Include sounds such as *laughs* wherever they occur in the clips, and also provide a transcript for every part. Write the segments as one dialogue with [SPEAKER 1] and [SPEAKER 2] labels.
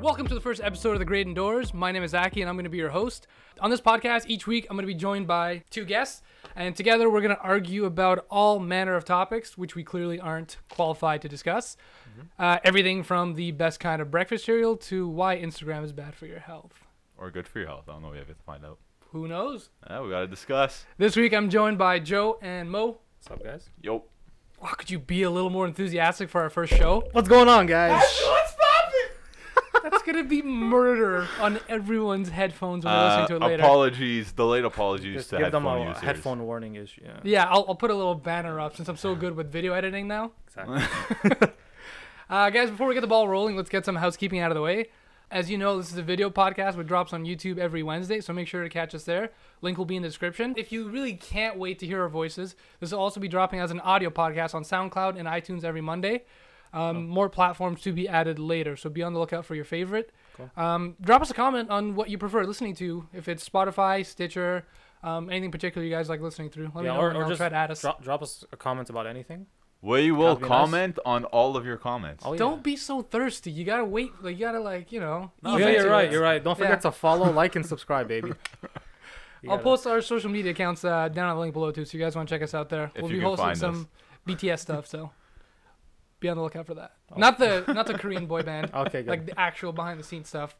[SPEAKER 1] Welcome to the first episode of The Great Indoors. My name is Aki, and I'm going to be your host. On this podcast, each week, I'm going to be joined by two guests, and together we're going to argue about all manner of topics, which we clearly aren't qualified to discuss. Uh, everything from the best kind of breakfast cereal to why Instagram is bad for your health.
[SPEAKER 2] Or good for your health. I don't know. We have to find out.
[SPEAKER 1] Who knows?
[SPEAKER 2] Uh, we gotta discuss.
[SPEAKER 1] This week, I'm joined by Joe and Mo.
[SPEAKER 3] What's up, guys?
[SPEAKER 2] Yo.
[SPEAKER 1] Wow, could you be a little more enthusiastic for our first show?
[SPEAKER 4] What's going on, guys?
[SPEAKER 1] That's going to be murder on everyone's headphones when they're
[SPEAKER 2] Uh,
[SPEAKER 1] listening to it later.
[SPEAKER 2] apologies, delayed apologies
[SPEAKER 4] Just
[SPEAKER 2] to
[SPEAKER 4] give them
[SPEAKER 2] headphone
[SPEAKER 4] a
[SPEAKER 2] users.
[SPEAKER 4] headphone warning issue. Yeah.
[SPEAKER 1] Yeah, I'll, I'll put a little banner up since I'm so good with video editing now. *laughs*
[SPEAKER 3] Exactly.
[SPEAKER 1] Uh, guys, before we get the ball rolling, let's get some housekeeping out of the way. As you know, this is a video podcast which drops on YouTube every Wednesday, so make sure to catch us there. Link will be in the description. If you really can't wait to hear our voices, this will also be dropping as an audio podcast on SoundCloud and iTunes every Monday.
[SPEAKER 3] Oh.
[SPEAKER 1] Um, More platforms to be added later, so be on the lookout for your favorite. Um, drop us a comment on what you prefer listening to, if it's Spotify, Stitcher, um, anything particular you guys like listening through. Let me
[SPEAKER 3] yeah,
[SPEAKER 1] know,
[SPEAKER 3] or,
[SPEAKER 1] and
[SPEAKER 3] or
[SPEAKER 1] I'll
[SPEAKER 3] just
[SPEAKER 1] try to add us.
[SPEAKER 3] Drop, drop us a comment about anything.
[SPEAKER 2] We will
[SPEAKER 3] That'd be nice.
[SPEAKER 2] comment on all of your comments.
[SPEAKER 3] Oh, yeah.
[SPEAKER 1] Don't be so thirsty. You gotta wait. Like you gotta like you know. ease
[SPEAKER 3] yeah,
[SPEAKER 1] into
[SPEAKER 3] you're right.
[SPEAKER 1] it.
[SPEAKER 3] You're right. Don't
[SPEAKER 1] Yeah.
[SPEAKER 3] forget
[SPEAKER 4] That's a *laughs* follow, like, and
[SPEAKER 1] *laughs*
[SPEAKER 4] subscribe, baby.
[SPEAKER 3] to.
[SPEAKER 1] I'll post our social media accounts uh, down on the link below too, so you guys want to check us out there.
[SPEAKER 2] If
[SPEAKER 1] we'll
[SPEAKER 2] you
[SPEAKER 1] be
[SPEAKER 2] can
[SPEAKER 1] hosting
[SPEAKER 2] find
[SPEAKER 1] some BTS stuff, so be on the lookout for that. Not the not the Korean boy band,
[SPEAKER 4] Okay, good.
[SPEAKER 1] like the actual behind the scenes stuff.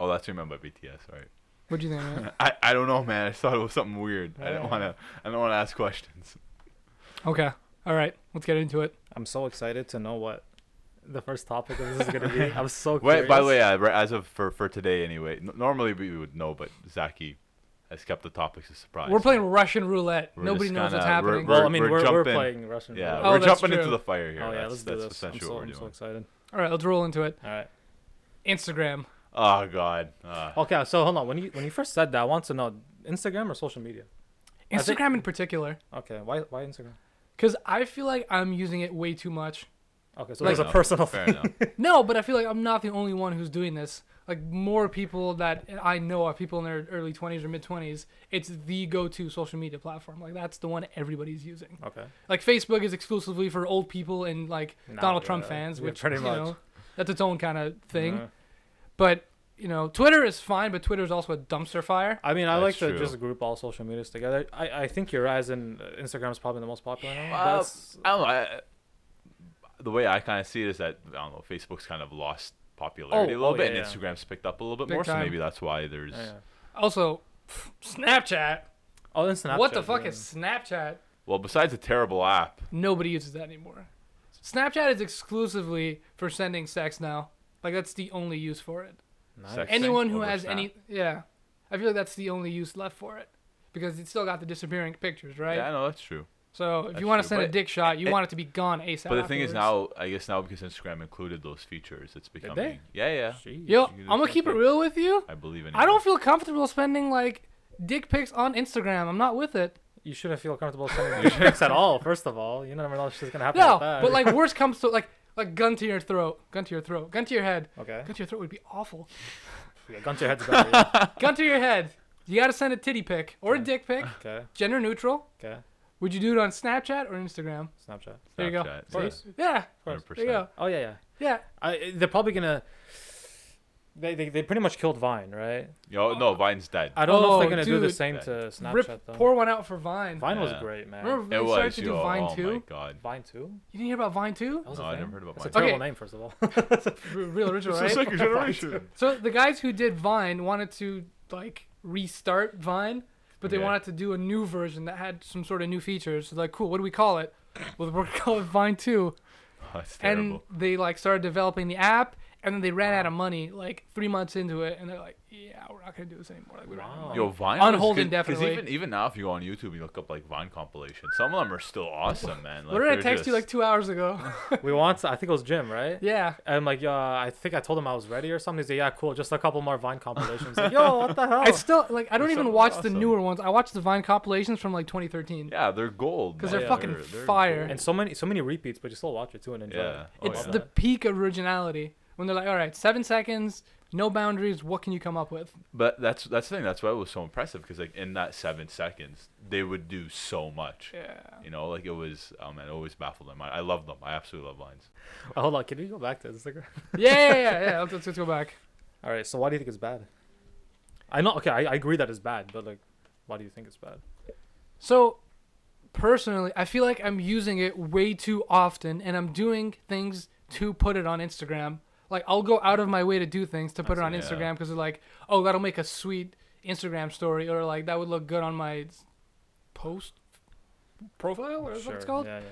[SPEAKER 2] Oh, that's your man by BTS, right?
[SPEAKER 1] What do you think?
[SPEAKER 2] *laughs*
[SPEAKER 1] Man?
[SPEAKER 2] I, I don't know, man. I just thought it was something weird. I
[SPEAKER 3] Yeah.
[SPEAKER 2] don't wanna I don't wanna ask questions.
[SPEAKER 1] okay, all right, let's get into it.
[SPEAKER 4] I'm so excited to know what the first topic of this is gonna be. *laughs*
[SPEAKER 1] *laughs*
[SPEAKER 4] I'm so
[SPEAKER 2] Wait,
[SPEAKER 4] curious.
[SPEAKER 2] by the way, uh, right, as of for for today anyway. N- normally we would know, but Zaki has kept the topics a surprise.
[SPEAKER 1] We're playing Russian roulette.
[SPEAKER 2] We're
[SPEAKER 1] Nobody
[SPEAKER 2] just
[SPEAKER 1] knows what's
[SPEAKER 2] gonna-
[SPEAKER 1] happening.
[SPEAKER 2] we're-
[SPEAKER 4] well, I mean,
[SPEAKER 2] we're
[SPEAKER 4] we're, we're,
[SPEAKER 2] jumping.
[SPEAKER 4] playing Russian.
[SPEAKER 2] Yeah,
[SPEAKER 4] roulette.
[SPEAKER 1] Oh,
[SPEAKER 2] we're
[SPEAKER 1] that's
[SPEAKER 2] jumping
[SPEAKER 1] true.
[SPEAKER 2] into the fire here.
[SPEAKER 4] oh yeah,
[SPEAKER 2] that's,
[SPEAKER 4] let's
[SPEAKER 2] that's
[SPEAKER 4] do this. I'm
[SPEAKER 2] essentially
[SPEAKER 4] so,
[SPEAKER 2] what we're
[SPEAKER 4] I'm so
[SPEAKER 2] doing.
[SPEAKER 4] excited.
[SPEAKER 1] All right, let's roll into it.
[SPEAKER 4] All right.
[SPEAKER 1] Instagram.
[SPEAKER 2] oh god. Uh,
[SPEAKER 4] Okay, so hold on. When you when you first said that, I want to know Instagram or social media. I think-
[SPEAKER 1] Instagram in particular,
[SPEAKER 4] Okay, why why Instagram?
[SPEAKER 1] because I feel like I'm using it way too much.
[SPEAKER 4] Okay, so
[SPEAKER 1] Like-
[SPEAKER 4] there's a
[SPEAKER 2] enough,
[SPEAKER 4] personal
[SPEAKER 2] fair
[SPEAKER 4] thing.
[SPEAKER 2] enough.
[SPEAKER 1] No, but I feel like I'm not the only one who's doing this. Like more people that I know of, people in their early 20s or mid 20s, it's the go-to social media platform. Like that's the one everybody's using.
[SPEAKER 4] Okay.
[SPEAKER 1] Like Facebook is exclusively for old people and like
[SPEAKER 4] Nah,
[SPEAKER 1] Donald
[SPEAKER 4] yeah,
[SPEAKER 1] Trump fans,
[SPEAKER 4] yeah,
[SPEAKER 1] which
[SPEAKER 4] pretty
[SPEAKER 1] you
[SPEAKER 4] much.
[SPEAKER 1] know, that's its own kind of thing.
[SPEAKER 4] Uh,
[SPEAKER 1] But you know, Twitter is fine, but Twitter is also a dumpster fire.
[SPEAKER 4] I mean, I
[SPEAKER 2] That's
[SPEAKER 4] like to
[SPEAKER 2] true.
[SPEAKER 4] just group all social medias together. I, I think you're right, as in uh, Instagram is probably the most popular. one.
[SPEAKER 2] Uh,
[SPEAKER 4] That's-
[SPEAKER 2] I don't know. I, I- the way I kind of see it is that I don't know. Facebook's kind of lost popularity
[SPEAKER 4] Oh,
[SPEAKER 2] a little
[SPEAKER 4] oh,
[SPEAKER 2] bit,
[SPEAKER 4] yeah,
[SPEAKER 2] and
[SPEAKER 4] yeah.
[SPEAKER 2] Instagram's picked up a little bit
[SPEAKER 1] Big
[SPEAKER 2] more.
[SPEAKER 1] time.
[SPEAKER 2] So maybe that's why there's.
[SPEAKER 4] yeah.
[SPEAKER 1] Also, pff, Snapchat.
[SPEAKER 4] Oh, then Snapchat.
[SPEAKER 1] what the fuck
[SPEAKER 4] yeah.
[SPEAKER 1] is Snapchat?
[SPEAKER 2] Well, besides a terrible app,
[SPEAKER 1] Nobody uses that anymore. Snapchat is exclusively for sending sex now. Like that's the only use for it.
[SPEAKER 4] Nice.
[SPEAKER 2] Sex.
[SPEAKER 1] Anyone who
[SPEAKER 2] Over
[SPEAKER 1] has
[SPEAKER 2] Snap.
[SPEAKER 1] any, yeah, I feel like that's the only use left for it because it's still got the disappearing pictures, right?
[SPEAKER 2] yeah, I know that's true.
[SPEAKER 1] so if
[SPEAKER 2] that's
[SPEAKER 1] you want to
[SPEAKER 2] true,
[SPEAKER 1] send a
[SPEAKER 2] but-
[SPEAKER 1] dick shot, you
[SPEAKER 2] it-
[SPEAKER 1] want it to be gone asap.
[SPEAKER 2] But the thing is
[SPEAKER 1] afterwards.
[SPEAKER 2] now, I guess now because Instagram included those features, it's
[SPEAKER 4] they?
[SPEAKER 2] becoming. Yeah, yeah.
[SPEAKER 4] Jeez.
[SPEAKER 1] yo,
[SPEAKER 2] you can do
[SPEAKER 1] I'm gonna keep it
[SPEAKER 2] something.
[SPEAKER 1] real with you.
[SPEAKER 2] I believe in.
[SPEAKER 1] I don't
[SPEAKER 2] it.
[SPEAKER 1] feel comfortable spending like dick pics on Instagram. I'm not with it.
[SPEAKER 4] You shouldn't feel comfortable
[SPEAKER 2] *laughs*
[SPEAKER 4] sending dick pics at all. First of all, you never know what's gonna happen.
[SPEAKER 1] No,
[SPEAKER 4] with that.
[SPEAKER 1] but like
[SPEAKER 2] *laughs*
[SPEAKER 1] worst comes to like like gun to your throat, gun to your throat, gun to your head,
[SPEAKER 4] okay,
[SPEAKER 1] gun to your throat would be awful.
[SPEAKER 4] yeah, gun to your head's better.
[SPEAKER 2] *laughs*
[SPEAKER 4] yeah.
[SPEAKER 1] gun to your head. You gotta send a titty pic or a dick
[SPEAKER 2] *laughs*
[SPEAKER 1] pic,
[SPEAKER 4] Okay,
[SPEAKER 1] gender neutral.
[SPEAKER 4] okay,
[SPEAKER 1] Would you do it on Snapchat or Instagram?
[SPEAKER 4] Snapchat.
[SPEAKER 1] There you go.
[SPEAKER 2] Snapchat,
[SPEAKER 4] Of course.
[SPEAKER 1] Yeah,
[SPEAKER 2] Yeah,
[SPEAKER 4] course.
[SPEAKER 2] 100%.
[SPEAKER 1] there you go.
[SPEAKER 4] Oh yeah, yeah.
[SPEAKER 1] Yeah,
[SPEAKER 4] I, they're probably gonna. They, they, they pretty much killed Vine, right?
[SPEAKER 2] Yo, no, Vine's dead.
[SPEAKER 4] I don't know if
[SPEAKER 1] Oh,
[SPEAKER 4] they're gonna do the
[SPEAKER 1] dude.
[SPEAKER 4] same
[SPEAKER 2] Yeah.
[SPEAKER 4] to Snapchat
[SPEAKER 1] Rip,
[SPEAKER 4] though.
[SPEAKER 1] pour one out for Vine.
[SPEAKER 4] Vine was
[SPEAKER 2] Yeah.
[SPEAKER 4] great, man.
[SPEAKER 1] Remember when
[SPEAKER 2] Um, it
[SPEAKER 1] they started
[SPEAKER 2] was.
[SPEAKER 1] to do
[SPEAKER 2] yo,
[SPEAKER 1] Vine
[SPEAKER 2] oh my
[SPEAKER 1] too?
[SPEAKER 2] god.
[SPEAKER 4] Vine too?
[SPEAKER 1] You didn't hear about Vine too?
[SPEAKER 2] *laughs*
[SPEAKER 4] That was
[SPEAKER 2] No,
[SPEAKER 4] a
[SPEAKER 2] I
[SPEAKER 4] thing?
[SPEAKER 2] never heard about
[SPEAKER 4] That's a
[SPEAKER 2] Vine.
[SPEAKER 4] terrible
[SPEAKER 1] Okay.
[SPEAKER 4] name, first of all.
[SPEAKER 1] R- Real original, *laughs* right?
[SPEAKER 2] second generation. *laughs*
[SPEAKER 1] So the guys who did Vine wanted to like restart Vine, but they
[SPEAKER 2] Okay.
[SPEAKER 1] wanted to do a new version that had some sort of new features. So like, cool. What do we call it? Well, we're gonna call it Vine Two.
[SPEAKER 2] That's terrible.
[SPEAKER 1] And they like started developing the app, and then they ran out of money like three months into it, and they're like, yeah, we're not gonna do this anymore. Like, we don't have
[SPEAKER 4] Wow.
[SPEAKER 1] money.
[SPEAKER 2] Yo, Vine
[SPEAKER 1] On
[SPEAKER 2] was
[SPEAKER 1] hold
[SPEAKER 2] good, 'cause
[SPEAKER 1] indefinitely.
[SPEAKER 2] Even even now, if you go on YouTube, you look up like Vine compilations. Some of them are still awesome, man. Like,
[SPEAKER 1] What did I
[SPEAKER 2] they're
[SPEAKER 1] text you
[SPEAKER 2] just-
[SPEAKER 1] like two hours ago?
[SPEAKER 2] *laughs*
[SPEAKER 1] *laughs*
[SPEAKER 4] we want, I think it was Jim, right?
[SPEAKER 1] yeah.
[SPEAKER 4] And I'm like, yeah, I think I told him I was ready or something. He's like, yeah, cool, just a couple more Vine compilations. Like, Yo, what the hell?
[SPEAKER 1] *laughs* I still like. I don't
[SPEAKER 2] They're
[SPEAKER 1] even
[SPEAKER 2] Oh, so
[SPEAKER 1] watch the
[SPEAKER 2] awesome.
[SPEAKER 1] newer ones. I watch the Vine compilations from like 2013.
[SPEAKER 2] Yeah, they're gold.
[SPEAKER 1] 'Cause
[SPEAKER 2] man.
[SPEAKER 1] they're fucking fire.
[SPEAKER 2] gold.
[SPEAKER 4] and so many, so many repeats, but you still watch it too and enjoy
[SPEAKER 2] Yeah.
[SPEAKER 4] it.
[SPEAKER 2] Oh,
[SPEAKER 1] it's
[SPEAKER 2] yeah.
[SPEAKER 1] the peak originality when they're like, all right, seven seconds, No boundaries. What can you come up
[SPEAKER 2] *laughs*
[SPEAKER 1] with?
[SPEAKER 2] But that's that's the thing. That's why it was so impressive because like in that seven seconds, they would do so much.
[SPEAKER 1] Yeah.
[SPEAKER 2] You know, like it was. Um, it always baffled them. I, I love them. I absolutely love lines.
[SPEAKER 4] Oh, hold on, can you go back to this? Like, *laughs*
[SPEAKER 1] Yeah, yeah, yeah. yeah. Let's, let's go back.
[SPEAKER 4] all right, so why do you think it's bad? I know. Okay, I, I agree that it's bad, but like, why do you think it's bad?
[SPEAKER 1] So, personally, I feel like I'm using it way too often, and I'm doing things to put it on Instagram. Like I'll go out of my way to do things to put it on
[SPEAKER 2] yeah.
[SPEAKER 1] Instagram because it's like, oh, that'll make a sweet Instagram story, or like that would look good on my s- post profile, or what it's called.
[SPEAKER 4] Yeah, yeah.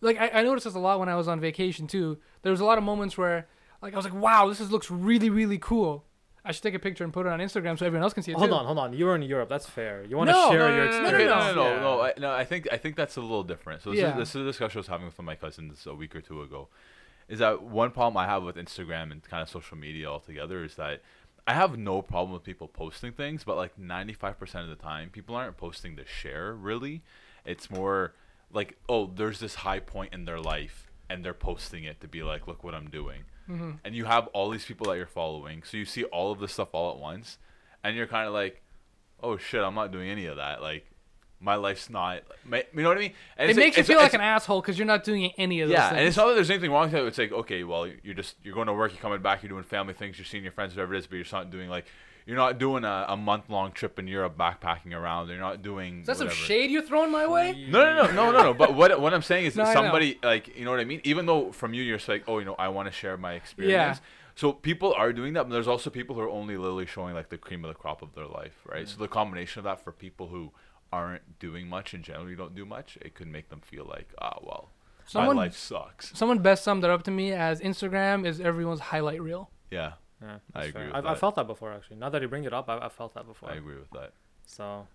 [SPEAKER 1] Like I, I noticed this a lot when I was on vacation too. There was a lot of moments where, like, I was like, wow, this is, looks really, really cool. I should take a picture and put it on Instagram so everyone else can see it
[SPEAKER 4] Hold
[SPEAKER 1] too.
[SPEAKER 4] on, hold on. You were in Europe. That's fair. You want to
[SPEAKER 1] No,
[SPEAKER 4] share
[SPEAKER 1] no,
[SPEAKER 4] your
[SPEAKER 1] no, no,
[SPEAKER 4] experience?
[SPEAKER 1] no, no.
[SPEAKER 2] Okay, no, no,
[SPEAKER 4] Yeah.
[SPEAKER 2] no, I, no. I think I think that's a little different. So this
[SPEAKER 1] Yeah.
[SPEAKER 2] is this is a discussion I was having with my cousins a week or two ago. Is that one problem I have with Instagram and kind of social media altogether is that I have no problem with people posting things, but like ninety five percent of the time, people aren't posting to share. Really, it's more like oh, there's this high point in their life, and they're posting it to be like, look what I'm doing.
[SPEAKER 1] Mm-hmm.
[SPEAKER 2] And you have all these people that you're following, so you see all of this stuff all at once, and you're kind of like, oh shit, I'm not doing any of that. Like, my life's not. My, you know what I mean? And
[SPEAKER 1] It
[SPEAKER 2] it's
[SPEAKER 1] makes you
[SPEAKER 2] it's-
[SPEAKER 1] feel like
[SPEAKER 2] it's-
[SPEAKER 1] an asshole because you're not doing any of those
[SPEAKER 2] yeah,
[SPEAKER 1] things.
[SPEAKER 2] and it's not that there's anything wrong with it. It's like okay, well, you're just you're going to work, you're coming back, you're doing family things, you're seeing your friends, whatever it is, but you're just not doing like you're not doing a, a month long trip in Europe backpacking around. You're not doing.
[SPEAKER 1] Is that some
[SPEAKER 2] whatever.
[SPEAKER 1] shade you're throwing my way?
[SPEAKER 2] No, no, no, no, no, no. But what what I'm saying
[SPEAKER 1] *laughs*
[SPEAKER 2] is
[SPEAKER 1] No, I know.
[SPEAKER 2] somebody like you know what I mean. Even though from you you're just like oh you know I want to share my experience. So people are doing that, but there's also people who are only literally showing like the cream of the crop of their life, right?
[SPEAKER 1] Mm.
[SPEAKER 2] So the combination of that for people who aren't doing much and generally don't do much, it could make them feel like ah well,
[SPEAKER 1] Someone-
[SPEAKER 2] my life sucks.
[SPEAKER 1] Someone best summed it up to me as Instagram is everyone's highlight reel.
[SPEAKER 2] Yeah,
[SPEAKER 4] Yeah,
[SPEAKER 2] I
[SPEAKER 4] that's
[SPEAKER 2] agree
[SPEAKER 4] fair.
[SPEAKER 2] with
[SPEAKER 4] I've, I
[SPEAKER 2] that.
[SPEAKER 4] felt that before, actually. Now that you bring it up, I, I felt that before.
[SPEAKER 2] I agree with that.
[SPEAKER 4] So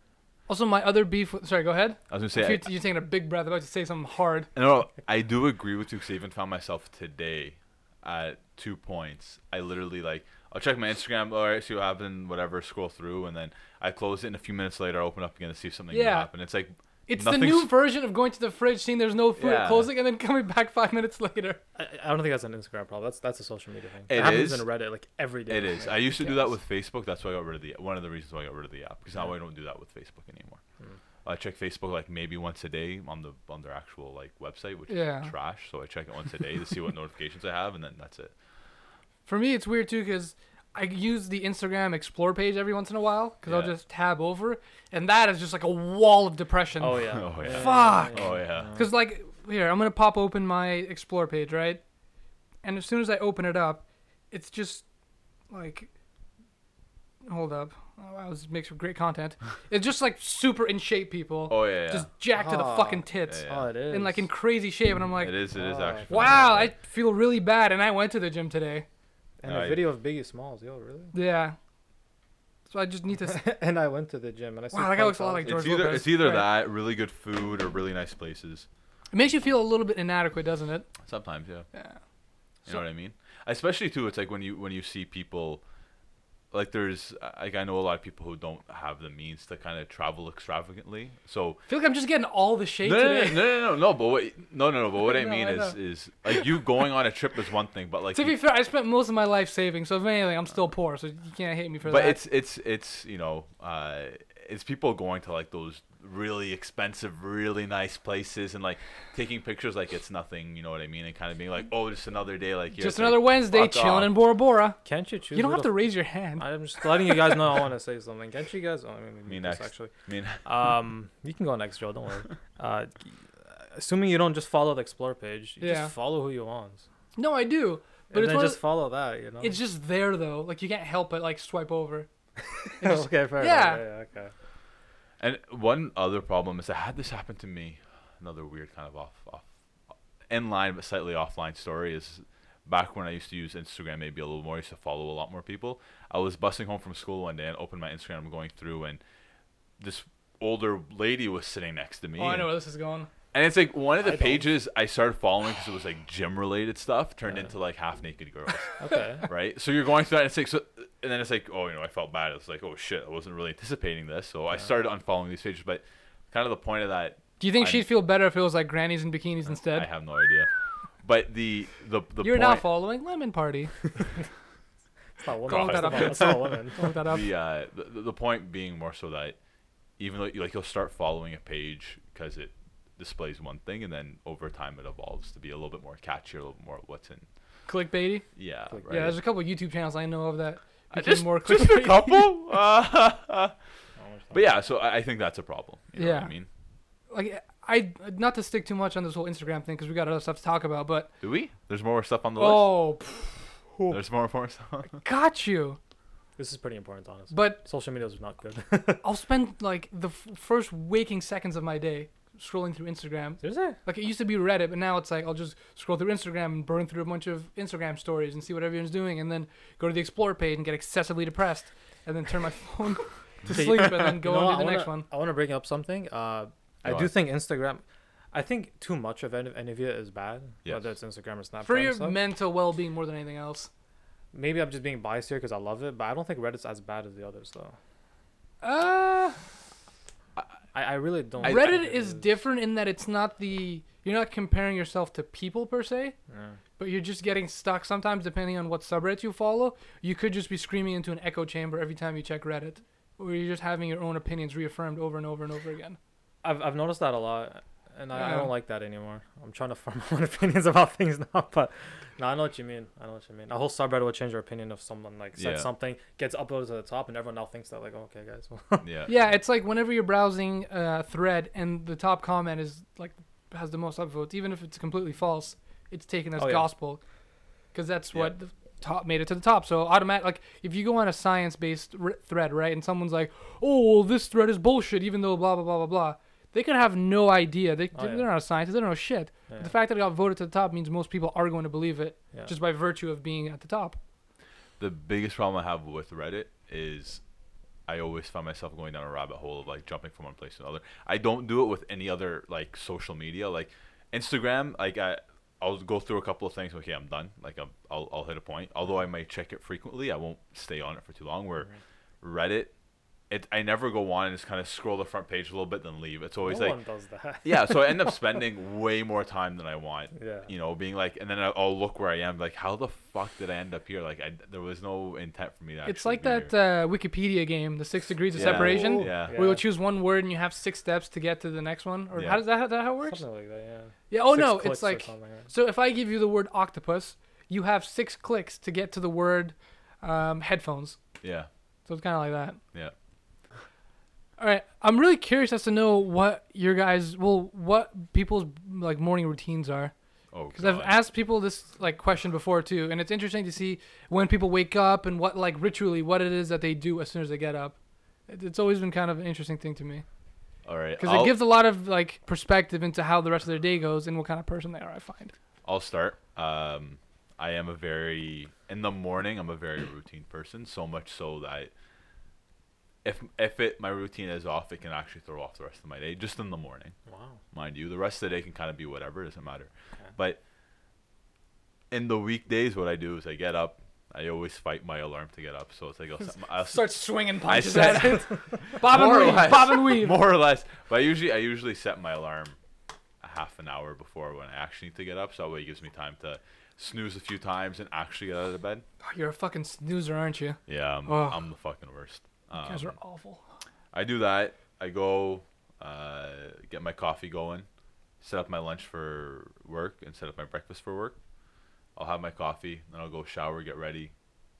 [SPEAKER 1] Also, my other beef. With, sorry, go ahead.
[SPEAKER 2] I was gonna
[SPEAKER 1] If
[SPEAKER 2] say
[SPEAKER 1] you're, you're taking a big breath, about to say something hard.
[SPEAKER 2] No, I do agree with you because I even found myself today at two points. I literally like I'll check my Instagram, all right, see what happened, whatever, scroll through, and then I close it. And a few minutes later, I open up again to see if something new
[SPEAKER 1] Yeah.
[SPEAKER 2] happened. It's like
[SPEAKER 1] It's the
[SPEAKER 2] nothing's-
[SPEAKER 1] new version of going to the fridge, seeing there's no food,
[SPEAKER 2] Yeah.
[SPEAKER 1] closing, and then *laughs* coming back five minutes later.
[SPEAKER 4] I, I don't think that's an Instagram problem. That's that's a social media thing.
[SPEAKER 2] It
[SPEAKER 4] happens
[SPEAKER 2] is.
[SPEAKER 4] in Reddit like every day.
[SPEAKER 2] It is.
[SPEAKER 4] Like,
[SPEAKER 2] I used to do that
[SPEAKER 4] yes.
[SPEAKER 2] with Facebook. That's why I got rid of the one of the reasons why I got rid of the app because now I don't do that with Facebook anymore.
[SPEAKER 1] Hmm.
[SPEAKER 2] I check Facebook like maybe once a day on the on their actual like website, which
[SPEAKER 1] Yeah.
[SPEAKER 2] is trash. So I check it once a day to
[SPEAKER 1] *laughs*
[SPEAKER 2] see what notifications I have, and then that's it.
[SPEAKER 1] For me, it's weird too because I use the Instagram Explore page every once in a while because I'll
[SPEAKER 2] Yeah.
[SPEAKER 1] just tab over, and that is just like a wall of depression.
[SPEAKER 2] *laughs*
[SPEAKER 4] Oh yeah.
[SPEAKER 2] Oh, yeah.
[SPEAKER 1] Fuck.
[SPEAKER 2] Oh yeah.
[SPEAKER 1] Because, like, here, I'm going to pop open my explore page, right? And as soon as I open it up, it's just like. Hold up. Oh, I was makes for great
[SPEAKER 2] *laughs*
[SPEAKER 1] content. It's just like super in shape people.
[SPEAKER 2] Oh yeah. yeah.
[SPEAKER 1] Just jacked to the
[SPEAKER 4] Ah,
[SPEAKER 1] fucking tits.
[SPEAKER 2] yeah,
[SPEAKER 4] Oh, it is.
[SPEAKER 1] And like in crazy shape. And I'm like,
[SPEAKER 2] it is. It is
[SPEAKER 4] Wow.
[SPEAKER 2] actually.
[SPEAKER 1] Oh, wow,
[SPEAKER 2] phenomenal.
[SPEAKER 1] I feel really bad. And I went to the gym today.
[SPEAKER 4] and
[SPEAKER 2] I-
[SPEAKER 4] a video of Biggie Smalls. Yo,
[SPEAKER 1] *laughs*
[SPEAKER 4] really?
[SPEAKER 1] Yeah. So I just need to. s-
[SPEAKER 4] and I went to the gym and I. see
[SPEAKER 1] Wow, that guy looks a lot like
[SPEAKER 4] 5,000.
[SPEAKER 1] George
[SPEAKER 2] it's either
[SPEAKER 1] Lopez.
[SPEAKER 2] it's either
[SPEAKER 1] Right.
[SPEAKER 2] that really good food or really nice places.
[SPEAKER 1] It makes you feel a little bit inadequate, doesn't it?
[SPEAKER 2] Sometimes, yeah.
[SPEAKER 1] Yeah.
[SPEAKER 2] You
[SPEAKER 1] So-
[SPEAKER 2] know what I mean? Especially too, it's like when you when you see people, like there's like I know a lot of people who don't have the means to kind of travel extravagantly. So
[SPEAKER 1] I feel like I'm just getting all the shade
[SPEAKER 2] no, no, no,
[SPEAKER 1] today.
[SPEAKER 2] no, no, no, no, But what no, no, no. But what I
[SPEAKER 1] *laughs* No,
[SPEAKER 2] mean
[SPEAKER 1] I
[SPEAKER 2] is
[SPEAKER 1] know.
[SPEAKER 2] is like you going on a trip is one thing, but like
[SPEAKER 1] To
[SPEAKER 2] you-
[SPEAKER 1] be fair, I spent most of my life saving, so if anything, I'm still poor, so you can't hate me for
[SPEAKER 2] but
[SPEAKER 1] that.
[SPEAKER 2] it's it's it's you know uh, it's people going to like those really expensive really nice places and like taking pictures like it's nothing you know what i mean and kind of being like oh just another day like here.
[SPEAKER 1] just
[SPEAKER 2] It's like,
[SPEAKER 1] another Wednesday
[SPEAKER 2] fuck
[SPEAKER 1] chilling
[SPEAKER 2] off.
[SPEAKER 1] in Bora Bora.
[SPEAKER 4] Can't you choose?
[SPEAKER 1] You don't
[SPEAKER 4] who
[SPEAKER 1] have
[SPEAKER 4] the
[SPEAKER 1] to raise your hand.
[SPEAKER 4] f- I'm just letting you guys know I
[SPEAKER 1] *laughs*
[SPEAKER 4] want to say something. Can't you guys? Oh, I mean,
[SPEAKER 2] Me
[SPEAKER 4] me
[SPEAKER 2] next.
[SPEAKER 4] next. Actually,
[SPEAKER 2] i mean *laughs*
[SPEAKER 4] um, *laughs* you can go next, Joe. Don't worry. Uh, assuming you don't just follow the explore page, you
[SPEAKER 1] Yeah.
[SPEAKER 4] just follow who you want.
[SPEAKER 1] No, I do, but
[SPEAKER 4] and
[SPEAKER 1] it's
[SPEAKER 4] then
[SPEAKER 1] one
[SPEAKER 4] just
[SPEAKER 1] of,
[SPEAKER 4] follow that, you know. *laughs*
[SPEAKER 1] it's just there though. Like you can't help but like swipe over.
[SPEAKER 4] okay, fair.
[SPEAKER 1] yeah.
[SPEAKER 4] enough. yeah, okay.
[SPEAKER 2] and one other problem is i had this happen to me another weird kind of off off in line but slightly offline story is back when i used to use instagram maybe a little more i used to follow a lot more people i was busing home from school one day and opened my instagram going through and this older lady was sitting next to me
[SPEAKER 1] Oh, I
[SPEAKER 2] and-
[SPEAKER 1] know where this is going.
[SPEAKER 2] And it's like one of the
[SPEAKER 4] I don't.
[SPEAKER 2] pages I started following because it was like gym related stuff turned into like half naked girls, *laughs*
[SPEAKER 4] Okay.
[SPEAKER 2] right? So you're going through that and it's like, so, and then it's like, oh, you know, I felt bad. It's like, oh shit, I wasn't really anticipating this. So I started unfollowing these pages, but kind of the point of that,
[SPEAKER 1] Do you think
[SPEAKER 2] I'm-
[SPEAKER 1] she'd feel better if it was like grannies and bikinis
[SPEAKER 2] I
[SPEAKER 1] instead?
[SPEAKER 2] have no idea. But the, the, the
[SPEAKER 1] You're
[SPEAKER 2] point,
[SPEAKER 1] not following Lemon Party.
[SPEAKER 4] It's not
[SPEAKER 1] Don't
[SPEAKER 4] women.
[SPEAKER 1] look
[SPEAKER 4] first
[SPEAKER 1] that
[SPEAKER 4] of
[SPEAKER 1] up.
[SPEAKER 4] all. It's
[SPEAKER 2] *laughs*
[SPEAKER 4] not women.
[SPEAKER 1] Don't look that up.
[SPEAKER 2] the, uh, the the point being more so that even though you, like you'll start following a page because it displays one thing and then over time it evolves to be a little bit more catchy, a little bit more what's in.
[SPEAKER 1] Clickbaity.
[SPEAKER 2] Yeah,
[SPEAKER 4] Click-
[SPEAKER 2] right.
[SPEAKER 1] Yeah, there's a couple of YouTube channels I know of that
[SPEAKER 2] Uh,
[SPEAKER 1] became
[SPEAKER 2] just
[SPEAKER 1] more
[SPEAKER 2] just a
[SPEAKER 1] clickbaity. *laughs*
[SPEAKER 2] couple. *laughs* Uh,
[SPEAKER 4] Oh,
[SPEAKER 2] but yeah, so I, I think that's a problem. You know what
[SPEAKER 1] Yeah.
[SPEAKER 2] I mean?
[SPEAKER 1] Like I not to stick too much on this whole Instagram thing because we got other stuff to talk about, but
[SPEAKER 2] Do we? There's more stuff on the
[SPEAKER 1] oh,
[SPEAKER 2] list.
[SPEAKER 1] phew,
[SPEAKER 2] There's more more stuff.
[SPEAKER 1] got you.
[SPEAKER 4] This is pretty important, honestly.
[SPEAKER 1] But
[SPEAKER 4] Social media is not *laughs* good.
[SPEAKER 1] I'll spend like the f- first waking seconds of my day scrolling through Instagram.
[SPEAKER 4] Seriously?
[SPEAKER 1] Like it used to be Reddit, but now it's like I'll just scroll through Instagram and burn through a bunch of Instagram stories and see what everyone's doing, and then go to the Explore page and get excessively depressed, and then turn my *laughs* phone
[SPEAKER 4] *laughs*
[SPEAKER 1] to
[SPEAKER 4] Okay,
[SPEAKER 1] sleep, and then go
[SPEAKER 4] You know
[SPEAKER 1] on
[SPEAKER 4] what?
[SPEAKER 1] to the
[SPEAKER 4] I
[SPEAKER 1] next
[SPEAKER 4] wanna-
[SPEAKER 1] one.
[SPEAKER 4] I want to bring up something. Uh, I
[SPEAKER 2] Go
[SPEAKER 4] do
[SPEAKER 2] on.
[SPEAKER 4] think Instagram. I think too much of any, any of it is bad,
[SPEAKER 2] Yes.
[SPEAKER 4] whether it's Instagram or Snapchat.
[SPEAKER 1] For
[SPEAKER 4] and
[SPEAKER 1] your
[SPEAKER 4] stuff.
[SPEAKER 1] mental well-being more than anything else.
[SPEAKER 4] Maybe I'm just being biased here because I love it, but I don't think Reddit's as bad as the others, though.
[SPEAKER 1] Uh,
[SPEAKER 4] I, I really don't. think
[SPEAKER 1] Reddit
[SPEAKER 4] it
[SPEAKER 1] is different in that it's not the you're not comparing yourself to people per se,
[SPEAKER 4] Yeah.
[SPEAKER 1] but you're just getting stuck sometimes depending on what subreddit you follow. You could just be screaming into an echo chamber every time you check Reddit, or you're just having your own opinions reaffirmed over and over and over again.
[SPEAKER 4] I've, I've noticed that a lot, and I, I
[SPEAKER 1] Yeah.
[SPEAKER 4] don't like that anymore. I'm trying to form *laughs* my own opinions about things *laughs* now, but no, I know what you mean. I know what you mean. A whole subreddit will change their opinion if someone like said
[SPEAKER 2] Yeah.
[SPEAKER 4] something gets uploaded to the top, and everyone now thinks that like, okay, guys, *laughs* well,
[SPEAKER 2] *laughs* yeah.
[SPEAKER 1] Yeah, it's like whenever you're browsing a thread and the top comment is like has the most upvotes, even if it's completely false, it's taken as
[SPEAKER 4] Oh, yeah.
[SPEAKER 1] gospel, because that's
[SPEAKER 2] Yeah.
[SPEAKER 1] what the top made it to the top. So automatic, like if you go on a science-based r- thread, right, and someone's like, "Oh, well, this thread is bullshit," even though blah blah blah blah blah, they could have no idea. They
[SPEAKER 4] Oh, yeah.
[SPEAKER 1] they're not a scientist. They don't know shit.
[SPEAKER 4] Yeah.
[SPEAKER 1] But the fact that it got voted to the top means most people are going to believe it
[SPEAKER 4] Yeah.
[SPEAKER 1] just by virtue of being at the top.
[SPEAKER 2] the biggest problem I have with Reddit is I always find myself going down a rabbit hole of like jumping from one place to another. I don't do it with any other like social media, like Instagram. Like I, I'll go through a couple of things. Okay, I'm done. Like I'm, I'll, I'll hit a point. Although I might check it frequently, I won't stay on it for too long. Where Reddit, it I never go on and just kind of scroll the front page a little bit then leave. It's always
[SPEAKER 4] no
[SPEAKER 2] like
[SPEAKER 4] one does that. *laughs*
[SPEAKER 2] yeah, so I end up spending way more time than I want.
[SPEAKER 4] Yeah.
[SPEAKER 2] You know, being like, and then I- I'll look where I am, like, how the fuck did I end up here? Like, I, there was no intent for me to.
[SPEAKER 1] It's
[SPEAKER 2] actually
[SPEAKER 1] like
[SPEAKER 2] be
[SPEAKER 1] that
[SPEAKER 2] here.
[SPEAKER 1] uh, Wikipedia game, the Six Degrees of
[SPEAKER 2] Yeah.
[SPEAKER 1] Separation.
[SPEAKER 2] Yeah.
[SPEAKER 1] Where you'll
[SPEAKER 4] Yeah.
[SPEAKER 1] choose one word and you have six steps to get to the next one. Or
[SPEAKER 2] Yeah.
[SPEAKER 1] how does that, that how it works?
[SPEAKER 4] Something like that, yeah.
[SPEAKER 1] Yeah. Oh
[SPEAKER 4] Six
[SPEAKER 1] no,
[SPEAKER 4] clicks
[SPEAKER 1] it's
[SPEAKER 4] or
[SPEAKER 1] like
[SPEAKER 4] something, right?
[SPEAKER 1] so. If I give you the word octopus, you have six clicks to get to the word um, headphones.
[SPEAKER 2] Yeah.
[SPEAKER 1] So it's kind of like that.
[SPEAKER 2] Yeah.
[SPEAKER 1] All right. I'm really curious as to know what your guys, well, what people's like morning routines are.
[SPEAKER 2] Oh,
[SPEAKER 1] Because I've
[SPEAKER 2] God.
[SPEAKER 1] asked people this like question before too, and it's interesting to see when people wake up and what like ritually what it is that they do as soon as they get up. It- It's always been kind of an interesting thing to me
[SPEAKER 2] All right.
[SPEAKER 1] because
[SPEAKER 2] I'll-
[SPEAKER 1] it gives a lot of like perspective into how the rest of their day goes and what kind of person they are. I find.
[SPEAKER 2] I'll start. Um, I am a very in the morning. I'm a very routine person. So much so that if if it my routine is off, it can actually throw off the rest of my day. Just in the morning.
[SPEAKER 4] Wow.
[SPEAKER 2] mind you. The rest of the day can kind of be whatever, it doesn't matter.
[SPEAKER 4] Okay.
[SPEAKER 2] But in the weekdays, what I do is I get up. I always fight my alarm to get up, so it's
[SPEAKER 1] *laughs*
[SPEAKER 2] like I'll, set my- I'll set-
[SPEAKER 1] Start swinging punches
[SPEAKER 2] said-
[SPEAKER 1] at it. Bob and
[SPEAKER 2] *laughs* More or
[SPEAKER 1] weave.
[SPEAKER 2] less.
[SPEAKER 1] Bob and weave.
[SPEAKER 2] *laughs* more or less. But I usually I usually set my alarm a half an hour before when I actually need to get up, so that way it gives me time to snooze a few times and actually get out of bed.
[SPEAKER 1] Oh, you're a fucking snoozer, aren't you?
[SPEAKER 2] Yeah, I'm,
[SPEAKER 1] Oh.
[SPEAKER 2] I'm the fucking worst.
[SPEAKER 1] You guys
[SPEAKER 2] Um,
[SPEAKER 1] are awful.
[SPEAKER 2] I do that. I go uh, get my coffee going, set up my lunch for work, and set up my breakfast for work. I'll have my coffee, then I'll go shower, get ready,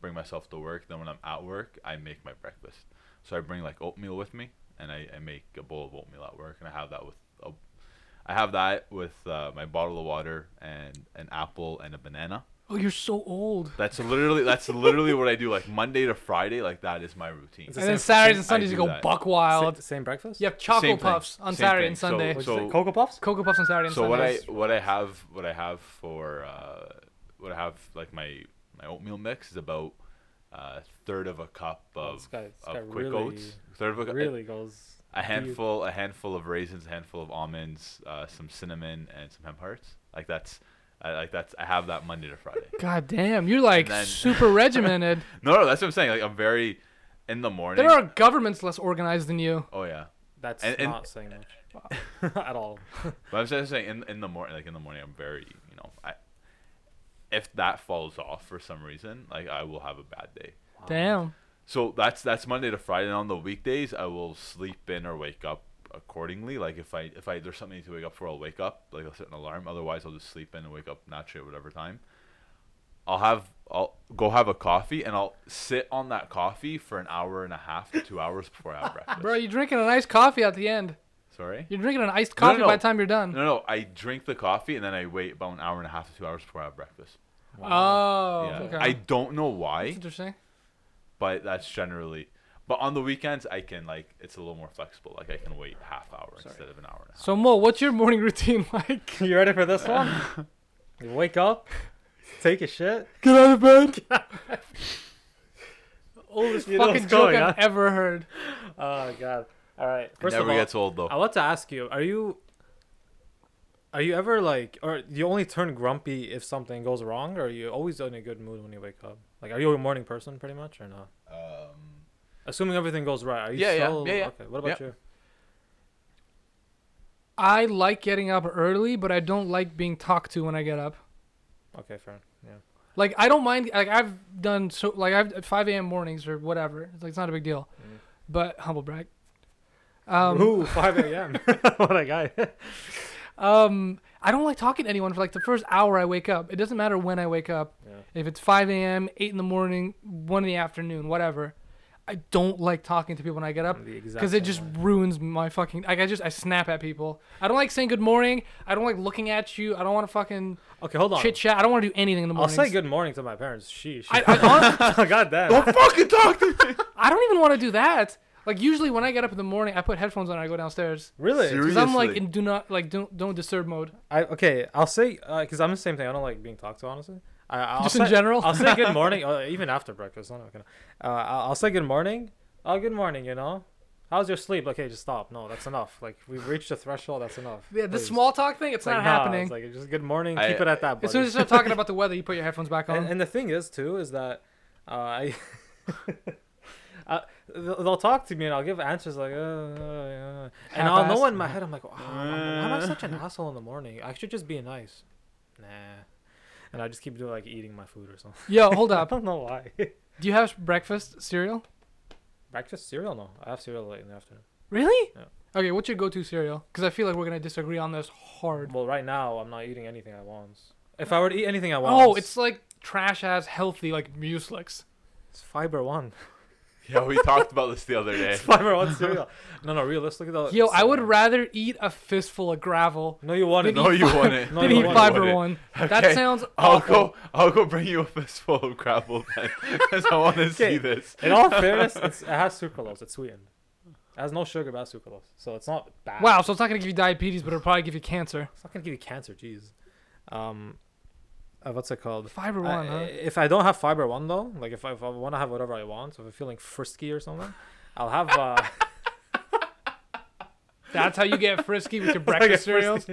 [SPEAKER 2] bring myself to work. Then when I'm at work, I make my breakfast. So I bring like oatmeal with me, and I, I make a bowl of oatmeal at work, and I have that with a, I have that with uh, my bottle of water and an apple and a banana.
[SPEAKER 1] Oh, you're so old.
[SPEAKER 2] That's literally that's literally what I do. Like Monday to Friday, like that is my routine.
[SPEAKER 4] It's the
[SPEAKER 1] And then
[SPEAKER 4] same-
[SPEAKER 1] Saturdays
[SPEAKER 4] same-
[SPEAKER 1] and Sundays
[SPEAKER 2] I
[SPEAKER 1] you
[SPEAKER 2] do
[SPEAKER 1] go
[SPEAKER 2] that.
[SPEAKER 1] buck
[SPEAKER 4] Sa-
[SPEAKER 1] wild.
[SPEAKER 4] same breakfast?
[SPEAKER 1] You have choco
[SPEAKER 2] Same thing.
[SPEAKER 1] puffs on
[SPEAKER 2] Same
[SPEAKER 1] Saturday
[SPEAKER 2] thing.
[SPEAKER 1] and
[SPEAKER 2] So-
[SPEAKER 1] Sunday.
[SPEAKER 4] What'd you say,
[SPEAKER 2] so- *laughs*
[SPEAKER 4] Cocoa Puffs?
[SPEAKER 1] Cocoa puffs on Saturday and
[SPEAKER 2] so
[SPEAKER 1] Sunday.
[SPEAKER 2] what I what I have what I have for uh, what I have like my my oatmeal mix is about a third of a cup
[SPEAKER 4] Oh,
[SPEAKER 2] of,
[SPEAKER 4] this guy- this guy
[SPEAKER 2] of quick
[SPEAKER 4] really-
[SPEAKER 2] oats, third of a cu-
[SPEAKER 4] Really goes.
[SPEAKER 2] a handful a handful of raisins, a handful of almonds, uh, some cinnamon, and some hemp hearts. Like that's I, like that's I have that Monday to Friday.
[SPEAKER 1] God damn, you're like
[SPEAKER 2] And then-
[SPEAKER 1] super regimented.
[SPEAKER 2] *laughs* no, no, that's what I'm saying. Like I'm very in the morning.
[SPEAKER 1] There are governments less organized than you.
[SPEAKER 2] oh yeah,
[SPEAKER 4] That's
[SPEAKER 2] and- and-
[SPEAKER 4] not saying much *laughs* at all.
[SPEAKER 2] but I'm just saying in in the morning, like in the morning, I'm very you know I. if that falls off for some reason, like I will have a bad day.
[SPEAKER 1] Damn.
[SPEAKER 2] So that's that's Monday to Friday. And on the weekdays, I will sleep in or wake up accordingly. Like if I if I there's something to wake up for, I'll wake up. Like I'll set an alarm. Otherwise, I'll just sleep in and wake up naturally at whatever time. I'll have I'll go have a coffee and I'll sit on that coffee for an hour and a half to two hours before
[SPEAKER 1] *laughs*
[SPEAKER 2] I have breakfast.
[SPEAKER 1] Bro, you're drinking an iced coffee at the end. *laughs*
[SPEAKER 2] Sorry.
[SPEAKER 1] You're drinking an iced
[SPEAKER 2] No, no,
[SPEAKER 1] coffee by
[SPEAKER 2] no.
[SPEAKER 1] the time you're done.
[SPEAKER 2] No, no. I drink the coffee and then I wait about an hour and a half to two hours before I have breakfast.
[SPEAKER 1] Oh,
[SPEAKER 2] yeah.
[SPEAKER 1] okay.
[SPEAKER 2] I don't know why,
[SPEAKER 1] Interesting.
[SPEAKER 2] but that's generally. But on the weekends, I can like it's a little more flexible. Like I can wait half hour instead of an hour and a half.
[SPEAKER 1] So Mo, what's your morning *laughs* routine like?
[SPEAKER 4] *laughs* You ready
[SPEAKER 2] *laughs*
[SPEAKER 4] for this one? You wake up, take a shit.
[SPEAKER 1] Get out of bed. Oldest
[SPEAKER 4] You know
[SPEAKER 1] fucking
[SPEAKER 4] what's
[SPEAKER 1] joke
[SPEAKER 4] going
[SPEAKER 1] I've
[SPEAKER 4] on.
[SPEAKER 1] ever heard.
[SPEAKER 4] Oh god. All right.
[SPEAKER 2] It
[SPEAKER 4] First
[SPEAKER 2] never
[SPEAKER 4] of all,
[SPEAKER 2] gets old though.
[SPEAKER 4] I want to ask you: Are you, are you ever like, or you only turn grumpy if something goes wrong, or are you always in a good mood when you wake up? Like, are you a morning person, pretty much, or not?
[SPEAKER 2] Um,
[SPEAKER 4] Assuming everything goes right, are you
[SPEAKER 2] Yeah, yeah,
[SPEAKER 4] still
[SPEAKER 2] yeah, yeah.
[SPEAKER 4] okay? What about
[SPEAKER 2] Yeah.
[SPEAKER 4] you?
[SPEAKER 1] I like getting up early, but I don't like being talked to when I get up.
[SPEAKER 4] Okay, fair. Yeah.
[SPEAKER 1] Like I don't mind. Like I've done so. Like I've at 5 a.m. mornings or whatever. It's like it's not a big deal.
[SPEAKER 4] Mm.
[SPEAKER 1] But humble brag. Um,
[SPEAKER 4] Ooh,
[SPEAKER 1] *laughs*
[SPEAKER 4] 5 a.m. *laughs* what a guy.
[SPEAKER 1] um, I don't like talking to anyone for like the first hour I wake up. It doesn't matter when I wake up.
[SPEAKER 4] Yeah.
[SPEAKER 1] If it's 5 a.m., 8 in the morning, 1 in the afternoon, whatever. I don't like talking to people when I get up
[SPEAKER 4] I'm *laughs* the exact
[SPEAKER 1] because it
[SPEAKER 4] same
[SPEAKER 1] just
[SPEAKER 4] way.
[SPEAKER 1] ruins my fucking. Like I just I snap at people. I don't like saying good morning. I don't like looking at you. I don't want to fucking
[SPEAKER 4] Okay, hold on.
[SPEAKER 1] chit chat. I don't want to do anything in the
[SPEAKER 4] I'll
[SPEAKER 1] morning.
[SPEAKER 4] say good morning to my parents. Sheesh.
[SPEAKER 1] I, I, honestly,
[SPEAKER 4] *laughs* God damn.
[SPEAKER 2] Don't fucking talk to me.
[SPEAKER 1] I don't even want to do that. Like usually when I get up in the morning, I put headphones on and I go downstairs.
[SPEAKER 4] Really?
[SPEAKER 2] Seriously?
[SPEAKER 1] Because I'm like in do not like don't don't disturb mode.
[SPEAKER 4] I okay. I'll say because I'm the same thing. I don't like being talked to, honestly. I, I'll
[SPEAKER 1] Just
[SPEAKER 4] say,
[SPEAKER 1] in general?
[SPEAKER 4] I'll say
[SPEAKER 1] *laughs*
[SPEAKER 4] good morning, uh, even after breakfast. I'm not gonna. Uh, I'll I'll say good morning. Oh, good morning. You know, how's your sleep? Okay, just stop. No, that's enough. Like we've reached the threshold. That's enough.
[SPEAKER 1] Yeah, the
[SPEAKER 4] Please.
[SPEAKER 1] small talk thing, it's
[SPEAKER 4] Like,
[SPEAKER 1] not
[SPEAKER 4] nah,
[SPEAKER 1] happening.
[SPEAKER 4] It's like just good morning.
[SPEAKER 2] I-
[SPEAKER 4] keep it at that.
[SPEAKER 1] as soon as
[SPEAKER 4] buddy.
[SPEAKER 1] you start
[SPEAKER 4] *laughs*
[SPEAKER 1] talking about the weather, you put your headphones back on.
[SPEAKER 4] And, and the thing is too is that
[SPEAKER 1] *laughs*
[SPEAKER 4] uh, I *laughs* uh, they'll they'll talk to me and I'll give answers like uh, uh, uh, and I'll know
[SPEAKER 1] Half-assed.
[SPEAKER 4] in my head I'm like, wow, why am I such an asshole in the morning? I should just be nice. Nah. And I just keep doing like eating my food or something.
[SPEAKER 1] *laughs* Yo,
[SPEAKER 4] *laughs*
[SPEAKER 1] hold
[SPEAKER 4] I
[SPEAKER 1] up.
[SPEAKER 4] don't know why.
[SPEAKER 1] Do you have breakfast cereal?
[SPEAKER 4] Breakfast cereal? No, I have cereal late in the afternoon.
[SPEAKER 1] Really?
[SPEAKER 4] Yeah.
[SPEAKER 1] Okay, what's your go-to cereal? Because I feel like we're gonna disagree on this hard.
[SPEAKER 4] Well, right now I'm not eating anything I want. If I were to eat anything I want,
[SPEAKER 1] Oh, it's like trash ass healthy like Muslix.
[SPEAKER 4] it's fiber one. *laughs*
[SPEAKER 2] yeah, we talked about this the other day.
[SPEAKER 4] It's fiber one cereal. no, no, realistically though.
[SPEAKER 1] Yo,
[SPEAKER 4] it's,
[SPEAKER 1] I would
[SPEAKER 4] uh,
[SPEAKER 1] rather eat a fistful of gravel
[SPEAKER 4] No, you want it.
[SPEAKER 2] No, you want it.
[SPEAKER 4] No,
[SPEAKER 1] than
[SPEAKER 4] you
[SPEAKER 1] eat
[SPEAKER 4] wouldn't.
[SPEAKER 1] fiber
[SPEAKER 2] Wouldn't.
[SPEAKER 1] one.
[SPEAKER 2] Okay,
[SPEAKER 1] That sounds
[SPEAKER 2] I'll
[SPEAKER 1] awful.
[SPEAKER 2] go. I'll go bring you a fistful of gravel then, *laughs* because I want to see
[SPEAKER 4] Okay.
[SPEAKER 2] this.
[SPEAKER 4] In all fairness, it's, it has sucralose. It's sweetened. It has no sugar, but it has sucralose, so it's not bad.
[SPEAKER 1] Wow, so it's not gonna give you diabetes, but it'll probably give you cancer.
[SPEAKER 4] it's not gonna give you cancer. Jeez. Um, uh, what's it called?
[SPEAKER 1] Fiber
[SPEAKER 4] I-
[SPEAKER 1] one, huh?
[SPEAKER 4] If I don't have fiber one though, like if I, if I want to have whatever I want, so if I'm feeling frisky or something, I'll have
[SPEAKER 1] *laughs*
[SPEAKER 4] uh,
[SPEAKER 1] That's how you get frisky with your breakfast cereals.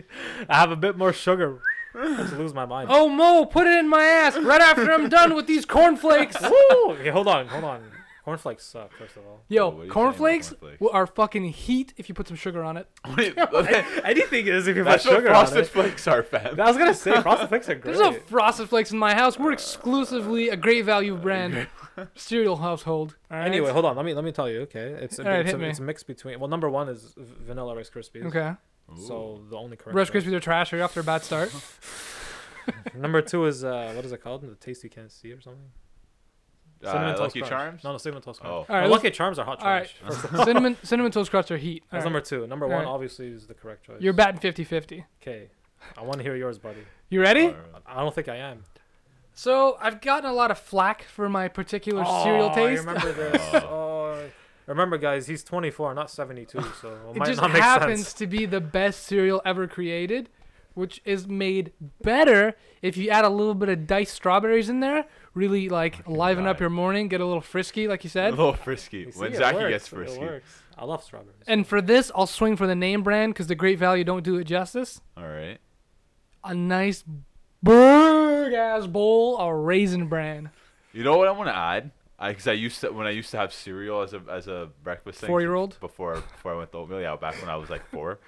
[SPEAKER 4] I have a bit more sugar.
[SPEAKER 1] *sighs*
[SPEAKER 4] I just lose my mind.
[SPEAKER 1] Oh Mo, put it in my ass right after I'm done with these
[SPEAKER 4] *laughs*
[SPEAKER 1] cornflakes.
[SPEAKER 4] *laughs* Woo! Okay, hold on, hold on. Cornflakes suck. First of all,
[SPEAKER 2] Oh,
[SPEAKER 1] Yo,
[SPEAKER 2] what are you saying about
[SPEAKER 1] cornflakes
[SPEAKER 2] cornflakes?
[SPEAKER 1] are fucking heat if you put some sugar on it.
[SPEAKER 4] *laughs*
[SPEAKER 2] Wait, that-
[SPEAKER 4] anything is if you put
[SPEAKER 2] that's what
[SPEAKER 4] sugar on
[SPEAKER 2] frosted
[SPEAKER 4] it.
[SPEAKER 2] flakes are, fam.
[SPEAKER 4] *laughs* I was gonna say frosted flakes are great.
[SPEAKER 1] There's no frosted flakes in my house. We're exclusively a great value
[SPEAKER 2] Uh,
[SPEAKER 1] brand cereal household. All right?
[SPEAKER 4] Anyway, hold on. Let me let me tell you. Okay, it's a,
[SPEAKER 1] All right,
[SPEAKER 4] it's,
[SPEAKER 1] hit
[SPEAKER 4] a,
[SPEAKER 1] me.
[SPEAKER 4] it's a mix between. Well, number one is v- vanilla Rice Krispies.
[SPEAKER 1] Okay.
[SPEAKER 4] So the only correct.
[SPEAKER 1] Rice
[SPEAKER 4] choice.
[SPEAKER 1] Krispies are trash. Are you off to a bad start?
[SPEAKER 4] number two is uh, what is it called? The taste you can't see or something.
[SPEAKER 2] uh,
[SPEAKER 4] Toast
[SPEAKER 2] Lucky
[SPEAKER 4] Crunch.
[SPEAKER 2] Charms.
[SPEAKER 4] No, no, cinnamon toast crunch.
[SPEAKER 2] Oh.
[SPEAKER 1] All right,
[SPEAKER 4] No,
[SPEAKER 1] let's-
[SPEAKER 4] Lucky Charms are hot
[SPEAKER 1] all right.
[SPEAKER 4] trash.
[SPEAKER 1] *laughs*
[SPEAKER 4] First of all.
[SPEAKER 1] cinnamon cinnamon toast crusts are heat. All
[SPEAKER 4] That's
[SPEAKER 1] right.
[SPEAKER 4] number two. Number
[SPEAKER 1] All
[SPEAKER 4] one
[SPEAKER 1] right.
[SPEAKER 4] obviously is the correct choice.
[SPEAKER 1] You're batting 50-50.
[SPEAKER 4] Okay, I want to hear yours, buddy.
[SPEAKER 1] You ready?
[SPEAKER 2] Or-
[SPEAKER 4] I don't think I am.
[SPEAKER 1] So I've gotten a lot of flack for my particular cereal
[SPEAKER 4] Oh,
[SPEAKER 1] taste.
[SPEAKER 2] *laughs*
[SPEAKER 4] I remember this. oh. Remember, guys, he's 24, not 72,
[SPEAKER 1] *laughs*
[SPEAKER 4] so it,
[SPEAKER 1] It
[SPEAKER 4] might
[SPEAKER 1] just
[SPEAKER 4] not make
[SPEAKER 1] happens
[SPEAKER 4] sense.
[SPEAKER 1] to be the best cereal ever created, which is made better if you add a little bit of diced strawberries in there. Really like liven up
[SPEAKER 2] God.
[SPEAKER 1] your morning, get a little frisky, like you
[SPEAKER 2] A
[SPEAKER 4] *laughs*
[SPEAKER 1] said.
[SPEAKER 2] little frisky.
[SPEAKER 4] You see,
[SPEAKER 2] when
[SPEAKER 4] it
[SPEAKER 2] Zachy
[SPEAKER 4] works,
[SPEAKER 2] gets
[SPEAKER 4] it
[SPEAKER 2] frisky.
[SPEAKER 4] works. I love strawberries.
[SPEAKER 1] And for this, I'll swing for the name brand because the Great Value don't do it justice.
[SPEAKER 2] All right.
[SPEAKER 1] A nice big ass bowl of raisin bran.
[SPEAKER 2] You know what I want to add? Because I, used to when I used to have cereal as a as a breakfast thing.
[SPEAKER 1] Four-year-old?
[SPEAKER 2] Before before I went to oatmeal, yeah, back when I was like four.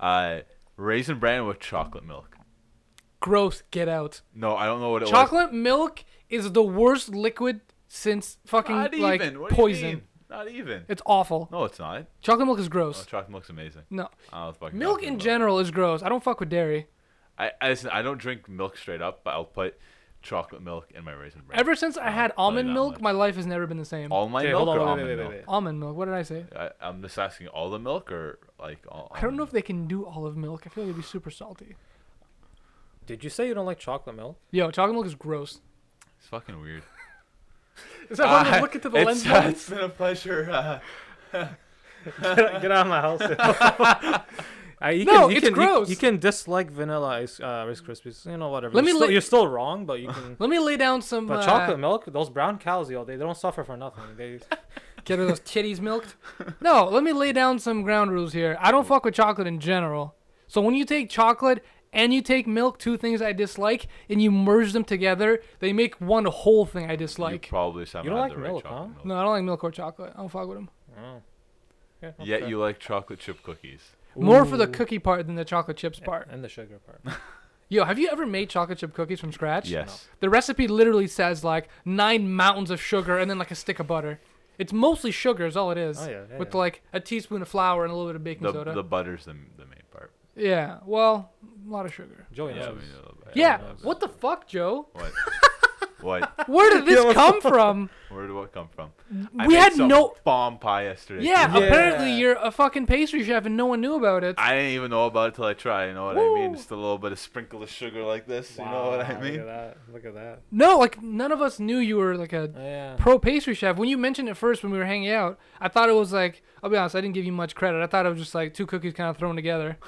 [SPEAKER 2] Uh, raisin bran with chocolate milk.
[SPEAKER 1] gross. Get out.
[SPEAKER 2] No, I don't know what it was.
[SPEAKER 1] Chocolate milk is the worst liquid since fucking
[SPEAKER 2] Not
[SPEAKER 1] like
[SPEAKER 2] even. What do you
[SPEAKER 1] poison.
[SPEAKER 2] mean? Not even.
[SPEAKER 1] It's awful.
[SPEAKER 2] No, it's not.
[SPEAKER 1] Chocolate milk is
[SPEAKER 2] Oh,
[SPEAKER 1] gross.
[SPEAKER 2] chocolate milk's amazing.
[SPEAKER 1] No.
[SPEAKER 2] I don't know what the fuck you're
[SPEAKER 1] Milk
[SPEAKER 2] talking
[SPEAKER 1] in
[SPEAKER 2] about.
[SPEAKER 1] general is gross. I don't fuck with dairy.
[SPEAKER 2] I, I listen. I don't drink milk straight up, but I'll put chocolate milk in my raisin bread.
[SPEAKER 1] Ever since I
[SPEAKER 2] don't
[SPEAKER 1] had
[SPEAKER 2] like
[SPEAKER 1] almond
[SPEAKER 2] that
[SPEAKER 1] milk,
[SPEAKER 2] much.
[SPEAKER 1] my life has never been the same.
[SPEAKER 2] all my
[SPEAKER 4] Okay,
[SPEAKER 2] milk
[SPEAKER 4] hold
[SPEAKER 2] or
[SPEAKER 4] on, wait,
[SPEAKER 2] almond
[SPEAKER 4] wait, wait,
[SPEAKER 2] milk?
[SPEAKER 4] wait, wait.
[SPEAKER 1] almond milk. What did I say?
[SPEAKER 2] I, I'm just asking all the milk or like all.
[SPEAKER 1] I don't know if
[SPEAKER 2] almond
[SPEAKER 1] they can do olive milk. I feel like it'd be super salty.
[SPEAKER 4] Did you say you don't like chocolate milk?
[SPEAKER 1] Yo, chocolate milk is gross.
[SPEAKER 2] milk. It's fucking weird.
[SPEAKER 1] *laughs* Is that one
[SPEAKER 2] Uh,
[SPEAKER 1] to look
[SPEAKER 2] *laughs*
[SPEAKER 1] into the
[SPEAKER 2] it's,
[SPEAKER 1] lens?
[SPEAKER 2] uh, it's been a pleasure. Uh,
[SPEAKER 4] *laughs* Get out of
[SPEAKER 1] *laughs*
[SPEAKER 4] my house. Uh, you
[SPEAKER 1] No,
[SPEAKER 4] you
[SPEAKER 1] it's
[SPEAKER 4] you-
[SPEAKER 1] gross.
[SPEAKER 4] You, can dislike vanilla ice, uh, Rice Krispies. You know, whatever.
[SPEAKER 1] Let
[SPEAKER 4] you're,
[SPEAKER 1] me
[SPEAKER 4] still,
[SPEAKER 1] li-
[SPEAKER 4] you're still wrong, but you
[SPEAKER 1] *laughs*
[SPEAKER 4] can.
[SPEAKER 1] Let me lay down some
[SPEAKER 4] But
[SPEAKER 1] uh,
[SPEAKER 4] chocolate milk, those brown cows, yo, they, they don't suffer for nothing.
[SPEAKER 1] *laughs*
[SPEAKER 4] They,
[SPEAKER 1] Get
[SPEAKER 4] *laughs*
[SPEAKER 1] her those titties milked. No, let me lay down some ground rules here. I don't fuck with chocolate in general. So when you take chocolate and you take milk, two things I dislike, and you merge them together, they make one whole thing I
[SPEAKER 2] you
[SPEAKER 1] dislike.
[SPEAKER 2] probably just haven't
[SPEAKER 4] don't
[SPEAKER 2] had
[SPEAKER 4] like
[SPEAKER 2] the right
[SPEAKER 4] milk,
[SPEAKER 2] chocolate
[SPEAKER 4] huh?
[SPEAKER 2] milk.
[SPEAKER 1] No, I don't like milk or chocolate. I don't fuck with them.
[SPEAKER 4] oh. Yeah, that's
[SPEAKER 2] Yet
[SPEAKER 4] fair.
[SPEAKER 2] you like chocolate chip cookies.
[SPEAKER 1] More for the
[SPEAKER 4] Ooh.
[SPEAKER 1] cookie part than the chocolate chips part.
[SPEAKER 4] And the sugar part.
[SPEAKER 1] *laughs* Yo, have you ever made chocolate chip cookies from scratch?
[SPEAKER 2] Yes.
[SPEAKER 1] The recipe literally says like nine mountains of sugar and then like a stick of butter. It's mostly sugar, is all it is.
[SPEAKER 4] Oh, yeah, yeah,
[SPEAKER 1] with
[SPEAKER 4] yeah.
[SPEAKER 1] like a teaspoon of flour and a little bit of baking
[SPEAKER 2] The,
[SPEAKER 1] soda.
[SPEAKER 2] the butter's the, the main part.
[SPEAKER 1] Yeah, well, a lot of sugar.
[SPEAKER 4] Joey
[SPEAKER 2] Yeah,
[SPEAKER 4] knows.
[SPEAKER 2] we know about-
[SPEAKER 1] Oh, Yeah,
[SPEAKER 2] I know about
[SPEAKER 1] what the fuck, Joe?
[SPEAKER 2] What? what?
[SPEAKER 1] Where
[SPEAKER 2] *laughs*
[SPEAKER 1] did
[SPEAKER 4] Yeah,
[SPEAKER 1] this
[SPEAKER 4] what
[SPEAKER 1] come from?
[SPEAKER 2] Where did what come from?
[SPEAKER 1] We
[SPEAKER 2] made
[SPEAKER 1] had
[SPEAKER 2] some
[SPEAKER 1] no-
[SPEAKER 2] bomb pie yesterday.
[SPEAKER 1] Yeah,
[SPEAKER 2] too.
[SPEAKER 4] Yeah.
[SPEAKER 1] apparently you're a fucking pastry chef and no one knew about it.
[SPEAKER 2] I didn't even know about it till I tried. You know what I mean?
[SPEAKER 1] Woo.
[SPEAKER 2] Just a little bit of sprinkle of sugar like this. You know what I
[SPEAKER 4] Wow,
[SPEAKER 2] mean?
[SPEAKER 4] Look at that. Look at that.
[SPEAKER 1] no, like none of us knew you were like a
[SPEAKER 4] Oh, yeah.
[SPEAKER 1] pro pastry chef. When you mentioned it first when we were hanging out, I thought it was like I'll be honest, I didn't give you much credit. I thought it was just like two cookies kind of thrown together.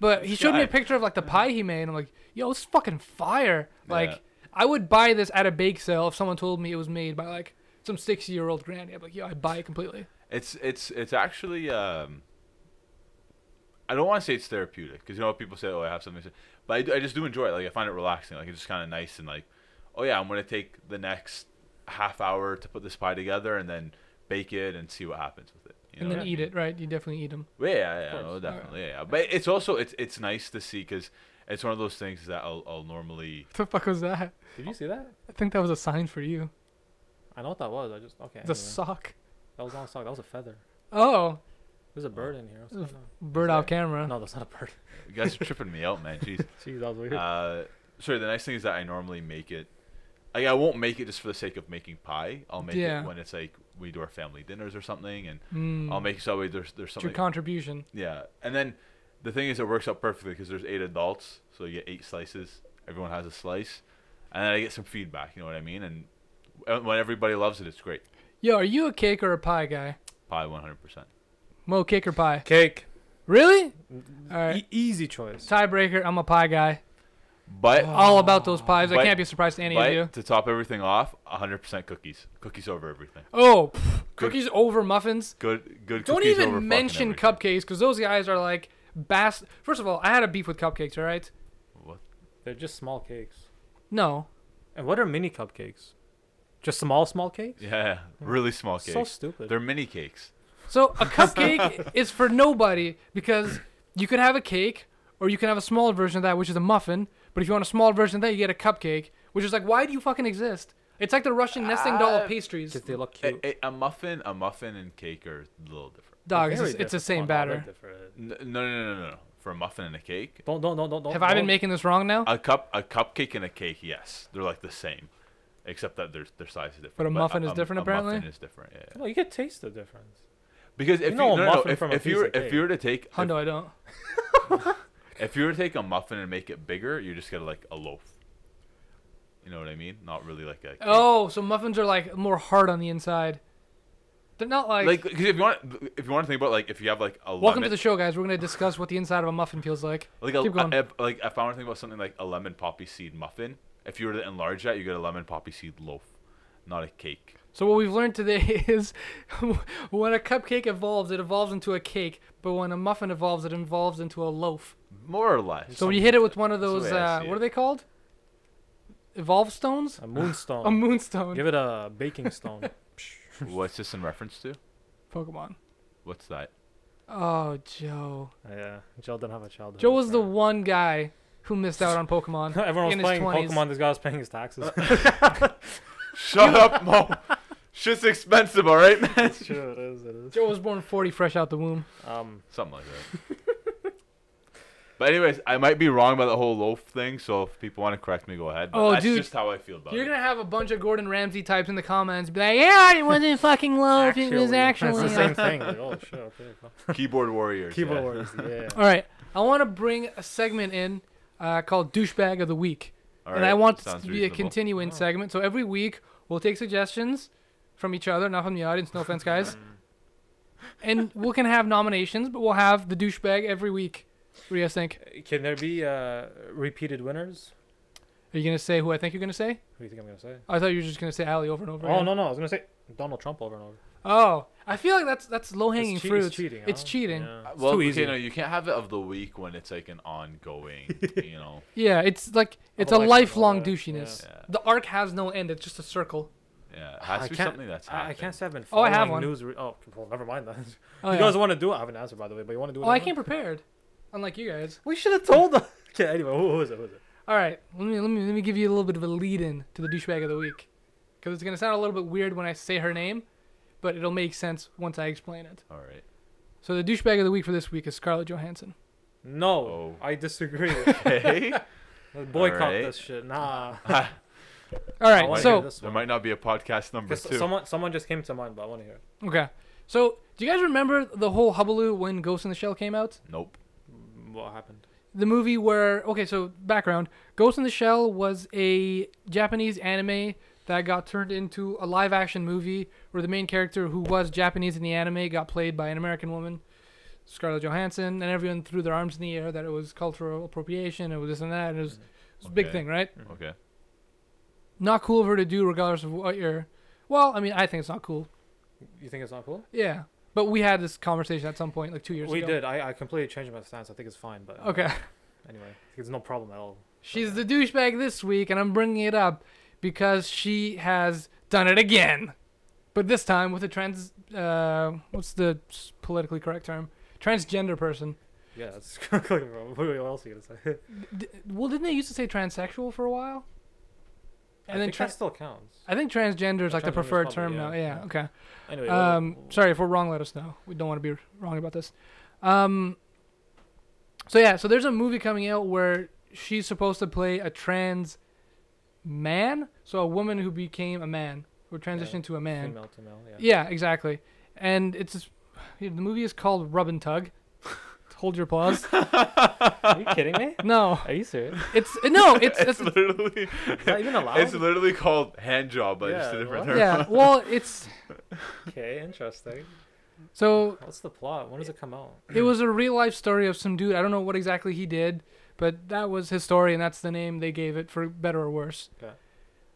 [SPEAKER 1] But
[SPEAKER 2] *laughs*
[SPEAKER 1] he showed me a
[SPEAKER 2] Right.
[SPEAKER 1] picture of like the pie he made. And I'm like, yo, this is fucking fire. Like
[SPEAKER 2] Yeah.
[SPEAKER 1] I would buy this at a bake sale if someone told me it was made by like some 60 year old granny. I'm like, yo, I'd buy it completely.
[SPEAKER 2] It's it's it's actually. Um, I don't want to say it's therapeutic because you know people say, "Oh, I have something," to say," but I, do- I just do enjoy it. Like I find it relaxing. Like it's just kind of nice and like, oh yeah, I'm gonna take the next half hour to put this pie together and then bake it and see what happens with it. You
[SPEAKER 1] and
[SPEAKER 2] know
[SPEAKER 1] then
[SPEAKER 2] what I
[SPEAKER 1] eat
[SPEAKER 2] mean?
[SPEAKER 1] it, right? You definitely eat them.
[SPEAKER 2] Yeah, yeah, yeah,
[SPEAKER 4] course.
[SPEAKER 2] no, definitely, yeah, yeah. But it's also it's it's nice to see because it's one of those things that I'll I'll normally
[SPEAKER 1] What *laughs* the fuck was that?
[SPEAKER 4] Did you see that?
[SPEAKER 1] I think that was a sign for you.
[SPEAKER 4] I know what that was. I just okay.
[SPEAKER 1] The
[SPEAKER 4] Anyway.
[SPEAKER 1] sock.
[SPEAKER 4] that was not a sock. That was a feather.
[SPEAKER 1] Oh,
[SPEAKER 4] There's a bird in here.
[SPEAKER 1] *laughs*
[SPEAKER 4] What's
[SPEAKER 1] Oof.
[SPEAKER 4] going on?
[SPEAKER 1] bird off camera.
[SPEAKER 4] No, that's not a bird. *laughs*
[SPEAKER 2] you guys are tripping me out, man. Jeez.
[SPEAKER 4] Jeez, that was weird.
[SPEAKER 1] Ah.
[SPEAKER 2] Uh, sorry. The nice thing is that I normally make it. Like I won't make it just for the sake of making pie. I'll make
[SPEAKER 1] Yeah.
[SPEAKER 2] it when it's like we do our family dinners or something, and
[SPEAKER 1] Mm.
[SPEAKER 2] I'll make it so that way there's there's
[SPEAKER 1] It's your
[SPEAKER 2] something.
[SPEAKER 1] contribution.
[SPEAKER 2] yeah, and then the thing is it works out perfectly because there's eight adults, so you get eight slices. Everyone has a slice, and then I get some feedback. You know what I mean? And uh, when everybody loves it, it's great.
[SPEAKER 1] Yo, are you a cake or a pie guy?
[SPEAKER 2] Pie 100. percent
[SPEAKER 1] Mo, cake or pie?
[SPEAKER 4] Cake.
[SPEAKER 1] Really?
[SPEAKER 2] Mm,
[SPEAKER 1] All right.
[SPEAKER 4] E- easy choice.
[SPEAKER 1] Tiebreaker. I'm a pie guy.
[SPEAKER 2] But Ah,
[SPEAKER 1] All about those pies. I
[SPEAKER 2] But-
[SPEAKER 1] can't be surprised to Oh, any of you.
[SPEAKER 2] But to top everything off, 100% cookies. Cookies over everything.
[SPEAKER 1] Oh, pff, cookies over muffins.
[SPEAKER 2] Good, good.
[SPEAKER 1] Don't
[SPEAKER 2] cookies over
[SPEAKER 1] even
[SPEAKER 2] fucking
[SPEAKER 1] mention
[SPEAKER 2] everything.
[SPEAKER 1] cupcakes because those guys are like bast. First of all, I had a beef with cupcakes. All right.
[SPEAKER 2] What?
[SPEAKER 4] They're just small cakes.
[SPEAKER 1] No.
[SPEAKER 4] And what are mini cupcakes? Just small, small cakes?
[SPEAKER 2] Yeah, really small cakes.
[SPEAKER 4] So stupid.
[SPEAKER 2] They're mini cakes.
[SPEAKER 1] So a cupcake *laughs* is for nobody because you could have a cake or you can have a smaller version of that, which is a muffin. But if you want a smaller version of that, you get a cupcake, which is like, why do you fucking exist? It's like the Russian nesting doll
[SPEAKER 2] Uh,
[SPEAKER 1] of pastries.
[SPEAKER 4] Because they look cute.
[SPEAKER 2] A, a, a muffin, a muffin and cake are a little different.
[SPEAKER 1] Dog, it's,
[SPEAKER 4] Very
[SPEAKER 1] it's the
[SPEAKER 4] different.
[SPEAKER 1] same
[SPEAKER 4] Oh, no, they're
[SPEAKER 1] batter.
[SPEAKER 4] different.
[SPEAKER 2] N- No, no, no, no, no. For a muffin and a cake,
[SPEAKER 4] Don't, don't, don't, don't, don't.
[SPEAKER 1] Have I been
[SPEAKER 4] don't-
[SPEAKER 1] making this wrong now?
[SPEAKER 2] a cup, a cupcake and a cake, yes, they're like the same, except that their their size is different.
[SPEAKER 1] But a muffin is different,
[SPEAKER 2] a
[SPEAKER 1] apparently?
[SPEAKER 2] muffin is different. Yeah. yeah.
[SPEAKER 4] No, you can taste the difference.
[SPEAKER 2] Because if you,
[SPEAKER 4] know a
[SPEAKER 2] no, no, no,
[SPEAKER 4] muffin
[SPEAKER 2] if,
[SPEAKER 4] from a
[SPEAKER 2] if you were
[SPEAKER 4] piece of
[SPEAKER 2] if you were to take if,
[SPEAKER 1] Hundo, I don't.
[SPEAKER 2] if you were to take a muffin and make it bigger, you just get like a loaf. You know what I mean? Not really like a. cake.
[SPEAKER 1] Oh, so muffins are like more hard on the inside. They're not like.
[SPEAKER 2] like 'cause if you want if you want to think about like if you have like a
[SPEAKER 1] welcome
[SPEAKER 2] lemon,
[SPEAKER 1] to the show, guys. We're gonna discuss what the inside of a muffin feels like.
[SPEAKER 2] like a,
[SPEAKER 1] Keep going.
[SPEAKER 2] if- like if I want to think about something like a lemon poppy seed muffin, if you were to enlarge that, you get a lemon poppy seed loaf, not a cake.
[SPEAKER 1] So what we've learned today *laughs* is when a cupcake evolves, it evolves into a cake, but when a muffin evolves, it evolves into a loaf.
[SPEAKER 2] More or less.
[SPEAKER 1] So when you hit it with one of
[SPEAKER 2] That's the
[SPEAKER 1] those,
[SPEAKER 2] way I
[SPEAKER 1] uh,
[SPEAKER 2] see
[SPEAKER 1] what
[SPEAKER 2] it.
[SPEAKER 1] are they called? Evolve stones? *laughs*
[SPEAKER 4] A
[SPEAKER 1] A
[SPEAKER 4] moonstone.
[SPEAKER 1] moonstone.
[SPEAKER 4] Oh. Give it a baking stone. *laughs*
[SPEAKER 2] What's this in reference to?
[SPEAKER 1] Pokemon.
[SPEAKER 2] What's
[SPEAKER 1] *laughs*
[SPEAKER 2] that?
[SPEAKER 1] Oh, Joe.
[SPEAKER 4] yeah, Joe didn't have a childhood.
[SPEAKER 1] Joe was the
[SPEAKER 4] friend.
[SPEAKER 1] one guy who missed out on Pokemon.
[SPEAKER 4] *laughs* Everyone was
[SPEAKER 1] in his
[SPEAKER 4] playing
[SPEAKER 1] 20s.
[SPEAKER 4] Pokemon. This guy was paying his *laughs* taxes.
[SPEAKER 2] Shut up, Mo. Shit's expensive, all right, *laughs* man.
[SPEAKER 4] That's true. It is. It is.
[SPEAKER 1] Joe was born 40, fresh out the womb.
[SPEAKER 4] Um,
[SPEAKER 2] Something like that.
[SPEAKER 1] *laughs*
[SPEAKER 2] but anyways, I might be wrong about the whole loaf thing, so if people want to correct me, go ahead. But
[SPEAKER 1] Oh,
[SPEAKER 2] that's
[SPEAKER 1] dude.
[SPEAKER 2] just how I feel about
[SPEAKER 1] You're
[SPEAKER 2] it.
[SPEAKER 1] gonna have a bunch of Gordon Ramsay types in the comments, be like, "Yeah, it wasn't fucking love. It was actually."
[SPEAKER 4] It's
[SPEAKER 1] *laughs*
[SPEAKER 4] the same thing. Like, oh shit. Okay.
[SPEAKER 2] *laughs*
[SPEAKER 4] cool.
[SPEAKER 2] Keyboard warriors.
[SPEAKER 4] Keyboard
[SPEAKER 2] yeah.
[SPEAKER 4] warriors. Yeah.
[SPEAKER 1] *laughs* All right, I want to bring a segment in uh, called "Douchebag of the Week."
[SPEAKER 2] All
[SPEAKER 1] and
[SPEAKER 2] right,
[SPEAKER 1] I want this
[SPEAKER 2] sounds
[SPEAKER 1] to be a
[SPEAKER 2] reasonable. Oh.
[SPEAKER 1] continuing segment. So every week we'll take suggestions from each other, not from the audience. No offense,
[SPEAKER 2] *laughs*
[SPEAKER 1] guys.
[SPEAKER 4] Um,
[SPEAKER 1] and we can have nominations, but we'll have the douchebag every week. What do you guys think?
[SPEAKER 4] Can there be uh, repeated winners?
[SPEAKER 1] Are you gonna say who I think you're gonna say?
[SPEAKER 4] Who do you think I'm gonna say?
[SPEAKER 1] I thought you were just gonna say Ali over and over.
[SPEAKER 4] Oh
[SPEAKER 1] again.
[SPEAKER 4] no no! I was gonna say Donald Trump over and over.
[SPEAKER 1] Oh, I feel like that's that's low hanging
[SPEAKER 4] It's che-
[SPEAKER 1] fruit.
[SPEAKER 4] It's cheating.
[SPEAKER 1] It's
[SPEAKER 4] huh?
[SPEAKER 1] cheating. Yeah.
[SPEAKER 4] Yeah.
[SPEAKER 2] Uh, Well,
[SPEAKER 4] too
[SPEAKER 2] okay,
[SPEAKER 4] easy.
[SPEAKER 2] no, you can't have it of the week when it's like an
[SPEAKER 1] *laughs*
[SPEAKER 2] ongoing, you know.
[SPEAKER 1] it's like it's a
[SPEAKER 4] Otherwise,
[SPEAKER 1] lifelong
[SPEAKER 4] yeah.
[SPEAKER 1] douchiness.
[SPEAKER 2] Yeah.
[SPEAKER 1] The arc has no end. It's just a circle.
[SPEAKER 2] Yeah, it has
[SPEAKER 4] I
[SPEAKER 2] to be
[SPEAKER 4] can't-
[SPEAKER 2] something that's
[SPEAKER 4] I,
[SPEAKER 2] happening.
[SPEAKER 4] I can't say I've been
[SPEAKER 1] Oh, I
[SPEAKER 4] following
[SPEAKER 1] have one.
[SPEAKER 4] news. Re- oh, well, never mind that.
[SPEAKER 1] *laughs* Oh,
[SPEAKER 4] you
[SPEAKER 1] yeah.
[SPEAKER 4] guys want to do it? I have an answer, by the way, but you want to do it?
[SPEAKER 1] oh I
[SPEAKER 4] *laughs* anyway?
[SPEAKER 1] came prepared, unlike you guys.
[SPEAKER 4] We should have told them. *laughs* okay, anyway, who, who is it? Who is it?
[SPEAKER 1] All right, let me let me let me give you a little bit of a lead in to the douchebag of the week, because it's gonna sound a little bit weird when I say her name, but it'll make sense once I explain it.
[SPEAKER 2] All right. *laughs*
[SPEAKER 1] So the douchebag of the week for this week is Scarlett Johansson.
[SPEAKER 4] No,
[SPEAKER 2] Oh.
[SPEAKER 4] I disagree.
[SPEAKER 1] *laughs*
[SPEAKER 4] *laughs*
[SPEAKER 2] Hey.
[SPEAKER 4] Let's boycott
[SPEAKER 2] Alright.
[SPEAKER 4] this
[SPEAKER 2] *laughs*
[SPEAKER 4] shit. Nah.
[SPEAKER 1] All
[SPEAKER 4] I
[SPEAKER 1] right,
[SPEAKER 4] wanna
[SPEAKER 1] so
[SPEAKER 4] hear this
[SPEAKER 2] there
[SPEAKER 4] one.
[SPEAKER 2] might not be a podcast number
[SPEAKER 4] 'Cause
[SPEAKER 2] two.
[SPEAKER 4] someone, someone just came to mind, but I want to hear. it.
[SPEAKER 1] okay, so do you guys remember the whole hullabaloo when Ghost in the Shell came out?
[SPEAKER 2] Nope.
[SPEAKER 4] What happened?
[SPEAKER 1] the movie where okay so background ghost in the shell was a japanese anime that got turned into a live action movie where the main character who was japanese in the anime got played by an american woman scarlett johansson and everyone threw their arms in the air that it was cultural appropriation it was this and that and it was, it was a big
[SPEAKER 2] Okay.
[SPEAKER 1] thing right
[SPEAKER 2] Okay.
[SPEAKER 1] not cool of her to do regardless of what you're well i mean i think it's not cool
[SPEAKER 4] You think it's not cool?
[SPEAKER 1] yeah but we had this conversation at some point like two years
[SPEAKER 4] we
[SPEAKER 1] ago
[SPEAKER 4] did. I, I completely changed my stance. I think it's fine, but uh,
[SPEAKER 1] okay
[SPEAKER 4] Anyway, I think it's no problem at all.
[SPEAKER 1] She's the douchebag this week, and I'm bringing it up because she has done it again. But this time with a trans. Uh, what's the s- politically correct term? Transgender person.
[SPEAKER 4] Yeah, it's *laughs* completely wrong. What else are you gonna say?
[SPEAKER 1] D- well, didn't they used to say transsexual for a while? And
[SPEAKER 4] I
[SPEAKER 1] then
[SPEAKER 4] think
[SPEAKER 1] tran-
[SPEAKER 4] that still counts.
[SPEAKER 1] I think transgender is like the
[SPEAKER 4] Transgender's
[SPEAKER 1] preferred
[SPEAKER 4] probably-
[SPEAKER 1] term
[SPEAKER 4] yeah,
[SPEAKER 1] now. Yeah,
[SPEAKER 4] yeah.
[SPEAKER 1] okay.
[SPEAKER 4] Anyway, what-
[SPEAKER 1] Um,
[SPEAKER 4] what-
[SPEAKER 1] sorry, if we're wrong, let us know. We don't want to be wrong about this. Um, so yeah, so there's a movie coming out where she's supposed to play a trans man, so a woman who became a man, who transitioned to a man.
[SPEAKER 4] female to male. Yeah.
[SPEAKER 1] Yeah, exactly. And it's this, the movie is called Rub and Tug. Hold your
[SPEAKER 4] *laughs*
[SPEAKER 1] applause.
[SPEAKER 4] Are you kidding
[SPEAKER 1] *laughs*
[SPEAKER 4] me?
[SPEAKER 1] No,
[SPEAKER 4] Are you serious?
[SPEAKER 1] it's no, Oh,
[SPEAKER 2] *laughs*
[SPEAKER 1] it's, it's
[SPEAKER 2] It's literally
[SPEAKER 4] Is that even allowed?
[SPEAKER 2] it's literally called hand job, but just a
[SPEAKER 4] Yeah,
[SPEAKER 2] different
[SPEAKER 4] what?
[SPEAKER 2] term.
[SPEAKER 1] yeah. Well, it's
[SPEAKER 4] okay, interesting.
[SPEAKER 1] so
[SPEAKER 4] What's the plot? When does it come out?
[SPEAKER 1] it was a real life story of some dude. I don't know what exactly he did, but that was his story, and that's the name they gave it for better or worse.
[SPEAKER 4] Okay.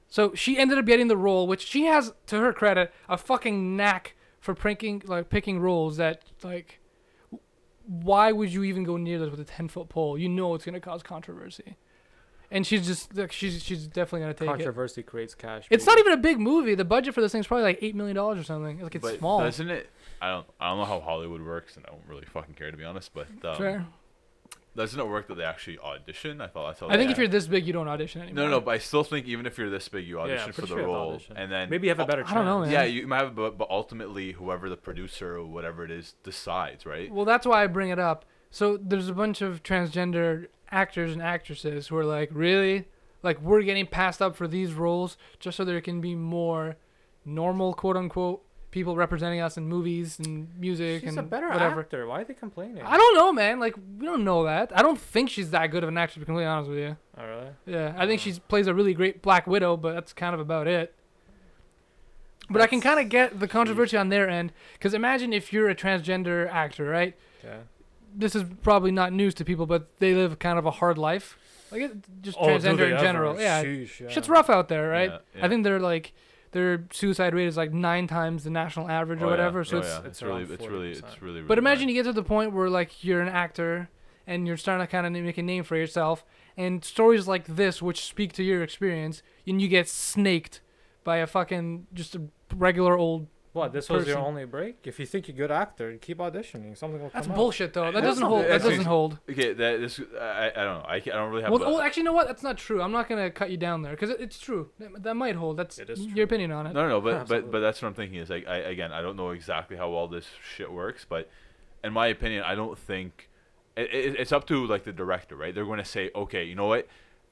[SPEAKER 1] So she ended up getting the role, which she has, to her credit, a fucking knack for pranking, like picking roles that, like, w- why would you even go near this with a ten foot pole? You know it's gonna cause controversy, and she's just like she's she's definitely gonna take it.
[SPEAKER 4] Controversy creates cash.
[SPEAKER 1] It's not even a big movie. The budget for this thing's probably like eight million dollars or something. Like it's
[SPEAKER 2] but
[SPEAKER 1] small.
[SPEAKER 2] Doesn't it? I don't. I don't know how Hollywood works, and I don't really fucking care to be honest. But um,
[SPEAKER 1] Fair.
[SPEAKER 2] doesn't it work that they actually audition? I thought I saw.
[SPEAKER 1] I think
[SPEAKER 2] that.
[SPEAKER 1] if you're this big, you don't audition anymore.
[SPEAKER 2] No, no, but I still think even if you're this big, you audition for the
[SPEAKER 4] pretty sure you have to
[SPEAKER 2] role,
[SPEAKER 4] audition.
[SPEAKER 2] and then
[SPEAKER 4] Maybe you have a better.
[SPEAKER 1] I don't know,
[SPEAKER 4] chance.
[SPEAKER 1] man.
[SPEAKER 2] Yeah, you might have, but, but ultimately, whoever the producer or whatever it is decides, right?
[SPEAKER 1] Well, that's why I bring it up. So there's a bunch of transgender actors and actresses who are like, really, like we're getting passed up for these roles just so there can be more normal, quote unquote, people representing us in movies and music
[SPEAKER 4] She's
[SPEAKER 1] and
[SPEAKER 4] a better
[SPEAKER 1] whatever.
[SPEAKER 4] actor. Why are they complaining?
[SPEAKER 1] I don't know, man. Like we don't know that. I don't think she's that good of an actress. To be completely honest with you.
[SPEAKER 4] Oh, really?
[SPEAKER 1] Yeah, I think she plays a really great Black Widow, but that's kind of about it. But I can kind of get the controversy on their end because imagine if you're a transgender actor, right?
[SPEAKER 4] Okay.
[SPEAKER 1] this is probably not news to people, but they live kind of a hard life. Like it, just
[SPEAKER 2] Oh,
[SPEAKER 4] Oh,
[SPEAKER 1] transgender in general. Yeah, shit's rough out there, right?
[SPEAKER 2] Yeah, yeah.
[SPEAKER 1] I think they're like their suicide rate is like nine times the national average
[SPEAKER 2] Oh,
[SPEAKER 1] or
[SPEAKER 2] yeah.
[SPEAKER 1] whatever. So
[SPEAKER 2] Oh,
[SPEAKER 1] it's,
[SPEAKER 2] yeah.
[SPEAKER 4] it's
[SPEAKER 2] really,
[SPEAKER 4] around
[SPEAKER 2] it's really, it's
[SPEAKER 4] 40%.
[SPEAKER 2] really.
[SPEAKER 1] but
[SPEAKER 2] really
[SPEAKER 1] imagine
[SPEAKER 2] bad.
[SPEAKER 1] you get to the point where like you're an actor and you're starting to kind of make a name for yourself, and stories like this, which speak to your experience, and you get snaked by a fucking just a regular old
[SPEAKER 4] What? This was your
[SPEAKER 1] Person.
[SPEAKER 4] only break? If you think you're a good actor, keep auditioning. Something will
[SPEAKER 1] That's
[SPEAKER 4] come out.
[SPEAKER 1] bullshit, though. That
[SPEAKER 2] That's
[SPEAKER 1] doesn't hold. That
[SPEAKER 2] that's-
[SPEAKER 1] doesn't hold.
[SPEAKER 2] Okay, that, this I, I don't know. I, ca- I don't really have.
[SPEAKER 1] Well,
[SPEAKER 2] a-
[SPEAKER 1] well, actually, you know what? That's not true. I'm not gonna cut you down there because it, it's true. That, that might hold. That's
[SPEAKER 4] It is true.
[SPEAKER 1] your opinion on it.
[SPEAKER 2] *laughs* No, no, no, but but
[SPEAKER 4] Absolutely.
[SPEAKER 2] but that's what I'm thinking is like I again I don't know exactly how all this shit works, but in my opinion, I don't think it, it, it's up to like the director, right? They're going to say, okay, you know what?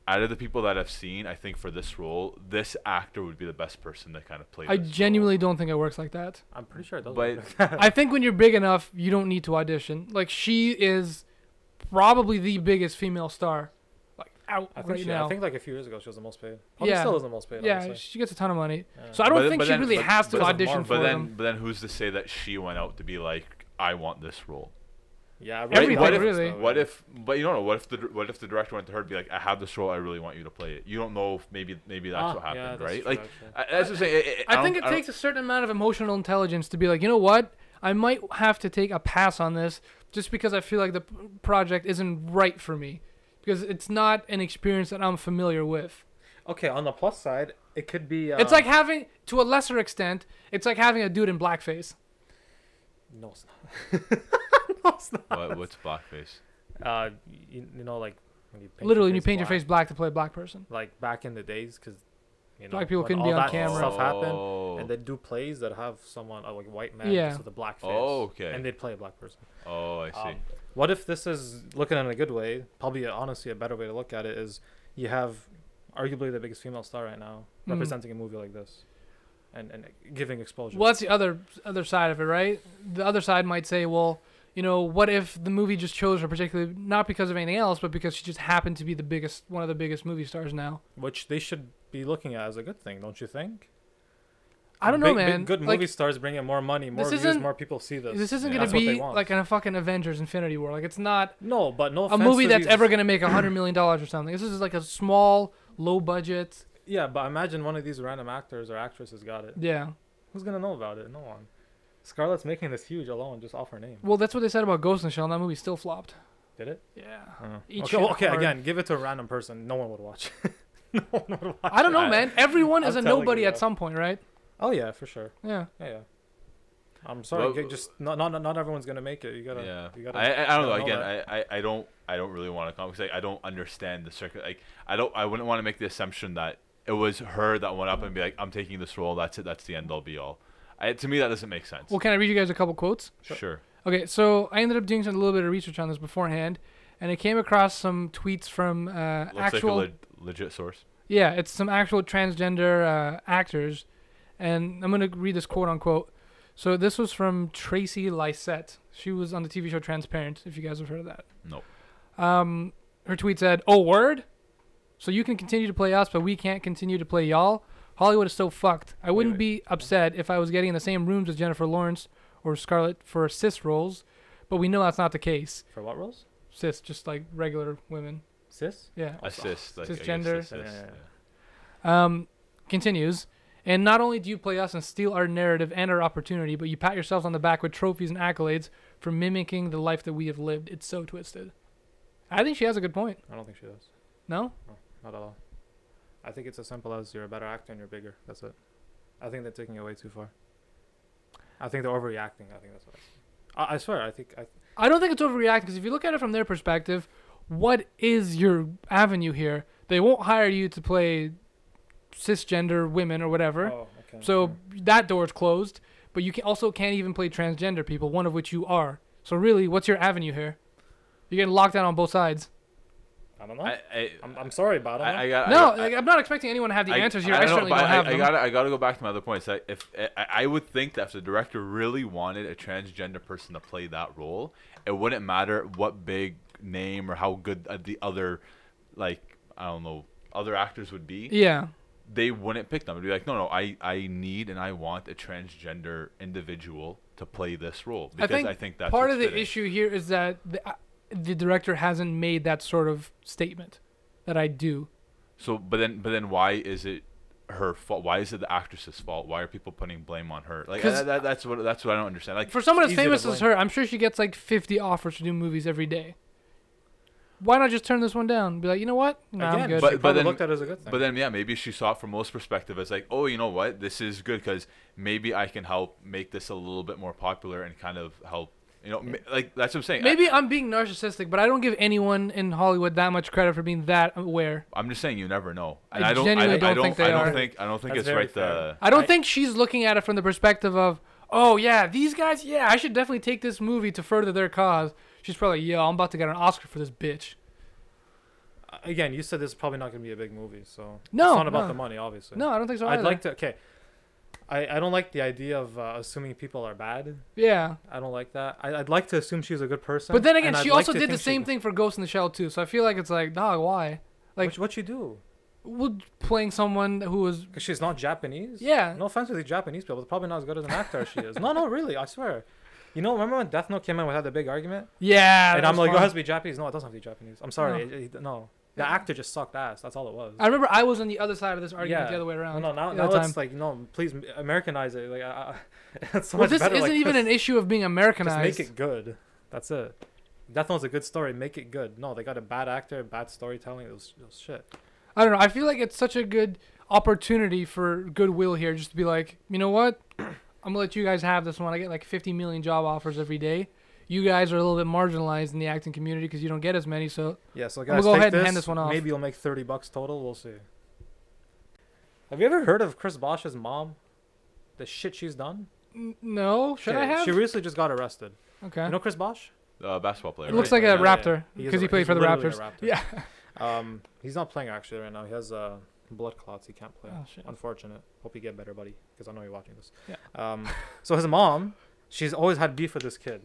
[SPEAKER 2] Out of the people that I've seen, I think for this role, this actor would be the best person to kind of play.
[SPEAKER 1] I
[SPEAKER 2] this role.
[SPEAKER 1] genuinely don't think it works like that. *laughs*
[SPEAKER 4] I'm pretty sure it does.
[SPEAKER 2] But-
[SPEAKER 4] work like that.
[SPEAKER 1] I think when you're big enough, you don't need to audition. Like she is probably the biggest female star, like out
[SPEAKER 4] I think
[SPEAKER 1] right
[SPEAKER 4] she,
[SPEAKER 1] now.
[SPEAKER 4] I think like a few years ago she was the most paid. Probably
[SPEAKER 1] Yeah.
[SPEAKER 4] still is the most paid.
[SPEAKER 1] yeah,
[SPEAKER 4] honestly.
[SPEAKER 1] she gets a ton of money.
[SPEAKER 4] Yeah.
[SPEAKER 1] So I don't
[SPEAKER 2] But-
[SPEAKER 1] think
[SPEAKER 2] but
[SPEAKER 1] she
[SPEAKER 2] then-
[SPEAKER 1] really
[SPEAKER 2] but-
[SPEAKER 1] has to
[SPEAKER 4] but-
[SPEAKER 1] audition
[SPEAKER 4] but
[SPEAKER 1] for
[SPEAKER 2] But then,
[SPEAKER 1] them.
[SPEAKER 2] but then who's to say that she went out to be like, I want this role?
[SPEAKER 4] yeah.
[SPEAKER 1] Right,
[SPEAKER 4] really
[SPEAKER 1] Everything,
[SPEAKER 2] what
[SPEAKER 4] does,
[SPEAKER 2] if,
[SPEAKER 1] really.
[SPEAKER 4] though,
[SPEAKER 2] What
[SPEAKER 4] yeah.
[SPEAKER 2] if? But you don't know. What if the what if the director went to her and be like, "I have this role. I really want you to play it." You don't know. If maybe maybe that's
[SPEAKER 4] Ah,
[SPEAKER 2] what
[SPEAKER 4] yeah,
[SPEAKER 2] happened,
[SPEAKER 4] that's
[SPEAKER 2] right?
[SPEAKER 4] true,
[SPEAKER 2] like
[SPEAKER 4] actually.
[SPEAKER 2] I, that's what I'm saying. I- I- I
[SPEAKER 1] I think
[SPEAKER 2] don't-
[SPEAKER 1] it
[SPEAKER 2] I don't-
[SPEAKER 1] takes a certain amount of emotional intelligence to be like, you know what? I might have to take a pass on this just because I feel like the p- project isn't right for me because it's not an experience that I'm familiar with.
[SPEAKER 4] Okay, on the plus side, it could be. Uh,
[SPEAKER 1] it's like having, to a lesser extent, it's like having a dude in blackface.
[SPEAKER 4] no, it's not.
[SPEAKER 2] What, what's blackface?
[SPEAKER 4] Uh, you, you know, like when you paint your
[SPEAKER 1] Literally, when you
[SPEAKER 4] face
[SPEAKER 1] paint your
[SPEAKER 4] black,
[SPEAKER 1] face black to play a black person.
[SPEAKER 4] Like back in the days, because you know,
[SPEAKER 1] Black people
[SPEAKER 4] when
[SPEAKER 1] couldn't
[SPEAKER 4] all
[SPEAKER 1] be on
[SPEAKER 4] that
[SPEAKER 1] camera.
[SPEAKER 4] Stuff happened,
[SPEAKER 2] Oh,
[SPEAKER 4] and they do plays that have someone uh, like white man
[SPEAKER 1] Yeah.
[SPEAKER 4] just with a black face.
[SPEAKER 2] Oh, okay.
[SPEAKER 4] And they play a black person.
[SPEAKER 2] oh, I see.
[SPEAKER 4] Um, what if this is looking at it in a good way? Probably uh, honestly a better way to look at it is you have arguably the biggest female star right now
[SPEAKER 1] Mhm.
[SPEAKER 4] representing a movie like this, and and giving exposure.
[SPEAKER 1] Well, that's the other other side of it, right? The other side might say, well, you know, what if the movie just chose her particularly not because of anything else, but because she just happened to be the biggest, one of the biggest movie stars now.
[SPEAKER 4] which they should be looking at as a good thing, don't you think?
[SPEAKER 1] I don't know,
[SPEAKER 4] Big- big-
[SPEAKER 1] man.
[SPEAKER 4] good
[SPEAKER 1] like,
[SPEAKER 4] movie stars bring in more money, more
[SPEAKER 1] this
[SPEAKER 4] views,
[SPEAKER 1] isn't-
[SPEAKER 4] more people see this.
[SPEAKER 1] This isn't
[SPEAKER 2] Yeah.
[SPEAKER 1] gonna
[SPEAKER 4] That's what they
[SPEAKER 1] be
[SPEAKER 4] want.
[SPEAKER 1] like in a fucking Avengers Infinity War. Like it's not
[SPEAKER 4] no, but no.
[SPEAKER 1] a
[SPEAKER 4] offense
[SPEAKER 1] movie
[SPEAKER 4] to
[SPEAKER 1] that's
[SPEAKER 4] these-
[SPEAKER 1] ever gonna make a hundred million dollars or something. This is like a small, low budget.
[SPEAKER 4] Yeah, but imagine one of these random actors or actresses got it.
[SPEAKER 1] Yeah.
[SPEAKER 4] Who's gonna know about it? No one. Scarlett's making this huge alone just off her name.
[SPEAKER 1] Well, that's what they said about Ghost in the Shell, and that movie still flopped.
[SPEAKER 4] Did it?
[SPEAKER 1] Yeah.
[SPEAKER 4] Uh,
[SPEAKER 1] Eat
[SPEAKER 4] okay,
[SPEAKER 1] shit
[SPEAKER 4] well, okay.
[SPEAKER 1] hard.
[SPEAKER 4] Again, give it to a random person. No one would watch. *laughs*
[SPEAKER 1] I don't know,
[SPEAKER 2] I-
[SPEAKER 1] man. Everyone is
[SPEAKER 4] I'm
[SPEAKER 1] a
[SPEAKER 4] telling
[SPEAKER 1] nobody
[SPEAKER 4] you,
[SPEAKER 1] at
[SPEAKER 4] yeah.
[SPEAKER 1] some point, right?
[SPEAKER 4] oh yeah, for sure.
[SPEAKER 1] Yeah.
[SPEAKER 4] Yeah, yeah. I'm sorry.
[SPEAKER 2] Well-
[SPEAKER 4] g- just not, not, not everyone's gonna make it. You gotta.
[SPEAKER 2] yeah,
[SPEAKER 4] You gotta
[SPEAKER 2] I, I, I don't know.
[SPEAKER 4] gotta
[SPEAKER 2] Again,
[SPEAKER 4] that.
[SPEAKER 2] I, I, I don't I don't really want to comment because I, I don't understand the circuit. Like I don't I wouldn't want to make the assumption that it was her that went up and be like, I'm taking this role. That's it. That's the end all be all. I, to me, that doesn't make sense.
[SPEAKER 1] Well, can I read you guys a couple quotes?
[SPEAKER 2] sure.
[SPEAKER 1] Okay, so I ended up doing some, a little bit of research on this beforehand, and I came across some tweets from uh,
[SPEAKER 2] Looks
[SPEAKER 1] actual.
[SPEAKER 2] like a le- legit source.
[SPEAKER 1] yeah, it's some actual transgender uh, actors, and I'm gonna read this quote unquote. So this was from Tracy Lysette. She was on the TV show Transparent. If you guys have heard of that.
[SPEAKER 2] Nope.
[SPEAKER 1] Um, her tweet said, "Oh word, so you can continue to play us, but we can't continue to play y'all. Hollywood is so fucked. I wouldn't be upset if I was getting in the same rooms as Jennifer Lawrence or Scarlett for cis roles, but we know that's not the case.
[SPEAKER 4] For what roles?
[SPEAKER 1] Cis, just like regular women.
[SPEAKER 4] Cis?
[SPEAKER 1] Yeah."
[SPEAKER 2] Assist. Like, I guess
[SPEAKER 1] Cisgender.
[SPEAKER 2] assist,
[SPEAKER 4] Yeah, yeah, yeah.
[SPEAKER 2] yeah.
[SPEAKER 1] Um, continues, and not only do you play us and steal our narrative and our opportunity, but you pat yourselves on the back with trophies and accolades for mimicking the life that we have lived. It's so twisted. I think she has a good point.
[SPEAKER 4] I don't think she does.
[SPEAKER 1] No?
[SPEAKER 4] Not at all. I think it's as simple as you're a better actor and you're bigger. That's it. I think they're taking it way too far. I think they're overreacting. I think that's what. I, I swear. I think. I,
[SPEAKER 1] I don't think it's overreacting because if you look at it from their perspective, what is your avenue here? They won't hire you to play cisgender women or whatever.
[SPEAKER 4] Oh, okay.
[SPEAKER 1] so
[SPEAKER 4] Mm.
[SPEAKER 1] that door's closed. But you can also can't even play transgender people, one of which you are. So really, what's your avenue here? You're getting locked down on both sides.
[SPEAKER 4] I don't know.
[SPEAKER 2] I,
[SPEAKER 4] I,
[SPEAKER 2] I,
[SPEAKER 4] am I'm sorry, but I don't know.
[SPEAKER 2] I, I got. I
[SPEAKER 1] no,
[SPEAKER 2] got-
[SPEAKER 1] like, I'm not expecting anyone to have the answers here. I,
[SPEAKER 2] know,
[SPEAKER 1] certainly
[SPEAKER 2] but
[SPEAKER 1] don't
[SPEAKER 2] I,
[SPEAKER 1] have
[SPEAKER 2] I
[SPEAKER 1] them.
[SPEAKER 2] gotta, I gotta go back to my other points. That if I, I would think that if the director really wanted a transgender person to play that role, it wouldn't matter what big name or how good uh, the other, like I don't know, other actors would be.
[SPEAKER 1] yeah,
[SPEAKER 2] They wouldn't pick them. It'd be like, no, no, I, I need and I want a transgender individual to play this role because
[SPEAKER 1] I think,
[SPEAKER 2] that's
[SPEAKER 1] part
[SPEAKER 2] what's
[SPEAKER 1] of the
[SPEAKER 2] fitting.
[SPEAKER 1] issue here is that the, uh, the director hasn't made that sort of statement that I do.
[SPEAKER 2] So, but then, but then, why is it her fault? Why is it the actress's fault? Why are people putting blame on her? Like
[SPEAKER 1] 'Cause-
[SPEAKER 2] that, that, that's what that's what I don't understand. Like
[SPEAKER 1] For someone as
[SPEAKER 4] It's easy to
[SPEAKER 1] famous as
[SPEAKER 4] blame.
[SPEAKER 1] her, I'm sure she gets like 50 offers to do movies every day. why not just turn this one down? Be like, you know what? Nah, I'm
[SPEAKER 4] Again,
[SPEAKER 1] good.
[SPEAKER 2] But-
[SPEAKER 4] she
[SPEAKER 2] but
[SPEAKER 4] probably
[SPEAKER 2] then-
[SPEAKER 4] looked at it as a good thing.
[SPEAKER 2] But then, yeah, maybe she saw it from most perspective as like, oh, you know what, this is good because maybe I can help make this a little bit more popular and kind of help, you know, ma- like that's what I'm saying.
[SPEAKER 1] Maybe I'm being narcissistic, but I don't give anyone in Hollywood that much credit for being that aware.
[SPEAKER 2] I, am just saying you never know, and
[SPEAKER 1] I
[SPEAKER 2] I, don't, I,
[SPEAKER 1] genuinely
[SPEAKER 2] I
[SPEAKER 1] don't
[SPEAKER 2] don't,
[SPEAKER 1] think
[SPEAKER 2] I
[SPEAKER 1] they
[SPEAKER 2] don't
[SPEAKER 1] are.
[SPEAKER 2] think, I don't think
[SPEAKER 4] That's
[SPEAKER 2] it's
[SPEAKER 4] very
[SPEAKER 2] right. The
[SPEAKER 1] I don't
[SPEAKER 4] I-
[SPEAKER 1] think she's looking at it from the perspective of, oh yeah, these guys, yeah, I should definitely take this movie to further their cause. She's probably, yo, I'm about to get an Oscar for this bitch.
[SPEAKER 4] again, you said this is probably not going to be a big movie, so
[SPEAKER 1] No,
[SPEAKER 4] it's not about
[SPEAKER 1] no.
[SPEAKER 4] the money, obviously.
[SPEAKER 1] No, I don't think so.
[SPEAKER 4] I'd
[SPEAKER 1] either.
[SPEAKER 4] like to. Okay, I, I don't like the idea of uh, assuming people are bad.
[SPEAKER 1] yeah.
[SPEAKER 4] I don't like that. I, I'd like to assume she's a good person.
[SPEAKER 1] But then again,
[SPEAKER 4] and I'd
[SPEAKER 1] she
[SPEAKER 4] like
[SPEAKER 1] also
[SPEAKER 4] to
[SPEAKER 1] did the
[SPEAKER 4] think she-
[SPEAKER 1] same thing for Ghost in the Shell too. So I feel like it's like, dog, why? like-
[SPEAKER 4] Which- what she do?
[SPEAKER 1] Well, playing someone who was,
[SPEAKER 4] Because she's not Japanese.
[SPEAKER 1] Yeah.
[SPEAKER 4] No offense to the Japanese people, they're probably not as good as an actor as she is. No, no, really, I swear. You know, remember when Death Note came out? We had the big argument,
[SPEAKER 1] yeah.
[SPEAKER 4] and
[SPEAKER 1] that
[SPEAKER 4] I'm
[SPEAKER 1] was
[SPEAKER 4] like, "Oh, it
[SPEAKER 1] fun.
[SPEAKER 4] has to be Japanese." No, it doesn't have to be Japanese. I'm
[SPEAKER 1] No.
[SPEAKER 4] sorry. No, it, it, no. the actor just sucked ass. That's all it was.
[SPEAKER 1] I remember I was on the other side of this argument
[SPEAKER 4] Yeah.
[SPEAKER 1] the other way around.
[SPEAKER 4] no, no, now,
[SPEAKER 1] the
[SPEAKER 4] now
[SPEAKER 1] other time.
[SPEAKER 4] it's like no, please m- Americanize it. Like, I, *laughs* I, it's so
[SPEAKER 1] well,
[SPEAKER 4] much
[SPEAKER 1] this
[SPEAKER 4] better.
[SPEAKER 1] isn't
[SPEAKER 4] like
[SPEAKER 1] even
[SPEAKER 4] *laughs* this.
[SPEAKER 1] an issue of being
[SPEAKER 4] Just
[SPEAKER 1] Americanized.
[SPEAKER 4] make it good. That's it. Death Note's a good story. Make it good. No, they got a bad actor, bad storytelling. It was, it was shit.
[SPEAKER 1] I don't know. I feel like it's such a good opportunity for goodwill here, just to be like, you know what? *clears throat* I'm gonna let you guys have this one. I get like 50 million job offers every day. You guys are a little bit marginalized in the acting community because you don't get as many. So
[SPEAKER 4] Yeah, so
[SPEAKER 1] gonna
[SPEAKER 4] guys,
[SPEAKER 1] go
[SPEAKER 4] take
[SPEAKER 1] ahead
[SPEAKER 4] this.
[SPEAKER 1] and hand this one off.
[SPEAKER 4] Maybe you'll make thirty bucks total. We'll see. Have you ever heard of Chris Bosch's mom? The shit she's done.
[SPEAKER 1] N- no, should I
[SPEAKER 4] Okay,
[SPEAKER 1] have?
[SPEAKER 4] She recently just got arrested.
[SPEAKER 1] okay.
[SPEAKER 4] You know Chris Bosch?
[SPEAKER 2] uh, basketball player.
[SPEAKER 1] it looks
[SPEAKER 2] right?
[SPEAKER 1] like a
[SPEAKER 4] Yeah, yeah.
[SPEAKER 1] raptor
[SPEAKER 4] is
[SPEAKER 1] because
[SPEAKER 4] a-
[SPEAKER 1] he played
[SPEAKER 4] he's
[SPEAKER 1] for the
[SPEAKER 4] literally a
[SPEAKER 1] Raptors. Yeah.
[SPEAKER 4] *laughs* Um, he's not playing actually right now. He has uh, blood clots. He can't play.
[SPEAKER 1] Oh, shit.
[SPEAKER 4] Unfortunate. Hope you get better, buddy, because I know you're watching this.
[SPEAKER 1] Yeah.
[SPEAKER 4] Um, so his mom, she's always had beef with this kid,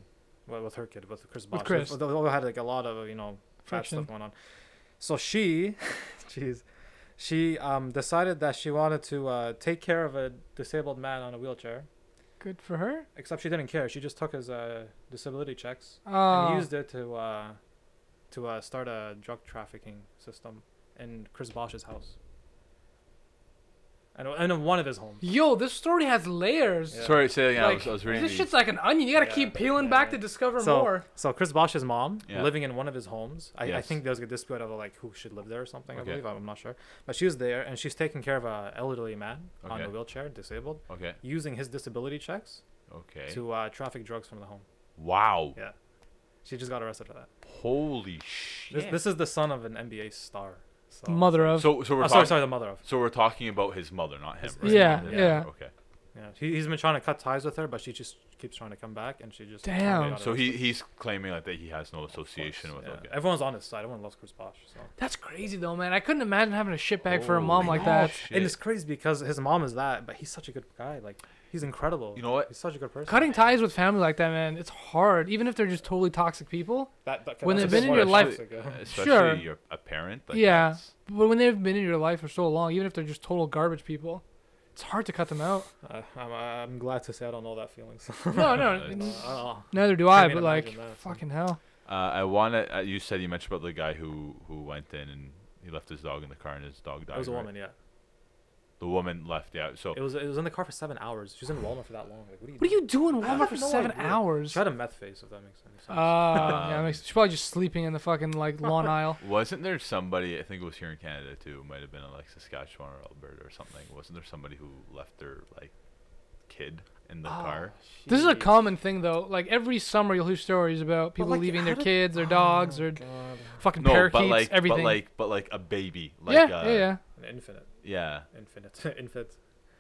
[SPEAKER 4] well, with her kid, with Chris Bosh.
[SPEAKER 1] Chris.
[SPEAKER 4] They've, they've always had like a lot of you know bad
[SPEAKER 1] Friction.
[SPEAKER 4] stuff going on. So she, *laughs* jeez, she um decided that she wanted to uh, take care of a disabled man on a wheelchair.
[SPEAKER 1] Good for her.
[SPEAKER 4] Except she didn't care. She just took his uh, disability checks
[SPEAKER 1] Oh.
[SPEAKER 4] and used it to uh, to uh, start a drug trafficking system in Chris Bosch's house. And and in one of his homes.
[SPEAKER 1] Yo, this story has layers.
[SPEAKER 4] Yeah.
[SPEAKER 2] Sorry, say yeah, I,
[SPEAKER 1] Like,
[SPEAKER 2] was, I was reading.
[SPEAKER 1] This
[SPEAKER 2] the-
[SPEAKER 1] shit's like an onion. You gotta
[SPEAKER 4] Yeah,
[SPEAKER 1] keep peeling
[SPEAKER 4] yeah,
[SPEAKER 1] back
[SPEAKER 4] yeah.
[SPEAKER 1] to discover
[SPEAKER 4] So-
[SPEAKER 1] more.
[SPEAKER 4] So Chris Bosch's mom,
[SPEAKER 2] Yeah.
[SPEAKER 4] living in one of his homes, I, I
[SPEAKER 2] Yes.
[SPEAKER 4] think there was a dispute over like who should live there or something.
[SPEAKER 2] Okay.
[SPEAKER 4] I believe I'm not sure, but she was there and she's taking care of a elderly man on a
[SPEAKER 2] Okay.
[SPEAKER 4] wheelchair, disabled,
[SPEAKER 2] okay,
[SPEAKER 4] using his disability checks
[SPEAKER 2] okay.
[SPEAKER 4] to uh, traffic drugs from the home.
[SPEAKER 2] wow,
[SPEAKER 4] Yeah, she just got arrested for that.
[SPEAKER 2] holy shit.
[SPEAKER 4] This, this is the son of an NBA star. So.
[SPEAKER 1] Mother of.
[SPEAKER 2] So, so we're
[SPEAKER 4] Oh,
[SPEAKER 2] talking,
[SPEAKER 4] sorry, sorry, the mother of.
[SPEAKER 2] so we're talking about his mother, not him,
[SPEAKER 4] His-
[SPEAKER 2] right?
[SPEAKER 1] Yeah, yeah.
[SPEAKER 2] Okay.
[SPEAKER 4] Yeah, he, he's been trying to cut ties with her, but she just keeps trying to come back, and she just finally
[SPEAKER 1] Damn.
[SPEAKER 4] got
[SPEAKER 2] So
[SPEAKER 4] arrested.
[SPEAKER 2] he he's claiming like that he has no
[SPEAKER 4] Of course,
[SPEAKER 2] association with.
[SPEAKER 4] yeah.
[SPEAKER 2] Okay.
[SPEAKER 4] Everyone's on his side. Everyone loves Chris Bosch. So.
[SPEAKER 1] That's crazy though, man. I couldn't imagine having a shitbag for a mom
[SPEAKER 2] Holy
[SPEAKER 1] like that.
[SPEAKER 2] shit.
[SPEAKER 4] And it's crazy because his mom is that, but he's such a good guy. Like he's incredible.
[SPEAKER 2] You know what?
[SPEAKER 4] He's such a good person.
[SPEAKER 1] Cutting ties with family like that, man, it's hard. Even if they're just totally toxic people,
[SPEAKER 4] That, that,
[SPEAKER 1] when
[SPEAKER 4] that's
[SPEAKER 1] they've
[SPEAKER 4] a
[SPEAKER 1] been in your
[SPEAKER 4] smart
[SPEAKER 1] life-
[SPEAKER 4] choice to go.
[SPEAKER 2] especially
[SPEAKER 1] Sure.
[SPEAKER 2] you're a parent. Like
[SPEAKER 1] Yeah.
[SPEAKER 2] that's-
[SPEAKER 1] but when they've been in your life for so long, even if they're just total garbage people, it's hard to cut them
[SPEAKER 4] *laughs*
[SPEAKER 1] out.
[SPEAKER 4] Uh, I'm, I'm glad to say I don't know that
[SPEAKER 1] *laughs*
[SPEAKER 4] feeling. So.
[SPEAKER 1] No, no,
[SPEAKER 2] Uh,
[SPEAKER 1] n-
[SPEAKER 4] I don't know.
[SPEAKER 1] neither do I.
[SPEAKER 4] Can't
[SPEAKER 1] But
[SPEAKER 4] even
[SPEAKER 1] like,
[SPEAKER 4] imagine that.
[SPEAKER 1] fucking hell.
[SPEAKER 2] Uh, I want to. Uh, you said you mentioned about the guy who who went in and he left his dog in the car and his dog died.
[SPEAKER 4] It was a
[SPEAKER 2] right?
[SPEAKER 4] woman. Yeah.
[SPEAKER 2] The woman left. Yeah. So
[SPEAKER 4] It was. It was in the car for seven hours. She was in Walmart for that long. Like, what are
[SPEAKER 1] Oh.
[SPEAKER 4] you?
[SPEAKER 1] What are
[SPEAKER 4] doing?
[SPEAKER 1] you doing in
[SPEAKER 4] I
[SPEAKER 1] Walmart
[SPEAKER 4] have
[SPEAKER 1] for
[SPEAKER 4] no
[SPEAKER 1] seven
[SPEAKER 4] idea.
[SPEAKER 1] hours?
[SPEAKER 4] She had a meth face, if that makes any sense.
[SPEAKER 1] Uh, yeah, that
[SPEAKER 2] Um,
[SPEAKER 1] makes, she's probably just sleeping in the fucking like lawn aisle.
[SPEAKER 2] wasn't there somebody? I think it was here in Canada too. It might have been in like Saskatchewan or Alberta or something. Wasn't there somebody who left their like kid in the
[SPEAKER 1] Oh.
[SPEAKER 2] car?
[SPEAKER 1] This is a
[SPEAKER 4] Jeez.
[SPEAKER 1] common thing though. Like every summer, you'll hear stories about people
[SPEAKER 4] like,
[SPEAKER 1] leaving
[SPEAKER 4] how
[SPEAKER 1] their
[SPEAKER 4] did-
[SPEAKER 1] kids, their dogs,
[SPEAKER 4] Oh,
[SPEAKER 1] their
[SPEAKER 4] God.
[SPEAKER 1] fucking
[SPEAKER 2] No,
[SPEAKER 1] parakeets,
[SPEAKER 2] but like,
[SPEAKER 1] everything.
[SPEAKER 2] but like, but like a baby. Like,
[SPEAKER 1] yeah,
[SPEAKER 2] uh,
[SPEAKER 1] yeah, yeah.
[SPEAKER 4] An infinite,
[SPEAKER 2] yeah.
[SPEAKER 4] infinite, *laughs* infinite.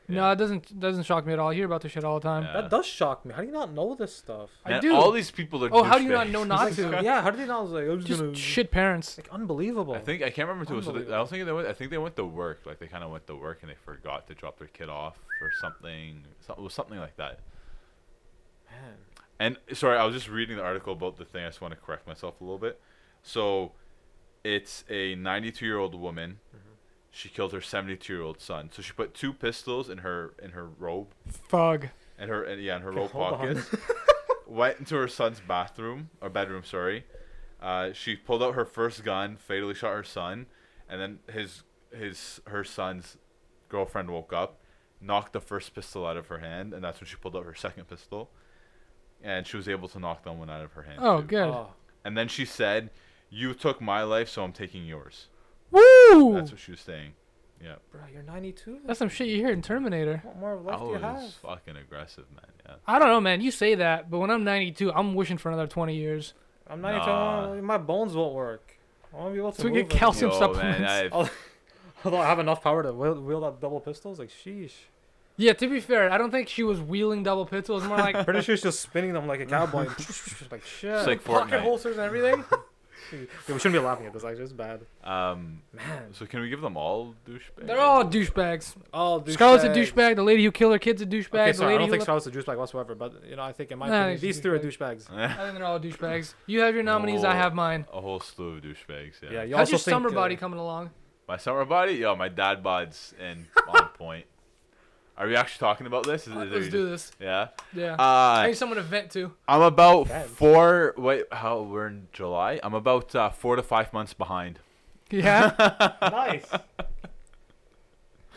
[SPEAKER 1] No,
[SPEAKER 2] Yeah.
[SPEAKER 1] it doesn't doesn't shock me at all. I hear about this shit all the time.
[SPEAKER 2] Yeah.
[SPEAKER 4] That does shock me. How do you not know this stuff?
[SPEAKER 1] I
[SPEAKER 2] Man,
[SPEAKER 1] do.
[SPEAKER 2] All these people are.
[SPEAKER 1] Oh, how do you not know
[SPEAKER 4] *laughs*
[SPEAKER 2] douchebags.
[SPEAKER 1] not
[SPEAKER 4] Like,
[SPEAKER 1] to?
[SPEAKER 4] Yeah, how did they not? I was like, I'm just,
[SPEAKER 1] Just
[SPEAKER 4] gonna...
[SPEAKER 1] shit parents.
[SPEAKER 4] Like unbelievable.
[SPEAKER 2] I think I can't remember who it was. so they- I
[SPEAKER 4] Unbelievable.
[SPEAKER 2] don't think they went. I think they went to work. Like they kind of went to work and they forgot to drop their kid off or something. So- It was something like that.
[SPEAKER 4] Man.
[SPEAKER 2] And sorry, I was just reading the article about the thing. I just want to correct myself a little bit. So, it's a 92 year old woman.
[SPEAKER 1] Mm-hmm.
[SPEAKER 2] She killed her 72 year old son. So she put two pistols in her in her robe
[SPEAKER 1] Fug.
[SPEAKER 2] and her and, yeah in her
[SPEAKER 4] Okay,
[SPEAKER 2] robe
[SPEAKER 4] hold on.
[SPEAKER 2] pockets.
[SPEAKER 4] *laughs*
[SPEAKER 2] went into her son's bathroom or bedroom. Sorry. Uh, she pulled out her first gun, fatally shot her son, and then his his her son's girlfriend woke up, knocked the first pistol out of her hand, and that's when she pulled out her second pistol, and she was able to knock that one out of her hand.
[SPEAKER 1] Oh,
[SPEAKER 2] too.
[SPEAKER 1] good.
[SPEAKER 4] Oh,
[SPEAKER 2] And then she said, you took my life, so I'm taking yours.
[SPEAKER 1] Woo!
[SPEAKER 2] That's
[SPEAKER 1] That's,
[SPEAKER 2] what she was saying. Yeah.
[SPEAKER 4] Bro, you're 92.
[SPEAKER 1] some shit you hear in Terminator.
[SPEAKER 4] What more
[SPEAKER 2] I
[SPEAKER 4] life do you have?
[SPEAKER 2] Oh, was fucking aggressive, man. Yeah.
[SPEAKER 1] I don't know, man. You say that, but when I'm 92, I'm wishing for another 20 years.
[SPEAKER 4] I'm 92.
[SPEAKER 2] Nah.
[SPEAKER 4] My bones won't work. I won't be able to
[SPEAKER 1] So we
[SPEAKER 4] move
[SPEAKER 1] get
[SPEAKER 4] it.
[SPEAKER 1] calcium
[SPEAKER 2] Yo,
[SPEAKER 1] supplements.
[SPEAKER 2] Man, I,
[SPEAKER 4] Oh, *laughs* Although I have enough power to wield, wield up double pistols, like sheesh.
[SPEAKER 1] Yeah, to be fair, I don't think she was wielding double pistols. It was more
[SPEAKER 4] *laughs*
[SPEAKER 1] like
[SPEAKER 4] Pretty sure she's just spinning them like a *laughs* cowboy, like shit.
[SPEAKER 2] It's like
[SPEAKER 1] pocket
[SPEAKER 2] Fortnite.
[SPEAKER 1] holsters and
[SPEAKER 4] *laughs*
[SPEAKER 1] everything.
[SPEAKER 4] Dude, we shouldn't be laughing at this. Actually, it's bad.
[SPEAKER 2] Um,
[SPEAKER 4] Man.
[SPEAKER 2] so can we give them all douchebags?
[SPEAKER 1] They're all douchebags.
[SPEAKER 4] Oh, douchebag.
[SPEAKER 1] Scarlett's a douchebag. The lady who killed her kid's a douchebag.
[SPEAKER 4] Okay,
[SPEAKER 1] the
[SPEAKER 4] sorry. I
[SPEAKER 1] lady
[SPEAKER 4] don't
[SPEAKER 1] who
[SPEAKER 4] think
[SPEAKER 1] left-
[SPEAKER 4] Scarlett's a douchebag whatsoever. But you know, I think in my
[SPEAKER 1] Nah,
[SPEAKER 4] opinion,
[SPEAKER 1] she's a
[SPEAKER 4] these two are douchebags.
[SPEAKER 1] I think they're all douchebags. You have your nominees. I
[SPEAKER 2] Oh.
[SPEAKER 1] have mine.
[SPEAKER 2] a whole slew of douchebags. Yeah.
[SPEAKER 4] Yeah. You
[SPEAKER 1] How's
[SPEAKER 4] also
[SPEAKER 1] your
[SPEAKER 4] think,
[SPEAKER 1] summer
[SPEAKER 4] uh,
[SPEAKER 1] body coming along?
[SPEAKER 2] My summer body, yo, my dad bod's in *laughs* on point. Are we actually talking about this? Is- is
[SPEAKER 1] Let's
[SPEAKER 2] it-
[SPEAKER 1] do this.
[SPEAKER 2] Yeah.
[SPEAKER 1] Yeah. I
[SPEAKER 2] Uh,
[SPEAKER 1] need someone to vent
[SPEAKER 4] *laughs*
[SPEAKER 1] to.
[SPEAKER 2] I'm about
[SPEAKER 4] Damn.
[SPEAKER 2] four. Wait, how we're in July? I'm about uh, four to five months behind.
[SPEAKER 1] Yeah.
[SPEAKER 4] nice. *laughs*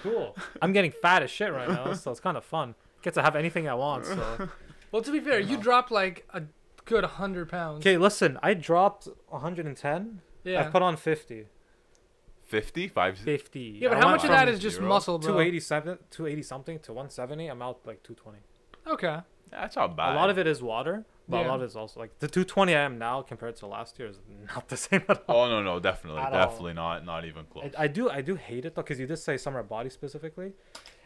[SPEAKER 4] Cool. I'm getting fat as shit right now, so it's kind of fun. Get to have anything I want. So.
[SPEAKER 1] well, to be fair, you dropped like a good 100 pounds.
[SPEAKER 4] Okay, listen. I dropped 110.
[SPEAKER 1] Yeah.
[SPEAKER 4] I've put on 50.
[SPEAKER 2] 50? Five?
[SPEAKER 4] 50.
[SPEAKER 1] yeah, but
[SPEAKER 4] I
[SPEAKER 1] how
[SPEAKER 4] went
[SPEAKER 1] much of
[SPEAKER 4] from
[SPEAKER 1] that is just
[SPEAKER 2] zero
[SPEAKER 1] muscle, bro?
[SPEAKER 4] 287, 280 something to 170. I'm out like 220.
[SPEAKER 1] Okay.
[SPEAKER 2] That's not bad.
[SPEAKER 4] A lot of it is water, but
[SPEAKER 1] Yeah.
[SPEAKER 4] a lot of it is also like the 220 I am now compared to last year is not *laughs* the same at all.
[SPEAKER 2] Oh no, no, definitely,
[SPEAKER 4] At all.
[SPEAKER 2] definitely not, not even close.
[SPEAKER 4] I, I do I do hate it though because you did say summer body specifically,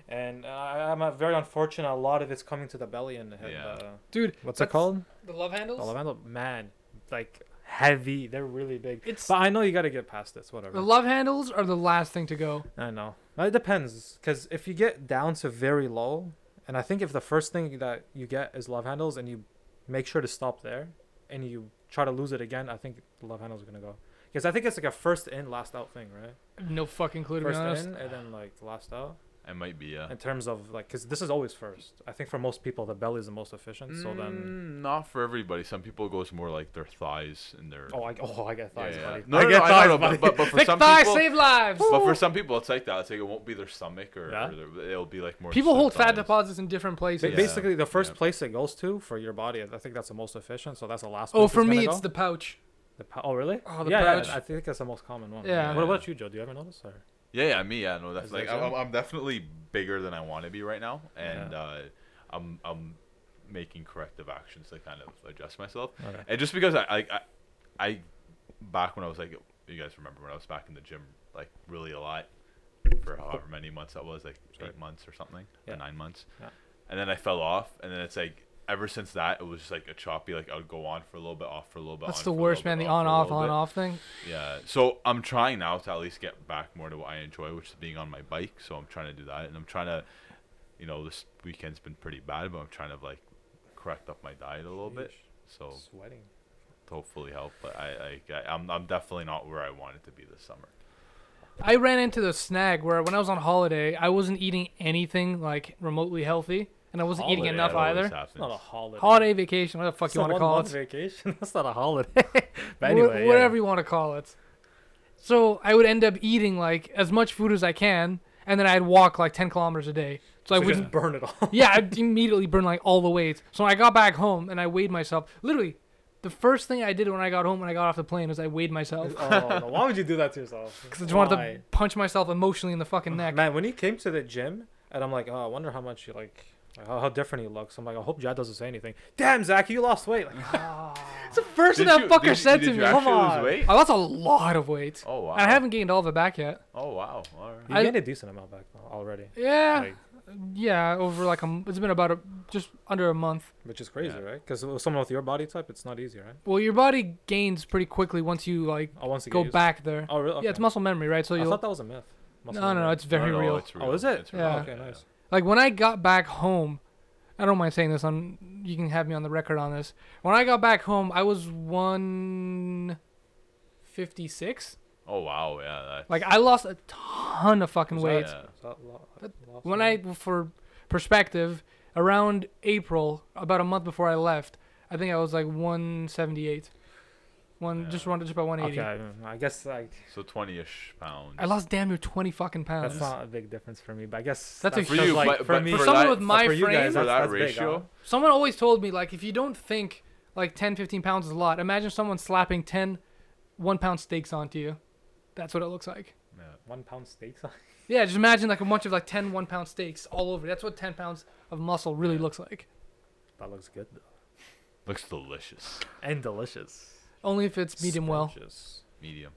[SPEAKER 4] and I, I'm uh, very unfortunate. A lot of it's coming to the belly and the head.
[SPEAKER 2] Yeah.
[SPEAKER 4] Uh,
[SPEAKER 1] Dude,
[SPEAKER 4] what's
[SPEAKER 1] that's-
[SPEAKER 4] it called?
[SPEAKER 1] the love handles?
[SPEAKER 4] Elemental man, like heavy. They're really big.
[SPEAKER 1] It's-
[SPEAKER 4] but I know you got to get past this. Whatever.
[SPEAKER 1] The love handles are the last thing to go.
[SPEAKER 4] I know. It depends, because if you get down to very low, and I think if the first thing that you get is love handles, and you make sure to stop there, and you try to lose it again, I think the love handles are gonna go. Because I think it's like a first in, last out thing, right?
[SPEAKER 1] No fucking clue, to be
[SPEAKER 4] First
[SPEAKER 1] honest.
[SPEAKER 4] in and then like last out.
[SPEAKER 2] it might be yeah.
[SPEAKER 4] In terms of like, because this is always first. I think for most people, the belly is the most efficient. So then,
[SPEAKER 2] Mm, not for everybody. Some people it goes more like their thighs and their.
[SPEAKER 4] oh, I oh I get
[SPEAKER 2] Yeah,
[SPEAKER 4] thighs,
[SPEAKER 2] yeah.
[SPEAKER 4] buddy.
[SPEAKER 2] No,
[SPEAKER 4] I
[SPEAKER 2] no,
[SPEAKER 4] get
[SPEAKER 2] no, I
[SPEAKER 4] thighs,
[SPEAKER 2] know,
[SPEAKER 4] buddy.
[SPEAKER 2] but, but, but for
[SPEAKER 1] Thick
[SPEAKER 2] some
[SPEAKER 1] thighs
[SPEAKER 2] people,
[SPEAKER 1] save lives!
[SPEAKER 2] but for some people, it's like that. It's like it won't be their stomach or,
[SPEAKER 4] Yeah.
[SPEAKER 2] or their, it'll be like more.
[SPEAKER 1] people
[SPEAKER 2] their
[SPEAKER 1] hold fat
[SPEAKER 2] thighs.
[SPEAKER 1] deposits in different
[SPEAKER 4] Ba-
[SPEAKER 1] places.
[SPEAKER 2] Yeah.
[SPEAKER 4] Basically, the first
[SPEAKER 2] yeah.
[SPEAKER 4] place it goes to for your body, I think that's the most efficient. So that's the last.
[SPEAKER 1] Oh,
[SPEAKER 4] place
[SPEAKER 1] for
[SPEAKER 4] gonna
[SPEAKER 1] me,
[SPEAKER 4] go.
[SPEAKER 1] it's the pouch.
[SPEAKER 4] The pou- oh really?
[SPEAKER 1] Oh, the
[SPEAKER 4] yeah, yeah,
[SPEAKER 1] pouch.
[SPEAKER 4] I think that's the most common one.
[SPEAKER 1] Yeah.
[SPEAKER 4] What about you, Joe? Do you ever notice? Or?
[SPEAKER 2] Yeah, yeah, me, yeah, no, that's
[SPEAKER 4] Is
[SPEAKER 2] like
[SPEAKER 4] that
[SPEAKER 2] I'm,
[SPEAKER 4] so?
[SPEAKER 2] I'm definitely bigger than I want to be right now, and
[SPEAKER 4] Yeah.
[SPEAKER 2] uh, I'm I'm making corrective actions to kind of adjust myself,
[SPEAKER 4] Okay.
[SPEAKER 2] and just because I I, I I back when I was like you guys remember when I was back in the gym like really a lot for however many months that was like
[SPEAKER 4] Sorry.
[SPEAKER 2] eight months or something
[SPEAKER 4] Yeah.
[SPEAKER 2] or nine months,
[SPEAKER 4] Yeah.
[SPEAKER 2] and then I fell off, and then it's like. Ever since that, it was just like a choppy. Like I would go on for a little bit, off for a little bit.
[SPEAKER 1] That's
[SPEAKER 2] on
[SPEAKER 1] the
[SPEAKER 2] for a
[SPEAKER 1] worst,
[SPEAKER 2] little
[SPEAKER 1] man.
[SPEAKER 2] bit,
[SPEAKER 1] The
[SPEAKER 2] off
[SPEAKER 1] on
[SPEAKER 2] for a
[SPEAKER 1] off,
[SPEAKER 2] little
[SPEAKER 1] on
[SPEAKER 2] bit.
[SPEAKER 1] off thing.
[SPEAKER 2] Yeah. So I'm trying now to at least get back more to what I enjoy, which is being on my bike. So I'm trying to do that, and I'm trying to, you know, this weekend's been pretty bad, but I'm trying to like correct up my diet a little bit. Oh. So
[SPEAKER 4] Sweating.
[SPEAKER 2] to hopefully help, but I, I, I I'm, I'm definitely not where I wanted to be this summer.
[SPEAKER 1] I ran into the snag where when I was on holiday, I wasn't eating anything like remotely healthy, and I wasn't eating
[SPEAKER 4] Holiday,
[SPEAKER 1] enough
[SPEAKER 2] That always
[SPEAKER 1] either.
[SPEAKER 2] happens.
[SPEAKER 4] It's not a holiday.
[SPEAKER 1] Holiday vacation, what the fuck
[SPEAKER 4] It's
[SPEAKER 1] you
[SPEAKER 4] a
[SPEAKER 1] want to
[SPEAKER 4] one
[SPEAKER 1] call
[SPEAKER 4] month
[SPEAKER 1] it?
[SPEAKER 4] vacation. *laughs* that's not a holiday. but
[SPEAKER 1] Wha-
[SPEAKER 4] anyway, yeah.
[SPEAKER 1] whatever you want to call it. So I would end up eating like as much food as I can, and then I'd walk like 10 kilometers a day. So, I
[SPEAKER 4] So
[SPEAKER 1] wouldn't.
[SPEAKER 4] just burn it
[SPEAKER 1] *laughs*
[SPEAKER 4] all.
[SPEAKER 1] yeah, I'd immediately burn like all the weights. So when I got back home and I weighed myself. Literally, the first thing I did when I got home when I got off the plane is I weighed myself.
[SPEAKER 4] oh, no. Why would you do that to yourself?
[SPEAKER 1] Because I just wanted
[SPEAKER 4] Why?
[SPEAKER 1] to punch myself emotionally in the
[SPEAKER 2] *laughs*
[SPEAKER 1] fucking neck.
[SPEAKER 4] Man, when he came to the gym, and I'm like, oh, I wonder how much you like, like, how, how different he looks. I'm like, I hope Jad doesn't say anything. Damn, Zach, you lost weight. Like, *laughs*
[SPEAKER 1] It's the first thing
[SPEAKER 2] Did
[SPEAKER 1] that
[SPEAKER 2] you-
[SPEAKER 1] fucker
[SPEAKER 2] did you-
[SPEAKER 1] said
[SPEAKER 2] did
[SPEAKER 1] to
[SPEAKER 2] you
[SPEAKER 1] me.
[SPEAKER 2] actually
[SPEAKER 4] Come
[SPEAKER 2] lose
[SPEAKER 4] on.
[SPEAKER 2] weight?
[SPEAKER 1] I lost a lot of weight.
[SPEAKER 2] Oh wow.
[SPEAKER 1] And I haven't gained all of it back yet.
[SPEAKER 2] Oh wow. All right.
[SPEAKER 4] you
[SPEAKER 1] Ah. I-
[SPEAKER 4] gained a decent amount back now already,
[SPEAKER 1] Yeah,
[SPEAKER 4] like,
[SPEAKER 1] yeah. Over like a, m- it's been about a, just under a month.
[SPEAKER 4] which is crazy,
[SPEAKER 2] Yeah.
[SPEAKER 4] right? Because someone with your body type, it's not easy, right?
[SPEAKER 1] Well, your body gains pretty quickly once you like
[SPEAKER 4] I want to
[SPEAKER 1] go back there.
[SPEAKER 4] Oh, really? Okay.
[SPEAKER 1] Yeah, it's muscle memory, right? So
[SPEAKER 4] I
[SPEAKER 1] you
[SPEAKER 4] thought
[SPEAKER 1] will
[SPEAKER 4] that was a myth. Muscle
[SPEAKER 1] no, no, no,
[SPEAKER 4] memory.
[SPEAKER 1] it's very
[SPEAKER 2] No, no,
[SPEAKER 1] real.
[SPEAKER 2] It's
[SPEAKER 4] Oh, is it?
[SPEAKER 2] It's
[SPEAKER 1] Yeah.
[SPEAKER 4] Okay, nice.
[SPEAKER 1] Like when I got back home, I don't mind saying this. On you can have me on the record on this. When I got back home, I was one fifty six.
[SPEAKER 2] Oh wow. Yeah. That's,
[SPEAKER 1] Like I lost a ton of fucking
[SPEAKER 4] Was
[SPEAKER 1] weight.
[SPEAKER 2] Yeah.
[SPEAKER 4] Is that lo- lost
[SPEAKER 1] When I,
[SPEAKER 4] weight?
[SPEAKER 1] for perspective, around April, about a month before I left, I think I was like 178. One just
[SPEAKER 2] Yeah.
[SPEAKER 1] around just about 180.
[SPEAKER 4] Okay, mm, I- I guess like
[SPEAKER 2] So twenty-ish pounds.
[SPEAKER 1] I lost damn near 20 fucking pounds.
[SPEAKER 4] that's not a big difference for me, but I guess
[SPEAKER 1] That's a
[SPEAKER 4] just,
[SPEAKER 2] huge-
[SPEAKER 4] like
[SPEAKER 2] but-
[SPEAKER 4] for
[SPEAKER 2] but
[SPEAKER 4] me.
[SPEAKER 2] for
[SPEAKER 4] but
[SPEAKER 1] someone
[SPEAKER 2] that-
[SPEAKER 1] with my
[SPEAKER 4] for you
[SPEAKER 1] frame,
[SPEAKER 4] guys,
[SPEAKER 2] for
[SPEAKER 4] that's-
[SPEAKER 2] that
[SPEAKER 4] that's big, huh?
[SPEAKER 2] ratio.
[SPEAKER 1] someone always told me like if you don't think like 10, 15 pounds is a lot, imagine someone slapping 10 one pound steaks onto you. That's what it looks like.
[SPEAKER 2] Yeah.
[SPEAKER 4] One pound steaks. *laughs*
[SPEAKER 1] Yeah, just imagine like a bunch of like 10 one pound steaks all over. That's what 10 pounds of muscle really looks like.
[SPEAKER 4] that looks good though.
[SPEAKER 2] Looks delicious.
[SPEAKER 4] and delicious.
[SPEAKER 1] Only if it's medium well.
[SPEAKER 4] Scrumptious.
[SPEAKER 2] Medium.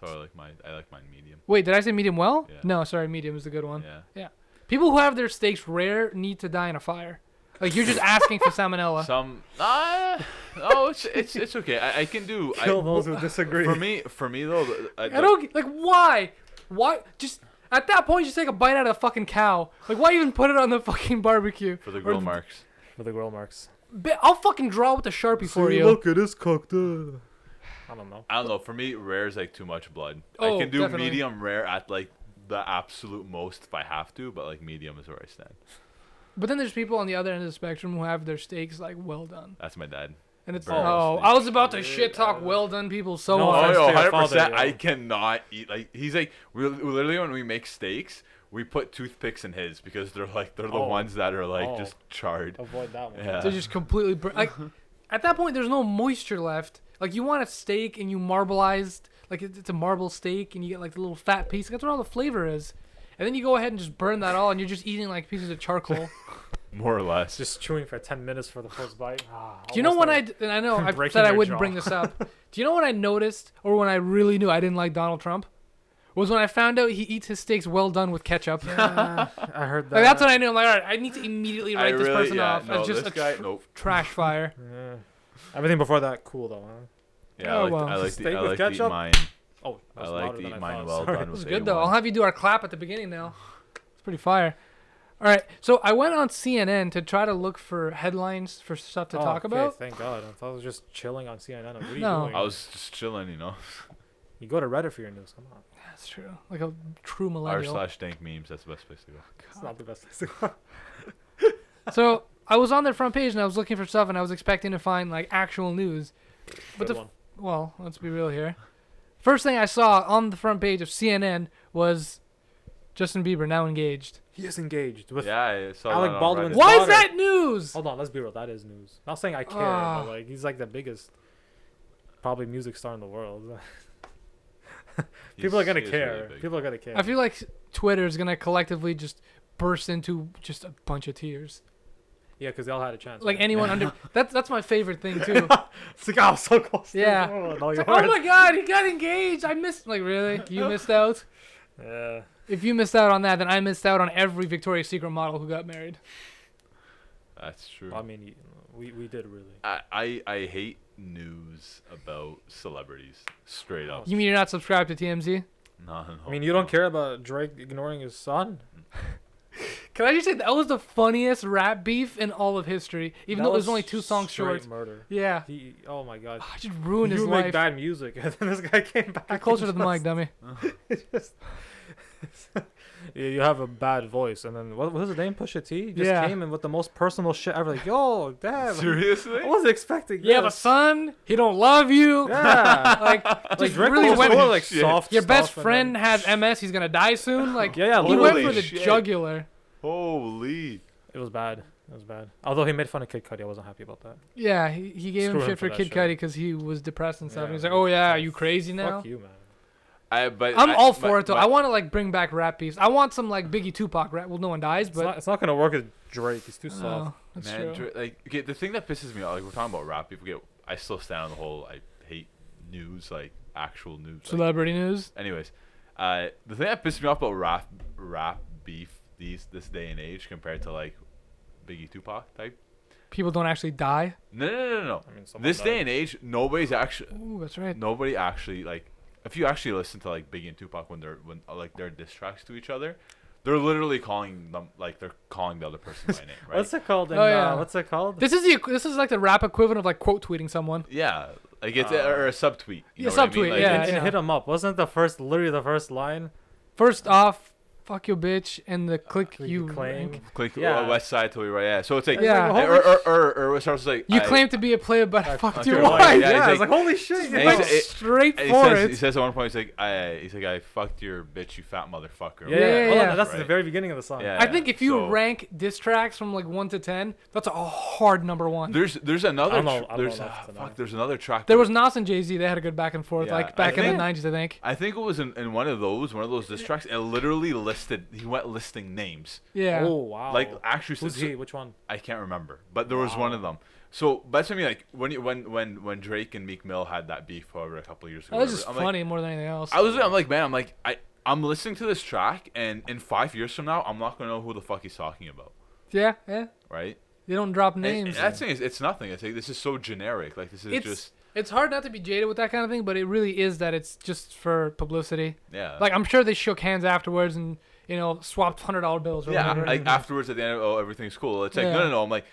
[SPEAKER 2] So I like my I like mine medium.
[SPEAKER 1] Wait, did I say medium well?
[SPEAKER 2] Yeah.
[SPEAKER 1] No, sorry, medium is the good one.
[SPEAKER 2] Yeah.
[SPEAKER 1] People who have their steaks rare need to die in a fire. Like you're just asking for salmonella.
[SPEAKER 2] Some.
[SPEAKER 4] *laughs*
[SPEAKER 2] Uh, oh, it's it's it's okay. I, I can do. I, *laughs*
[SPEAKER 4] Kill those who disagree.
[SPEAKER 2] for me, for me though, the- I,
[SPEAKER 1] I don't get- like why? Why just at that point just take a bite out of the fucking cow. Like why even put it on the *laughs* fucking barbecue?
[SPEAKER 2] for the
[SPEAKER 1] Or
[SPEAKER 2] grill
[SPEAKER 1] th-
[SPEAKER 2] marks.
[SPEAKER 4] For the grill marks.
[SPEAKER 1] Bi- I'll fucking draw with a sharpie for you.
[SPEAKER 4] it is cooked. I don't know.
[SPEAKER 2] I don't know. For me, rare is like too much blood.
[SPEAKER 1] Oh,
[SPEAKER 2] I can do
[SPEAKER 1] definitely.
[SPEAKER 2] medium rare at like the absolute most if I have to, but like medium is where I stand.
[SPEAKER 1] But then there's people on the other end of the spectrum who have their steaks like well done.
[SPEAKER 2] That's my dad.
[SPEAKER 1] And it's
[SPEAKER 2] Bro,
[SPEAKER 1] oh,
[SPEAKER 2] steak.
[SPEAKER 1] I was about to shit talk well done people so
[SPEAKER 4] No,
[SPEAKER 1] hard.
[SPEAKER 2] Oh,
[SPEAKER 4] offense
[SPEAKER 2] yo,
[SPEAKER 4] to
[SPEAKER 2] 100%.
[SPEAKER 4] your father,
[SPEAKER 2] I
[SPEAKER 4] yo.
[SPEAKER 2] cannot eat. Like he's like we we literally when we make steaks, we put toothpicks in his because they're like they're the
[SPEAKER 4] Oh.
[SPEAKER 2] ones that are like
[SPEAKER 4] Oh.
[SPEAKER 2] just charred.
[SPEAKER 4] Avoid that one.
[SPEAKER 2] Yeah.
[SPEAKER 1] They're just completely bur- like at that point there's no moisture left. Like you want a steak and you marbleized like it- it's a marble steak and you get like the little fat piece. That's where all the flavor is. And then you go ahead and just burn that all and you're just eating like pieces of charcoal.
[SPEAKER 2] More or less.
[SPEAKER 4] Just chewing for 10 minutes for the first bite. Ah,
[SPEAKER 1] Do you know
[SPEAKER 4] almost
[SPEAKER 1] when I
[SPEAKER 4] like-
[SPEAKER 1] d- and I know I
[SPEAKER 4] breaking
[SPEAKER 1] said I
[SPEAKER 4] your
[SPEAKER 1] wouldn't
[SPEAKER 4] jaw.
[SPEAKER 1] bring this up. Do you know when I noticed or when I really knew I didn't like Donald Trump? Was when I found out he eats his steaks well done with ketchup.
[SPEAKER 4] *laughs* I heard
[SPEAKER 1] *laughs*
[SPEAKER 4] that.
[SPEAKER 1] Like that's when I knew. I'm like, all right, I need to immediately
[SPEAKER 2] I
[SPEAKER 1] write this
[SPEAKER 2] really-
[SPEAKER 1] person
[SPEAKER 2] yeah,
[SPEAKER 1] off
[SPEAKER 2] no,
[SPEAKER 1] as just a
[SPEAKER 2] this guy-
[SPEAKER 1] tr-
[SPEAKER 2] nope.
[SPEAKER 1] trash fire.
[SPEAKER 4] Yeah. Uh, Everything before that, cool though, huh?
[SPEAKER 2] Yeah,
[SPEAKER 1] Oh,
[SPEAKER 2] I like
[SPEAKER 1] well.
[SPEAKER 2] I like to,
[SPEAKER 4] Steak
[SPEAKER 2] I
[SPEAKER 4] with
[SPEAKER 2] like to eat
[SPEAKER 4] ketchup?
[SPEAKER 2] mine.
[SPEAKER 4] Oh, that
[SPEAKER 2] I
[SPEAKER 4] was
[SPEAKER 2] like
[SPEAKER 4] louder
[SPEAKER 2] to
[SPEAKER 4] than
[SPEAKER 2] eat
[SPEAKER 4] I
[SPEAKER 2] mine
[SPEAKER 4] thought,
[SPEAKER 2] well
[SPEAKER 4] sorry.
[SPEAKER 2] done
[SPEAKER 4] *laughs*
[SPEAKER 1] It was
[SPEAKER 2] with
[SPEAKER 1] good though.
[SPEAKER 2] A1.
[SPEAKER 1] I'll have you do our clap at the beginning now. It's pretty fire. All right, so I went on CNN to try to look for headlines for stuff to
[SPEAKER 4] Oh,
[SPEAKER 1] talk
[SPEAKER 4] okay,
[SPEAKER 1] about.
[SPEAKER 4] Thank God. I thought I was just chilling on CNN. Like, What are you
[SPEAKER 1] No.
[SPEAKER 4] doing?
[SPEAKER 2] I was just chilling, you know.
[SPEAKER 4] You go to Reddit for your news. Come on.
[SPEAKER 1] That's true. Like a true
[SPEAKER 2] R
[SPEAKER 1] millennial.
[SPEAKER 2] slash dank memes. That's the best place to go.
[SPEAKER 4] It's not the best. *laughs* place to go.
[SPEAKER 1] So I was on their front page and I was looking for stuff and I was expecting to find like actual news. But
[SPEAKER 4] Good
[SPEAKER 1] the
[SPEAKER 4] one.
[SPEAKER 1] well, let's be real here. First thing I saw on the front page of CNN was Justin Bieber now engaged.
[SPEAKER 4] He is engaged with.
[SPEAKER 2] Yeah, I saw
[SPEAKER 4] Alec
[SPEAKER 2] that on
[SPEAKER 4] Baldwin's-
[SPEAKER 2] Reddit.
[SPEAKER 1] Why is
[SPEAKER 4] daughter.
[SPEAKER 1] that news?
[SPEAKER 4] Hold on, let's be real. That is news. Not saying I care,
[SPEAKER 1] Ah.
[SPEAKER 4] but like he's like the biggest, probably music star in the world. *laughs* People are
[SPEAKER 2] He's-
[SPEAKER 4] gonna
[SPEAKER 2] he is really
[SPEAKER 4] care.
[SPEAKER 2] big.
[SPEAKER 4] People are gonna care.
[SPEAKER 1] I feel like Twitter is gonna collectively just burst into just a bunch of tears.
[SPEAKER 4] yeah, because they all had a chance.
[SPEAKER 1] Like
[SPEAKER 4] right?
[SPEAKER 1] anyone
[SPEAKER 4] *laughs*
[SPEAKER 1] under that's that's my favorite thing too.
[SPEAKER 4] It's like, *laughs* oh, so close.
[SPEAKER 1] Yeah.
[SPEAKER 4] Oh, no,
[SPEAKER 1] It's
[SPEAKER 4] you
[SPEAKER 1] like, oh
[SPEAKER 4] weren't.
[SPEAKER 1] my god, he got engaged. I missed like really? You missed
[SPEAKER 4] *laughs*
[SPEAKER 1] out?
[SPEAKER 4] Yeah.
[SPEAKER 1] If you missed out on that, then I missed out on every Victoria's Secret model who got married.
[SPEAKER 2] That's true.
[SPEAKER 4] Well, I mean, you- we we did really.
[SPEAKER 2] I, I I hate news about celebrities. Straight up.
[SPEAKER 1] You mean you're not subscribed to TMZ?
[SPEAKER 2] No, no.
[SPEAKER 4] I mean, you
[SPEAKER 2] Oh, no.
[SPEAKER 4] don't care about Drake ignoring his son.
[SPEAKER 1] Can I just say that was the funniest rap beef in all of history, even
[SPEAKER 4] That
[SPEAKER 1] though it was only two songs
[SPEAKER 4] straight
[SPEAKER 1] short.
[SPEAKER 4] Murder.
[SPEAKER 1] Yeah.
[SPEAKER 4] He. Oh my God.
[SPEAKER 1] I just ruined
[SPEAKER 4] you
[SPEAKER 1] his
[SPEAKER 4] make
[SPEAKER 1] life.
[SPEAKER 4] bad music, *laughs* and then this guy came back.
[SPEAKER 1] Get closer to the mic,
[SPEAKER 4] and *laughs*
[SPEAKER 1] dummy.
[SPEAKER 4] just- yeah, you have a bad voice, and then what, what was his name? Pusha T He just
[SPEAKER 1] Yeah.
[SPEAKER 4] came in with the most personal shit ever. Like, yo,
[SPEAKER 2] *laughs*
[SPEAKER 4] damn,
[SPEAKER 2] Seriously?
[SPEAKER 4] I wasn't expecting.
[SPEAKER 1] You have a
[SPEAKER 4] this.
[SPEAKER 1] son. He don't love you.
[SPEAKER 4] Yeah,
[SPEAKER 1] *laughs* Like,
[SPEAKER 4] like
[SPEAKER 1] just
[SPEAKER 4] Drake
[SPEAKER 1] really
[SPEAKER 4] was
[SPEAKER 1] went.
[SPEAKER 4] more like
[SPEAKER 2] Shit.
[SPEAKER 4] soft.
[SPEAKER 1] Your best
[SPEAKER 4] stuff and
[SPEAKER 1] friend
[SPEAKER 4] then-
[SPEAKER 1] has MS. He's gonna die
[SPEAKER 4] *laughs*
[SPEAKER 1] soon. Like,
[SPEAKER 4] Yeah, yeah,
[SPEAKER 1] he went for
[SPEAKER 2] Holy
[SPEAKER 1] the
[SPEAKER 2] shit.
[SPEAKER 1] jugular.
[SPEAKER 2] Holy.
[SPEAKER 4] It was bad. It was bad. Although he made fun of Kid Cudi, I wasn't happy about that.
[SPEAKER 1] Yeah, he, he gave him
[SPEAKER 4] Screw him
[SPEAKER 1] shit
[SPEAKER 4] for
[SPEAKER 1] for
[SPEAKER 4] that
[SPEAKER 1] Kid
[SPEAKER 4] shit.
[SPEAKER 1] Cudi because he was depressed and stuff.
[SPEAKER 4] Yeah.
[SPEAKER 1] and he's like, "Oh yeah, are you crazy now?"
[SPEAKER 4] Fuck you, man.
[SPEAKER 2] I but
[SPEAKER 1] I'm
[SPEAKER 2] I-
[SPEAKER 1] all for
[SPEAKER 2] but-
[SPEAKER 1] it though.
[SPEAKER 2] but-
[SPEAKER 1] I want to like bring back rap beefs. I want some like Biggie Tupac rap. Well, no one dies,
[SPEAKER 4] It's
[SPEAKER 1] but
[SPEAKER 4] not. It's not gonna work with Drake. He's too soft.
[SPEAKER 1] Oh, that's
[SPEAKER 2] Man,
[SPEAKER 1] true.
[SPEAKER 2] Dra- like okay, the thing that pisses me off, like we're talking about rap, people get. I still stand on the whole. I hate news, like actual news. like-
[SPEAKER 1] Celebrity news.
[SPEAKER 2] anyways, uh, the thing that pissed me off about rap, rap beef these this day and age compared to like Biggie Tupac type.
[SPEAKER 1] People don't actually die.
[SPEAKER 2] No, no, no, no. no.
[SPEAKER 4] I mean, someone
[SPEAKER 2] this day
[SPEAKER 4] died.
[SPEAKER 2] and age, nobody's actually
[SPEAKER 1] Ooh, that's right.
[SPEAKER 2] nobody actually like. If you actually listen to like Biggie and Tupac when they're when uh, like they're diss tracks to each other, they're literally calling them like they're calling the other person
[SPEAKER 1] *laughs*
[SPEAKER 2] by name, right?
[SPEAKER 4] What's it called? In,
[SPEAKER 1] Oh, yeah.
[SPEAKER 4] uh, what's it called?
[SPEAKER 1] This is the equ- this is like the rap equivalent of like quote tweeting someone.
[SPEAKER 2] Yeah, like it's or a subtweet. You
[SPEAKER 1] Uh, Yeah,
[SPEAKER 2] know what I mean?
[SPEAKER 1] subtweet,
[SPEAKER 2] Like,
[SPEAKER 1] yeah.
[SPEAKER 2] it's-
[SPEAKER 4] and, and hit him up. Wasn't the first literally the first line?
[SPEAKER 1] First off, fuck your bitch and the click
[SPEAKER 4] you
[SPEAKER 1] Uh, you
[SPEAKER 4] claim.
[SPEAKER 1] rank.
[SPEAKER 2] Click
[SPEAKER 4] Yeah.
[SPEAKER 2] uh, West Side till we right. Yeah. So it's like
[SPEAKER 1] Yeah.
[SPEAKER 4] It's like,
[SPEAKER 2] Or,
[SPEAKER 4] holy
[SPEAKER 2] or, or, or, or it starts like
[SPEAKER 1] You
[SPEAKER 2] I-
[SPEAKER 1] claim to be a player, but I *laughs*
[SPEAKER 4] I
[SPEAKER 1] fucked
[SPEAKER 2] fucked
[SPEAKER 1] your
[SPEAKER 2] your wife.
[SPEAKER 1] wife.
[SPEAKER 2] Yeah,
[SPEAKER 4] yeah,
[SPEAKER 2] it's
[SPEAKER 4] it's
[SPEAKER 2] like-
[SPEAKER 4] like, holy shit.
[SPEAKER 2] And
[SPEAKER 4] you
[SPEAKER 2] he
[SPEAKER 1] Went
[SPEAKER 4] fucked-
[SPEAKER 2] said- it-
[SPEAKER 1] straight
[SPEAKER 2] He
[SPEAKER 1] for
[SPEAKER 2] says, he
[SPEAKER 1] it.
[SPEAKER 2] says at one point, he's like, I, he's like, I fucked your bitch, you fat motherfucker.
[SPEAKER 1] Yeah,
[SPEAKER 4] yeah, yeah,
[SPEAKER 1] yeah,
[SPEAKER 4] hold on,
[SPEAKER 1] yeah.
[SPEAKER 4] that's the
[SPEAKER 2] Right.
[SPEAKER 4] very beginning of the song.
[SPEAKER 2] Yeah.
[SPEAKER 1] I think if you
[SPEAKER 2] so-
[SPEAKER 1] rank diss tracks from like one to ten, that's a hard number one.
[SPEAKER 2] There's, there's another,
[SPEAKER 4] I don't know-
[SPEAKER 2] tr-
[SPEAKER 4] I don't
[SPEAKER 2] there's,
[SPEAKER 4] know if
[SPEAKER 2] ah,
[SPEAKER 4] it's another.
[SPEAKER 2] fuck, there's another track.
[SPEAKER 1] There
[SPEAKER 2] that-
[SPEAKER 1] was Nas and Jay Z. They had a good back and forth,
[SPEAKER 2] Yeah,
[SPEAKER 1] like
[SPEAKER 2] I
[SPEAKER 1] back in the
[SPEAKER 2] think- Oh,
[SPEAKER 1] nineties, I think.
[SPEAKER 2] I think it was in, in one of those, one of those diss tracks. It literally listed, he went listing names,
[SPEAKER 1] Yeah.
[SPEAKER 4] Oh wow.
[SPEAKER 2] like actually,
[SPEAKER 4] who's
[SPEAKER 2] so-
[SPEAKER 4] he? Which one?
[SPEAKER 2] I can't remember, but there was one of them. So, but that's what I mean. Like when, you, when, when, when Drake and Meek Mill had that beef over a couple of years ago,
[SPEAKER 1] that was
[SPEAKER 2] whatever,
[SPEAKER 1] just
[SPEAKER 2] I'm like,
[SPEAKER 1] funny more than anything else.
[SPEAKER 2] I was, I'm like, man, I'm like, I, I'm listening to this track, and in five years from now, I'm not gonna know who the fuck he's talking about,
[SPEAKER 1] yeah, yeah.
[SPEAKER 2] right?
[SPEAKER 1] They don't drop
[SPEAKER 2] And- and
[SPEAKER 1] names.
[SPEAKER 2] That's the thing is, it's nothing. It's like this is so generic. Like this is
[SPEAKER 1] it's
[SPEAKER 2] just
[SPEAKER 1] it's hard not to be jaded with that kind of thing, but it really is that it's just for publicity.
[SPEAKER 2] yeah.
[SPEAKER 1] Like I'm sure they shook hands afterwards and you know swapped hundred dollar bills. Or
[SPEAKER 2] yeah,
[SPEAKER 1] *laughs* whatever.
[SPEAKER 2] like afterwards at the end, oh everything's cool. It's like no,
[SPEAKER 1] Yeah.
[SPEAKER 2] no, no. I'm like,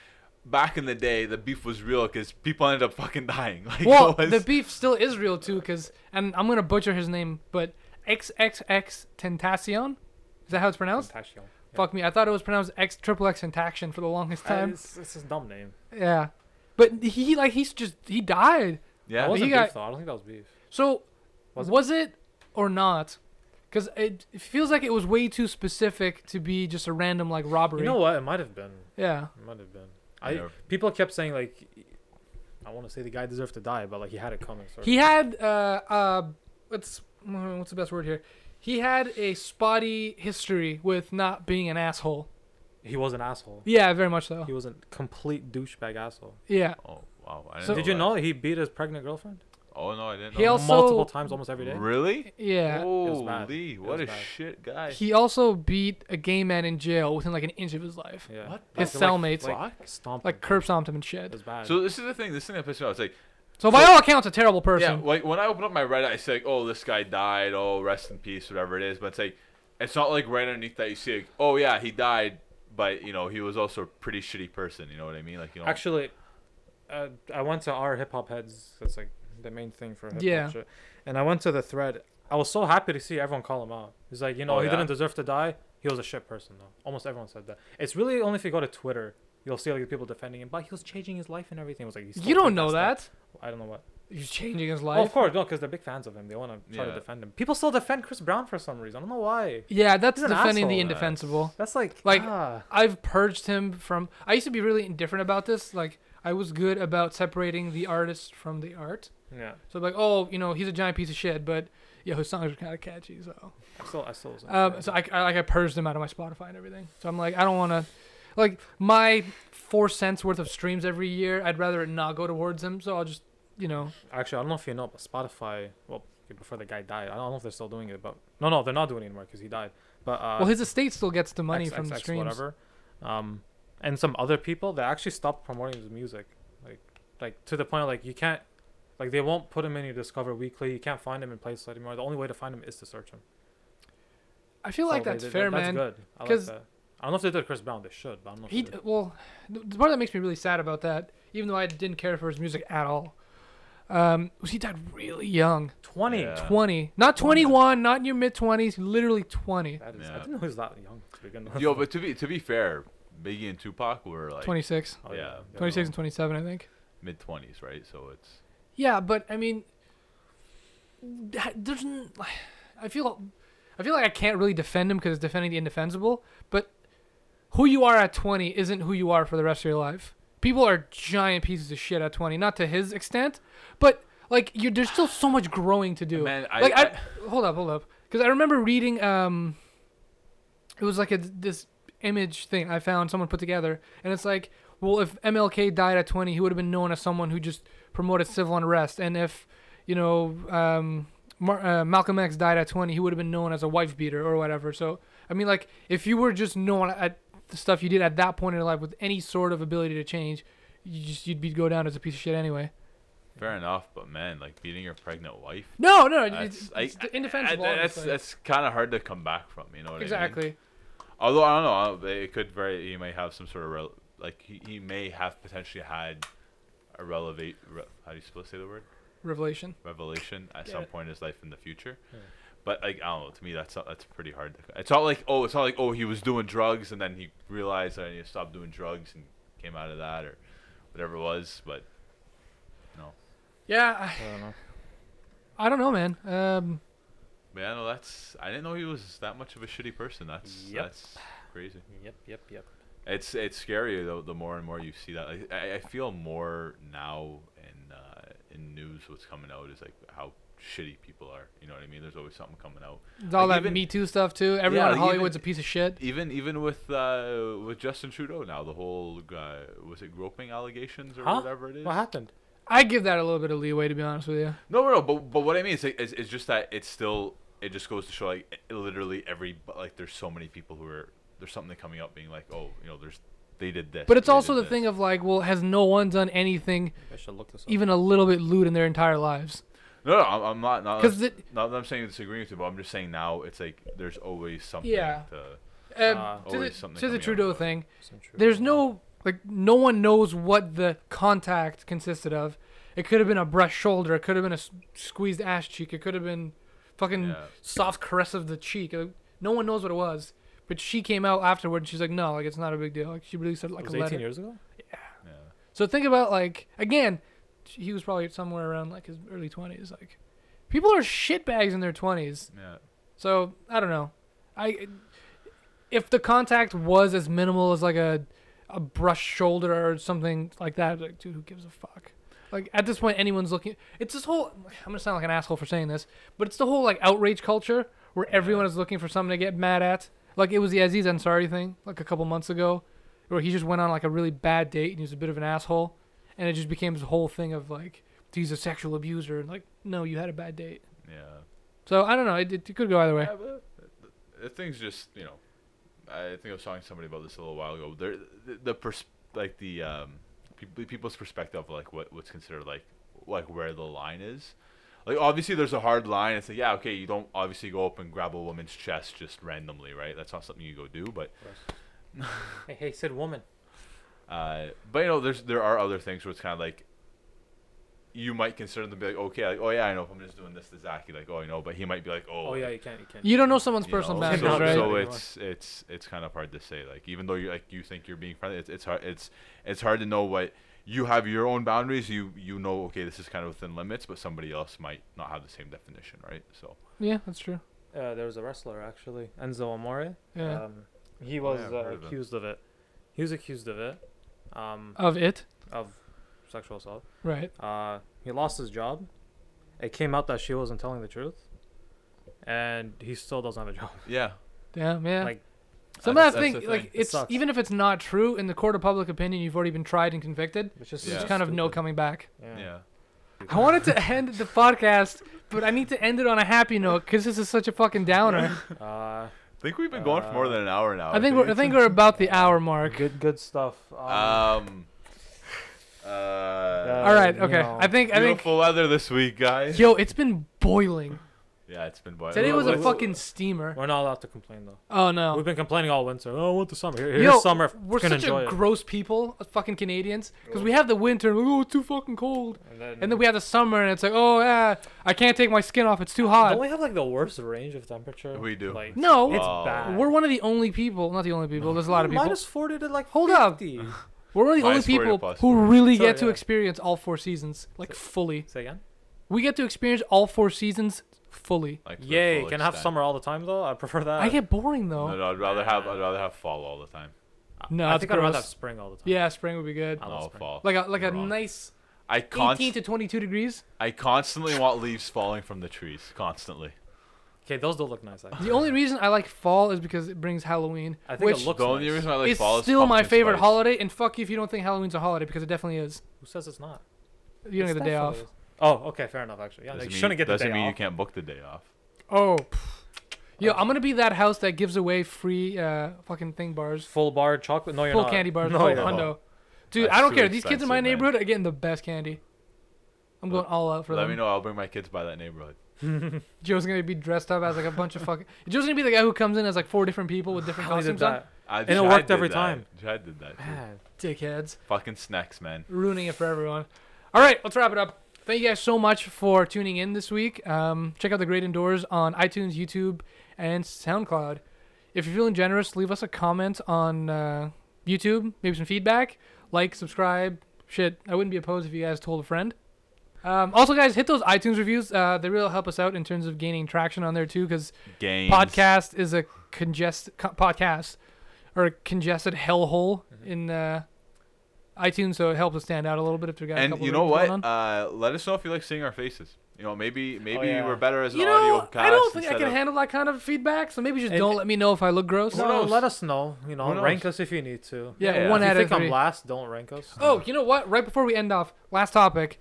[SPEAKER 2] back in the day, the beef was real because people ended up fucking dying. *laughs* Like, it
[SPEAKER 1] well,
[SPEAKER 2] was-
[SPEAKER 1] the beef still is real too, cause and I'm gonna butcher his name, but XXX Tentacion. Is that how it's pronounced?
[SPEAKER 4] Tentacion. Yeah.
[SPEAKER 1] Fuck me, I thought it was pronounced X triple X Tentacion for the longest
[SPEAKER 4] Uh,
[SPEAKER 1] time.
[SPEAKER 4] It's, it's his dumb name.
[SPEAKER 1] yeah, but he like he's just he died.
[SPEAKER 2] yeah,
[SPEAKER 4] That
[SPEAKER 1] was-
[SPEAKER 4] wasn't
[SPEAKER 1] he
[SPEAKER 4] beef
[SPEAKER 1] got-
[SPEAKER 4] though. I don't think that was beef.
[SPEAKER 1] So was
[SPEAKER 4] Was
[SPEAKER 1] it,
[SPEAKER 4] it?
[SPEAKER 1] or not? Because it, it feels like it was way too specific to be just a random like robbery.
[SPEAKER 4] You know what? It might have been.
[SPEAKER 1] yeah.
[SPEAKER 4] It might have been.
[SPEAKER 2] I
[SPEAKER 4] I
[SPEAKER 2] never-
[SPEAKER 4] people kept saying like, I want to say the guy deserved to die, but like he had it coming. Sort of.
[SPEAKER 1] He had uh uh what's mm, what's the best word here? He had a spotty history with not being an asshole.
[SPEAKER 4] He was an asshole.
[SPEAKER 1] Yeah, very much so.
[SPEAKER 4] He was a complete douchebag asshole.
[SPEAKER 1] Yeah.
[SPEAKER 2] oh wow, I didn't
[SPEAKER 1] So-
[SPEAKER 2] know
[SPEAKER 4] Did you
[SPEAKER 2] that.
[SPEAKER 4] know he beat his pregnant girlfriend
[SPEAKER 2] Oh no, I didn't.
[SPEAKER 1] He
[SPEAKER 2] know.
[SPEAKER 1] also
[SPEAKER 4] multiple times, almost every day?
[SPEAKER 2] really?
[SPEAKER 1] yeah.
[SPEAKER 4] was bad.
[SPEAKER 2] Holy,
[SPEAKER 4] It
[SPEAKER 2] what
[SPEAKER 4] was
[SPEAKER 2] a
[SPEAKER 4] bad.
[SPEAKER 2] shit guy.
[SPEAKER 1] He also beat a gay man in jail within like an inch of his life.
[SPEAKER 4] Yeah.
[SPEAKER 2] What
[SPEAKER 1] His
[SPEAKER 4] Like-
[SPEAKER 1] cellmates like,
[SPEAKER 4] Like,
[SPEAKER 2] Fuck.
[SPEAKER 4] stomped. him.
[SPEAKER 1] curb stomped him and
[SPEAKER 4] It
[SPEAKER 1] shit.
[SPEAKER 4] was bad.
[SPEAKER 2] So this is the thing. This thing that pissed me off. It's like,
[SPEAKER 1] So by all accounts, a terrible
[SPEAKER 2] yeah,
[SPEAKER 1] person.
[SPEAKER 2] like when I open up my Reddit, I say, like, oh, this guy died. Oh, rest in peace, whatever it is. But it's like, it's not like right underneath that you see, like, oh yeah, he died, but you know, he was also a pretty shitty person. You know what I mean? Like, you know,
[SPEAKER 1] *laughs*
[SPEAKER 4] Actually, uh, I went to our hip hop heads. That's like the main thing for hip hop
[SPEAKER 1] Yeah.
[SPEAKER 4] shit. And I went to the thread. I was so happy to see everyone call him out. He's like, you know,
[SPEAKER 2] Oh,
[SPEAKER 4] he
[SPEAKER 2] yeah?
[SPEAKER 4] didn't deserve to die. He was a shit person, though. Almost everyone said that. It's really only if you go to Twitter, you'll see like the people defending him. But he was changing his life and everything. It was like, he's
[SPEAKER 1] you don't know that.
[SPEAKER 4] I don't know what.
[SPEAKER 1] He's changing his life.
[SPEAKER 4] Oh, of course, no, because they're big fans of him. They want to try
[SPEAKER 2] Yeah.
[SPEAKER 4] to defend him. People still defend Chris Brown for some reason. I don't know why.
[SPEAKER 1] Yeah, that's
[SPEAKER 4] He's an
[SPEAKER 1] defending the
[SPEAKER 4] asshole.
[SPEAKER 1] indefensible.
[SPEAKER 4] That's like,
[SPEAKER 1] Like-
[SPEAKER 4] ah.
[SPEAKER 1] I've purged him from. I used to be really indifferent about this. Like, I was good about separating the artist from the art.
[SPEAKER 4] yeah.
[SPEAKER 1] So, like, oh, you know, he's a giant piece of shit, but yeah, his songs are kind of catchy. So,
[SPEAKER 4] I still, I still.
[SPEAKER 1] um, so I, I like I purged him out of my Spotify and everything. So I'm like, I don't want to, like, my four cents worth of streams every year. I'd rather it not go towards him. So I'll just, you know,
[SPEAKER 4] Actually, I don't know if you know, but Spotify. Well, before the guy died, I don't know if they're still doing it, but no, no, they're not doing it anymore because he died. But uh,
[SPEAKER 1] well, his estate still gets the money
[SPEAKER 4] X,
[SPEAKER 1] from
[SPEAKER 4] X,
[SPEAKER 1] the
[SPEAKER 4] X,
[SPEAKER 1] streams.
[SPEAKER 4] whatever, um, and some other people they actually stopped promoting his music, like, like to the point like you can't, like they won't put him in your Discover Weekly. You can't find him in places anymore. The only way to find him is to search him.
[SPEAKER 1] I feel like
[SPEAKER 4] So they
[SPEAKER 1] that's
[SPEAKER 4] did-
[SPEAKER 1] fair,
[SPEAKER 4] that's
[SPEAKER 1] man.
[SPEAKER 4] Good. I like
[SPEAKER 1] 'cause-
[SPEAKER 4] that. I don't know if they did Chris Brown. They should, but I don't know. If
[SPEAKER 1] He d-
[SPEAKER 4] they did.
[SPEAKER 1] well, th- the part that makes me really sad about that, even though I didn't care for his music at all, um, was he died really young,
[SPEAKER 4] twenty.
[SPEAKER 2] Yeah.
[SPEAKER 1] twenty, not twenty-one, not in your mid twenties, literally twenty,
[SPEAKER 4] That is,
[SPEAKER 2] Yeah.
[SPEAKER 4] I didn't know he was that young to begin with.
[SPEAKER 2] yo, but to be to be fair, Biggie and Tupac were like
[SPEAKER 1] twenty-six,
[SPEAKER 4] Oh,
[SPEAKER 2] yeah,
[SPEAKER 1] twenty-six and twenty-seven, I think.
[SPEAKER 2] mid twenties, right? So it's
[SPEAKER 1] Yeah, but I mean, that- there's, n- I feel, I feel like I can't really defend him because it's defending the indefensible. But who you are at 20 isn't who you are for the rest of your life. People are giant pieces of shit at 20. Not to his extent, but like you, there's still so much growing to do.
[SPEAKER 2] Man, I-
[SPEAKER 1] like hold up, hold up, because I remember reading um, it was like a this image thing I found someone put together, and it's like, well, if MLK died at 20, he would have been known as someone who just promoted civil unrest, and if you know um, Mar- uh, Malcolm X died at 20, he would have been known as a wife beater or whatever. So I mean, like, if you were just known at the stuff you did at that point in your life with any sort of ability to change, you just you'd be go down as a piece of shit anyway.
[SPEAKER 2] fair enough. But man, like beating your pregnant wife.
[SPEAKER 1] No, no, it's,
[SPEAKER 2] That's, I-
[SPEAKER 1] it's
[SPEAKER 2] I- I-
[SPEAKER 1] indefensible.
[SPEAKER 2] that's
[SPEAKER 1] honestly.
[SPEAKER 2] that's kind of hard to come back from. You know what I mean?
[SPEAKER 1] exactly.
[SPEAKER 2] Although I don't know, uh, it could very he may have some sort of rel- like he, he may have potentially had a relevate. Re- how do you supposed to say the word?
[SPEAKER 1] Revelation.
[SPEAKER 2] revelation at some
[SPEAKER 1] Yeah.
[SPEAKER 2] point in his life in the future.
[SPEAKER 4] Yeah.
[SPEAKER 2] But like I don't know. To me, that's not, that's pretty hard. To, it's not like oh, it's not like oh, he was doing drugs and then he realized that he stopped doing drugs and came out of that or whatever it was. But no,
[SPEAKER 1] Yeah, I,
[SPEAKER 4] I don't know.
[SPEAKER 1] I don't know, man. Um,
[SPEAKER 2] but yeah, no, that's I didn't know he was that much of a shitty person. That's
[SPEAKER 3] Yep.
[SPEAKER 2] that's crazy.
[SPEAKER 3] Yep, yep, yep.
[SPEAKER 2] It's it's scarier though. The more and more you see that, like, I, I feel more now in uh, in news what's coming out is like how shitty people are. You know what I mean? There's always something coming out.
[SPEAKER 1] it's all
[SPEAKER 2] Like,
[SPEAKER 1] that
[SPEAKER 2] even-
[SPEAKER 1] Me Too stuff too. Everyone
[SPEAKER 2] Yeah,
[SPEAKER 1] in
[SPEAKER 2] like,
[SPEAKER 1] Hollywood's
[SPEAKER 2] even-
[SPEAKER 1] a piece of shit.
[SPEAKER 2] Even even with uh, with Justin Trudeau now, the whole uh, was it groping allegations or
[SPEAKER 4] Huh?
[SPEAKER 2] whatever it is.
[SPEAKER 4] What happened?
[SPEAKER 1] I give that a little bit of leeway, to be honest with you.
[SPEAKER 2] No, no, no. But but what I mean is, like, is is just that it's still it just goes to show like i- literally every but, like there's so many people who are there's something coming up being like oh you know there's they did this.
[SPEAKER 1] But it's
[SPEAKER 2] they
[SPEAKER 1] also
[SPEAKER 2] did
[SPEAKER 1] the
[SPEAKER 2] this.
[SPEAKER 1] thing of like, well, has no one done anything
[SPEAKER 3] I should look this up.
[SPEAKER 1] even a little bit lewd in their entire lives?
[SPEAKER 2] No, no, I'm, I'm not. Not,
[SPEAKER 1] 'Cause
[SPEAKER 2] that-
[SPEAKER 1] the-
[SPEAKER 2] not that I'm saying disagreeing with you, but I'm just saying now it's like there's always something.
[SPEAKER 1] Yeah.
[SPEAKER 2] To,
[SPEAKER 1] Um, to
[SPEAKER 4] Uh,
[SPEAKER 1] the,
[SPEAKER 2] always something
[SPEAKER 1] to the
[SPEAKER 2] coming out
[SPEAKER 1] Trudeau
[SPEAKER 2] about it.
[SPEAKER 1] thing,
[SPEAKER 4] Some true-
[SPEAKER 1] there's no like no one knows what the contact consisted of. It could have been a brush shoulder. It could have been a s- squeezed ass cheek. It could have been fucking
[SPEAKER 2] Yeah.
[SPEAKER 1] soft caress of the cheek. Like, no one knows what it was. But she came out afterward. and She's like, no, like it's not a big deal. Like she released it
[SPEAKER 4] It
[SPEAKER 1] like
[SPEAKER 4] was
[SPEAKER 1] a
[SPEAKER 4] 18
[SPEAKER 1] letter.
[SPEAKER 4] years ago.
[SPEAKER 2] yeah.
[SPEAKER 1] So think about like again, he was probably somewhere around like his early twenties. Like people are shitbags in their twenties.
[SPEAKER 2] Yeah.
[SPEAKER 1] So I don't know. I if the contact was as minimal as like a a brush shoulder or something like that, like dude, who gives a fuck? Like at this point, anyone's looking. It's this whole. I'm gonna sound like an asshole for saying this, but it's the whole like outrage culture where everyone is looking for something to get mad at. Like it was the Aziz Ansari thing, like a couple months ago, where he just went on like a really bad date and he was a bit of an asshole, and it just became this whole thing of like he's a sexual abuser. Like no, you had a bad date.
[SPEAKER 2] Yeah.
[SPEAKER 1] So I don't know. It, it could go either way.
[SPEAKER 2] Yeah, but the, the thing's just you know, I think I was talking to somebody about this a little while ago. There, the, the pers- like the um, peop people's perspective of like what what's considered like like where the line is. Like obviously there's a hard line. It's like yeah okay you don't obviously go up and grab a woman's chest just randomly right. That's not something you go do. But
[SPEAKER 4] Hey, hey, said woman.
[SPEAKER 2] uh, but you know there's there are other things where it's kind of like. You might consider them to be like okay like oh yeah I know if I'm just doing this to Zaki like oh I know but he might be like oh
[SPEAKER 4] Oh
[SPEAKER 2] like,
[SPEAKER 4] yeah, you can't. You can't.
[SPEAKER 1] You don't know someone's
[SPEAKER 2] you
[SPEAKER 1] personal
[SPEAKER 2] know,
[SPEAKER 1] boundaries,
[SPEAKER 2] so,
[SPEAKER 1] right?
[SPEAKER 2] so it's it's it's kind of hard to say. Like even though you like you think you're being friendly, it's, it's hard it's it's hard to know what you have your own boundaries. You you know okay this is kind of within limits, but somebody else might not have the same definition, right? So
[SPEAKER 1] yeah, that's true.
[SPEAKER 4] Uh, there was a wrestler actually, Enzo Amore.
[SPEAKER 1] Yeah.
[SPEAKER 4] Um, he
[SPEAKER 2] Oh,
[SPEAKER 4] was
[SPEAKER 2] yeah, I've
[SPEAKER 4] uh,
[SPEAKER 2] heard of him.
[SPEAKER 4] accused of it. He was accused of it, um,
[SPEAKER 1] of it,
[SPEAKER 4] of sexual assault.
[SPEAKER 1] right?
[SPEAKER 4] Uh, he lost his job. It came out that she wasn't telling the truth, and he still doesn't have a job.
[SPEAKER 2] yeah,
[SPEAKER 1] Damn, yeah.
[SPEAKER 4] Like,
[SPEAKER 1] Sometimes I
[SPEAKER 2] that's-
[SPEAKER 1] think
[SPEAKER 2] that's the
[SPEAKER 1] like
[SPEAKER 2] thing.
[SPEAKER 4] It
[SPEAKER 1] it's
[SPEAKER 4] sucks.
[SPEAKER 1] even if it's not true in the court of public opinion, you've already been tried and convicted.
[SPEAKER 4] It's just
[SPEAKER 1] So
[SPEAKER 2] Yeah.
[SPEAKER 1] There's kind of no
[SPEAKER 4] stupid.
[SPEAKER 1] coming back.
[SPEAKER 2] yeah.
[SPEAKER 1] I wanted to end the podcast, but I need to end it on a happy note because this is such a fucking downer.
[SPEAKER 4] *laughs* Uh,
[SPEAKER 2] I think we've been going for more than an hour now.
[SPEAKER 1] I think we're I think we're about the hour mark.
[SPEAKER 4] good, good stuff. Um,
[SPEAKER 2] um uh,
[SPEAKER 1] All right,
[SPEAKER 4] you
[SPEAKER 1] okay.
[SPEAKER 4] know.
[SPEAKER 1] I think I think
[SPEAKER 2] beautiful weather this week, guys.
[SPEAKER 1] yo, it's been boiling.
[SPEAKER 2] Yeah, it's been boiling.
[SPEAKER 1] Today was a
[SPEAKER 4] wh- wh-
[SPEAKER 1] fucking steamer.
[SPEAKER 4] we're not allowed to complain though.
[SPEAKER 1] Oh
[SPEAKER 4] We've
[SPEAKER 1] no.
[SPEAKER 4] been complaining all winter. Oh, I want the summer. Here, here's
[SPEAKER 1] Yo,
[SPEAKER 4] summer.
[SPEAKER 1] we're
[SPEAKER 4] Fucking
[SPEAKER 1] such
[SPEAKER 4] enjoy
[SPEAKER 1] a
[SPEAKER 4] it.
[SPEAKER 1] gross people, uh, fucking Canadians, because we have the winter. and, Oh, it's too fucking cold. And then we have the summer, and it's like, oh yeah, I can't take my skin off. It's too
[SPEAKER 4] Don't
[SPEAKER 1] hot.
[SPEAKER 4] we have like the worst range of temperature?
[SPEAKER 2] We do.
[SPEAKER 4] Like,
[SPEAKER 1] No,
[SPEAKER 4] it's
[SPEAKER 2] Wow.
[SPEAKER 4] bad.
[SPEAKER 1] we're one of the only people. Not the only people. There's a lot of people.
[SPEAKER 4] Minus forty to like
[SPEAKER 1] Hold up. *laughs*
[SPEAKER 4] 50.
[SPEAKER 1] we're one of the only
[SPEAKER 2] Minus 40 to
[SPEAKER 1] people
[SPEAKER 2] plus
[SPEAKER 1] who
[SPEAKER 2] 40.
[SPEAKER 1] really
[SPEAKER 4] Sure,
[SPEAKER 1] get to
[SPEAKER 4] yeah.
[SPEAKER 1] experience all four seasons like fully.
[SPEAKER 4] Say again.
[SPEAKER 1] We get to experience all four seasons fully.
[SPEAKER 2] Like, to the
[SPEAKER 4] Yay!
[SPEAKER 2] full
[SPEAKER 4] Can I have
[SPEAKER 2] extent.
[SPEAKER 4] summer all the time though? I prefer that.
[SPEAKER 1] I get boring though.
[SPEAKER 2] No, no, I'd rather have I'd rather have fall all the time.
[SPEAKER 1] No,
[SPEAKER 4] I
[SPEAKER 1] that's
[SPEAKER 4] think I'd rather have
[SPEAKER 1] gross.
[SPEAKER 4] spring all the time.
[SPEAKER 1] Yeah, spring would be good.
[SPEAKER 4] I love
[SPEAKER 2] No
[SPEAKER 4] spring.
[SPEAKER 2] fall.
[SPEAKER 1] Like a like
[SPEAKER 2] You're
[SPEAKER 1] a
[SPEAKER 2] wrong.
[SPEAKER 1] nice
[SPEAKER 2] I
[SPEAKER 1] 18
[SPEAKER 2] const-
[SPEAKER 1] to 22 degrees.
[SPEAKER 2] I constantly want leaves falling from the trees. Constantly.
[SPEAKER 4] Okay, those don't look nice. Actually.
[SPEAKER 1] The only reason I like fall is because it brings Halloween,
[SPEAKER 4] I think
[SPEAKER 1] which
[SPEAKER 4] it looks
[SPEAKER 2] the only
[SPEAKER 4] nice.
[SPEAKER 2] reason I like
[SPEAKER 1] is
[SPEAKER 2] fall is
[SPEAKER 1] still my
[SPEAKER 2] pumpkin
[SPEAKER 1] favorite
[SPEAKER 2] spice.
[SPEAKER 1] holiday. And fuck you if you don't think Halloween's a holiday because it definitely is.
[SPEAKER 4] Who says it's not?
[SPEAKER 1] You don't
[SPEAKER 4] It's
[SPEAKER 1] get the day off.
[SPEAKER 4] definitely is. Oh, okay, fair enough. Actually, yeah,
[SPEAKER 2] Doesn't
[SPEAKER 4] like, you
[SPEAKER 2] mean-
[SPEAKER 4] shouldn't get the
[SPEAKER 2] doesn't
[SPEAKER 4] day
[SPEAKER 2] mean you
[SPEAKER 4] off.
[SPEAKER 2] can't book the day off.
[SPEAKER 1] Oh,
[SPEAKER 2] *sighs* Oh.
[SPEAKER 1] yo, I'm gonna be that house that gives away free uh, fucking thing bars,
[SPEAKER 4] Full bar chocolate. No, you're
[SPEAKER 1] full
[SPEAKER 4] not.
[SPEAKER 1] candy bars,
[SPEAKER 4] No,
[SPEAKER 1] full
[SPEAKER 4] you're not.
[SPEAKER 1] hundo. Dude,
[SPEAKER 2] That's
[SPEAKER 1] I don't
[SPEAKER 2] too
[SPEAKER 1] care. These kids in my
[SPEAKER 2] expensive, man.
[SPEAKER 1] neighborhood are getting the best candy. I'm
[SPEAKER 2] Let-
[SPEAKER 1] going all out for
[SPEAKER 2] Let
[SPEAKER 1] them.
[SPEAKER 2] me know. I'll bring my kids by that neighborhood.
[SPEAKER 1] Joe's gonna be dressed up as like a bunch of fucking. Joe's gonna be the guy who comes in as like four different people
[SPEAKER 2] *sighs*
[SPEAKER 1] with different
[SPEAKER 4] How he did
[SPEAKER 1] costumes on.
[SPEAKER 4] that?
[SPEAKER 2] I,
[SPEAKER 4] it
[SPEAKER 2] Jihad
[SPEAKER 4] worked
[SPEAKER 2] did
[SPEAKER 4] every
[SPEAKER 2] that.
[SPEAKER 4] time.
[SPEAKER 2] Jihad did that. Too.
[SPEAKER 4] Man.
[SPEAKER 1] Dickheads,
[SPEAKER 2] Fucking snacks, man.
[SPEAKER 1] ruining it for everyone. All right, let's wrap it up. Thank you guys so much for tuning in this week. Um, check out The Great Indoors on iTunes, YouTube, and SoundCloud. If you're feeling generous, leave us a comment on uh, YouTube, maybe some feedback. Like, subscribe. Shit, I wouldn't be opposed if you guys told a friend. Um, also, guys, hit those iTunes reviews. Uh, they really help us out in terms of gaining traction on there, too, because
[SPEAKER 2] Games.
[SPEAKER 1] podcast is a congest co- podcast or a congested hellhole
[SPEAKER 2] Mm-hmm.
[SPEAKER 1] in uh, iTunes, so it helps us stand out a little bit if there got a
[SPEAKER 2] And
[SPEAKER 1] couple
[SPEAKER 2] you
[SPEAKER 1] of
[SPEAKER 2] know
[SPEAKER 1] reviews
[SPEAKER 2] what?
[SPEAKER 1] going on.
[SPEAKER 2] Uh, let us know if you like seeing our faces. You know, maybe maybe
[SPEAKER 4] Oh, yeah.
[SPEAKER 2] we're better as an
[SPEAKER 1] you
[SPEAKER 2] audio
[SPEAKER 1] know,
[SPEAKER 2] cast.
[SPEAKER 1] I don't think I
[SPEAKER 2] instead
[SPEAKER 1] can
[SPEAKER 2] of-
[SPEAKER 1] handle that kind of feedback, so maybe just
[SPEAKER 4] And-
[SPEAKER 1] don't let me know if I look gross.
[SPEAKER 2] Who
[SPEAKER 4] No,
[SPEAKER 2] knows?
[SPEAKER 4] let us know. You
[SPEAKER 2] Who
[SPEAKER 4] know,
[SPEAKER 2] knows?
[SPEAKER 4] rank us if you need to.
[SPEAKER 1] yeah,
[SPEAKER 2] yeah.
[SPEAKER 1] one
[SPEAKER 4] If you
[SPEAKER 1] out of
[SPEAKER 4] think
[SPEAKER 1] three.
[SPEAKER 4] I'm last, don't rank us.
[SPEAKER 1] oh, you know what? Right before we end off, last topic.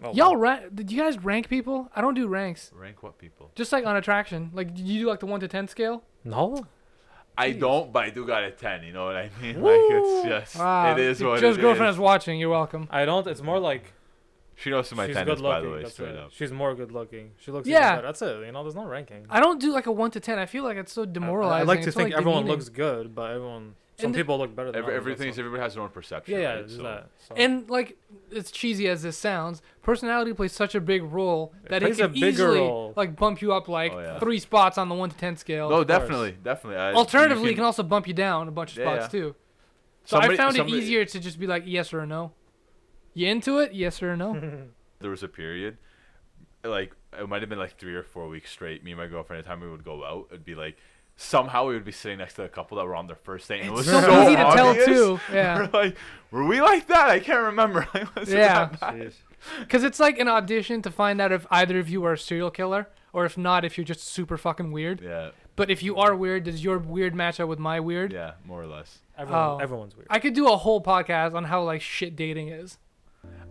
[SPEAKER 4] Oh,
[SPEAKER 1] Y'all, ra- did you guys rank people? I don't do ranks.
[SPEAKER 2] rank what people.
[SPEAKER 1] Just like on attraction, like do you do like the one to ten scale?
[SPEAKER 4] No.
[SPEAKER 2] I don't, but I do got a ten. You know what I mean? *laughs* Like it's just
[SPEAKER 1] Ah,
[SPEAKER 2] it is what
[SPEAKER 1] Joe's
[SPEAKER 2] it
[SPEAKER 1] girlfriend
[SPEAKER 2] is.
[SPEAKER 1] is watching. You're welcome.
[SPEAKER 4] I don't. It's more like
[SPEAKER 2] She knows who my
[SPEAKER 4] she's
[SPEAKER 2] ten
[SPEAKER 4] good
[SPEAKER 2] is, by the
[SPEAKER 4] looking.
[SPEAKER 2] way,
[SPEAKER 4] that's
[SPEAKER 2] straight
[SPEAKER 4] it.
[SPEAKER 2] up.
[SPEAKER 4] She's more good looking. She looks.
[SPEAKER 1] Yeah.
[SPEAKER 4] Yeah. Better. That's it. You know, there's no ranking.
[SPEAKER 1] I don't do like a one to ten. I feel like it's so demoralizing.
[SPEAKER 4] I, I like to
[SPEAKER 1] It's so,
[SPEAKER 4] think everyone
[SPEAKER 1] demeaning.
[SPEAKER 4] looks good, but everyone. Some
[SPEAKER 1] And the-
[SPEAKER 4] people look better than
[SPEAKER 2] Every,
[SPEAKER 4] others, that's
[SPEAKER 2] everything's
[SPEAKER 4] all.
[SPEAKER 2] everybody has their own perception.
[SPEAKER 4] Yeah, yeah.
[SPEAKER 2] right?
[SPEAKER 4] there's
[SPEAKER 2] So-
[SPEAKER 4] that. So-
[SPEAKER 1] And like as cheesy as this sounds, personality plays such a big role that it,
[SPEAKER 4] plays
[SPEAKER 1] can
[SPEAKER 4] a bigger
[SPEAKER 1] easily
[SPEAKER 4] role.
[SPEAKER 1] like bump you up like
[SPEAKER 2] Oh, yeah.
[SPEAKER 1] three spots on the one to ten scale.
[SPEAKER 2] no, definitely, definitely. I, you
[SPEAKER 1] Alternatively, it can also bump you down a bunch of
[SPEAKER 2] Yeah,
[SPEAKER 1] spots
[SPEAKER 2] yeah.
[SPEAKER 1] too. So I
[SPEAKER 2] somebody-
[SPEAKER 1] found
[SPEAKER 2] somebody-
[SPEAKER 1] it easier to just be like yes or no. You into it? Yes or
[SPEAKER 2] *laughs*
[SPEAKER 1] no?
[SPEAKER 2] There was a period, like it might have been like three or four weeks straight. Me and my girlfriend, every time we would go out, it'd be like somehow we would be sitting next to a couple that were on their first date. And it was
[SPEAKER 1] so easy to tell,
[SPEAKER 2] obvious.
[SPEAKER 1] too. Yeah.
[SPEAKER 2] *laughs* we're like, were we like that? I can't remember. *laughs* Like, was it
[SPEAKER 1] Yeah.
[SPEAKER 2] that bad?
[SPEAKER 4] Jeez.
[SPEAKER 1] Because it's like an audition to find out if either of you are a serial killer or if not, if you're just super fucking weird.
[SPEAKER 2] Yeah.
[SPEAKER 1] But if you are weird, does your weird match up with my weird?
[SPEAKER 2] Yeah. More or less.
[SPEAKER 4] Everyone,
[SPEAKER 1] Oh.
[SPEAKER 4] everyone's weird.
[SPEAKER 1] I could do a whole podcast on how like shit dating is.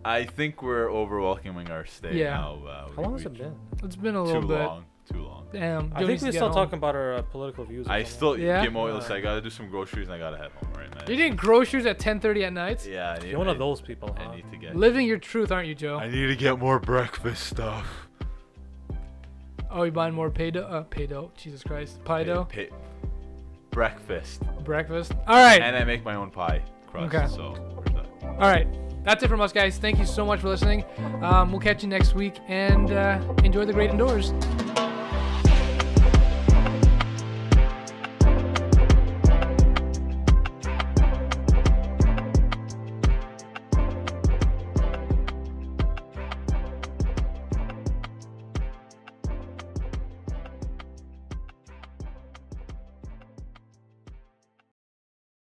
[SPEAKER 2] I think we're overwhelming our stay
[SPEAKER 1] Yeah.
[SPEAKER 2] now. Uh,
[SPEAKER 4] How
[SPEAKER 2] we-
[SPEAKER 4] long has
[SPEAKER 2] we-
[SPEAKER 4] it been?
[SPEAKER 1] It's been a
[SPEAKER 2] Too
[SPEAKER 1] little bit.
[SPEAKER 2] long. Too long.
[SPEAKER 1] Damn.
[SPEAKER 4] I
[SPEAKER 1] Joe
[SPEAKER 4] think
[SPEAKER 1] needs to
[SPEAKER 4] we're
[SPEAKER 1] get
[SPEAKER 4] still
[SPEAKER 1] home.
[SPEAKER 4] talking about our uh, political views. or
[SPEAKER 2] I
[SPEAKER 4] something.
[SPEAKER 2] still
[SPEAKER 1] Yeah?
[SPEAKER 2] yeah. Give me listen, I gotta do some groceries and I gotta head home right now.
[SPEAKER 1] You're getting groceries at 10:30 at night.
[SPEAKER 2] Yeah. I need,
[SPEAKER 4] You're one
[SPEAKER 2] I,
[SPEAKER 4] of those people, huh?
[SPEAKER 2] I need to get.
[SPEAKER 1] Living your truth, aren't you, Joe?
[SPEAKER 2] I need to get more breakfast stuff.
[SPEAKER 1] oh, you buying more pay dough? Uh, pay dough. Jesus Christ. Pie dough.
[SPEAKER 2] Pi- pi- breakfast.
[SPEAKER 1] Breakfast. All right.
[SPEAKER 2] And I make my own pie crust.
[SPEAKER 1] Okay.
[SPEAKER 2] So there's that.
[SPEAKER 1] All right. That's it from us, guys. Thank you so much for listening. Um, we'll catch you next week and uh, enjoy the great indoors.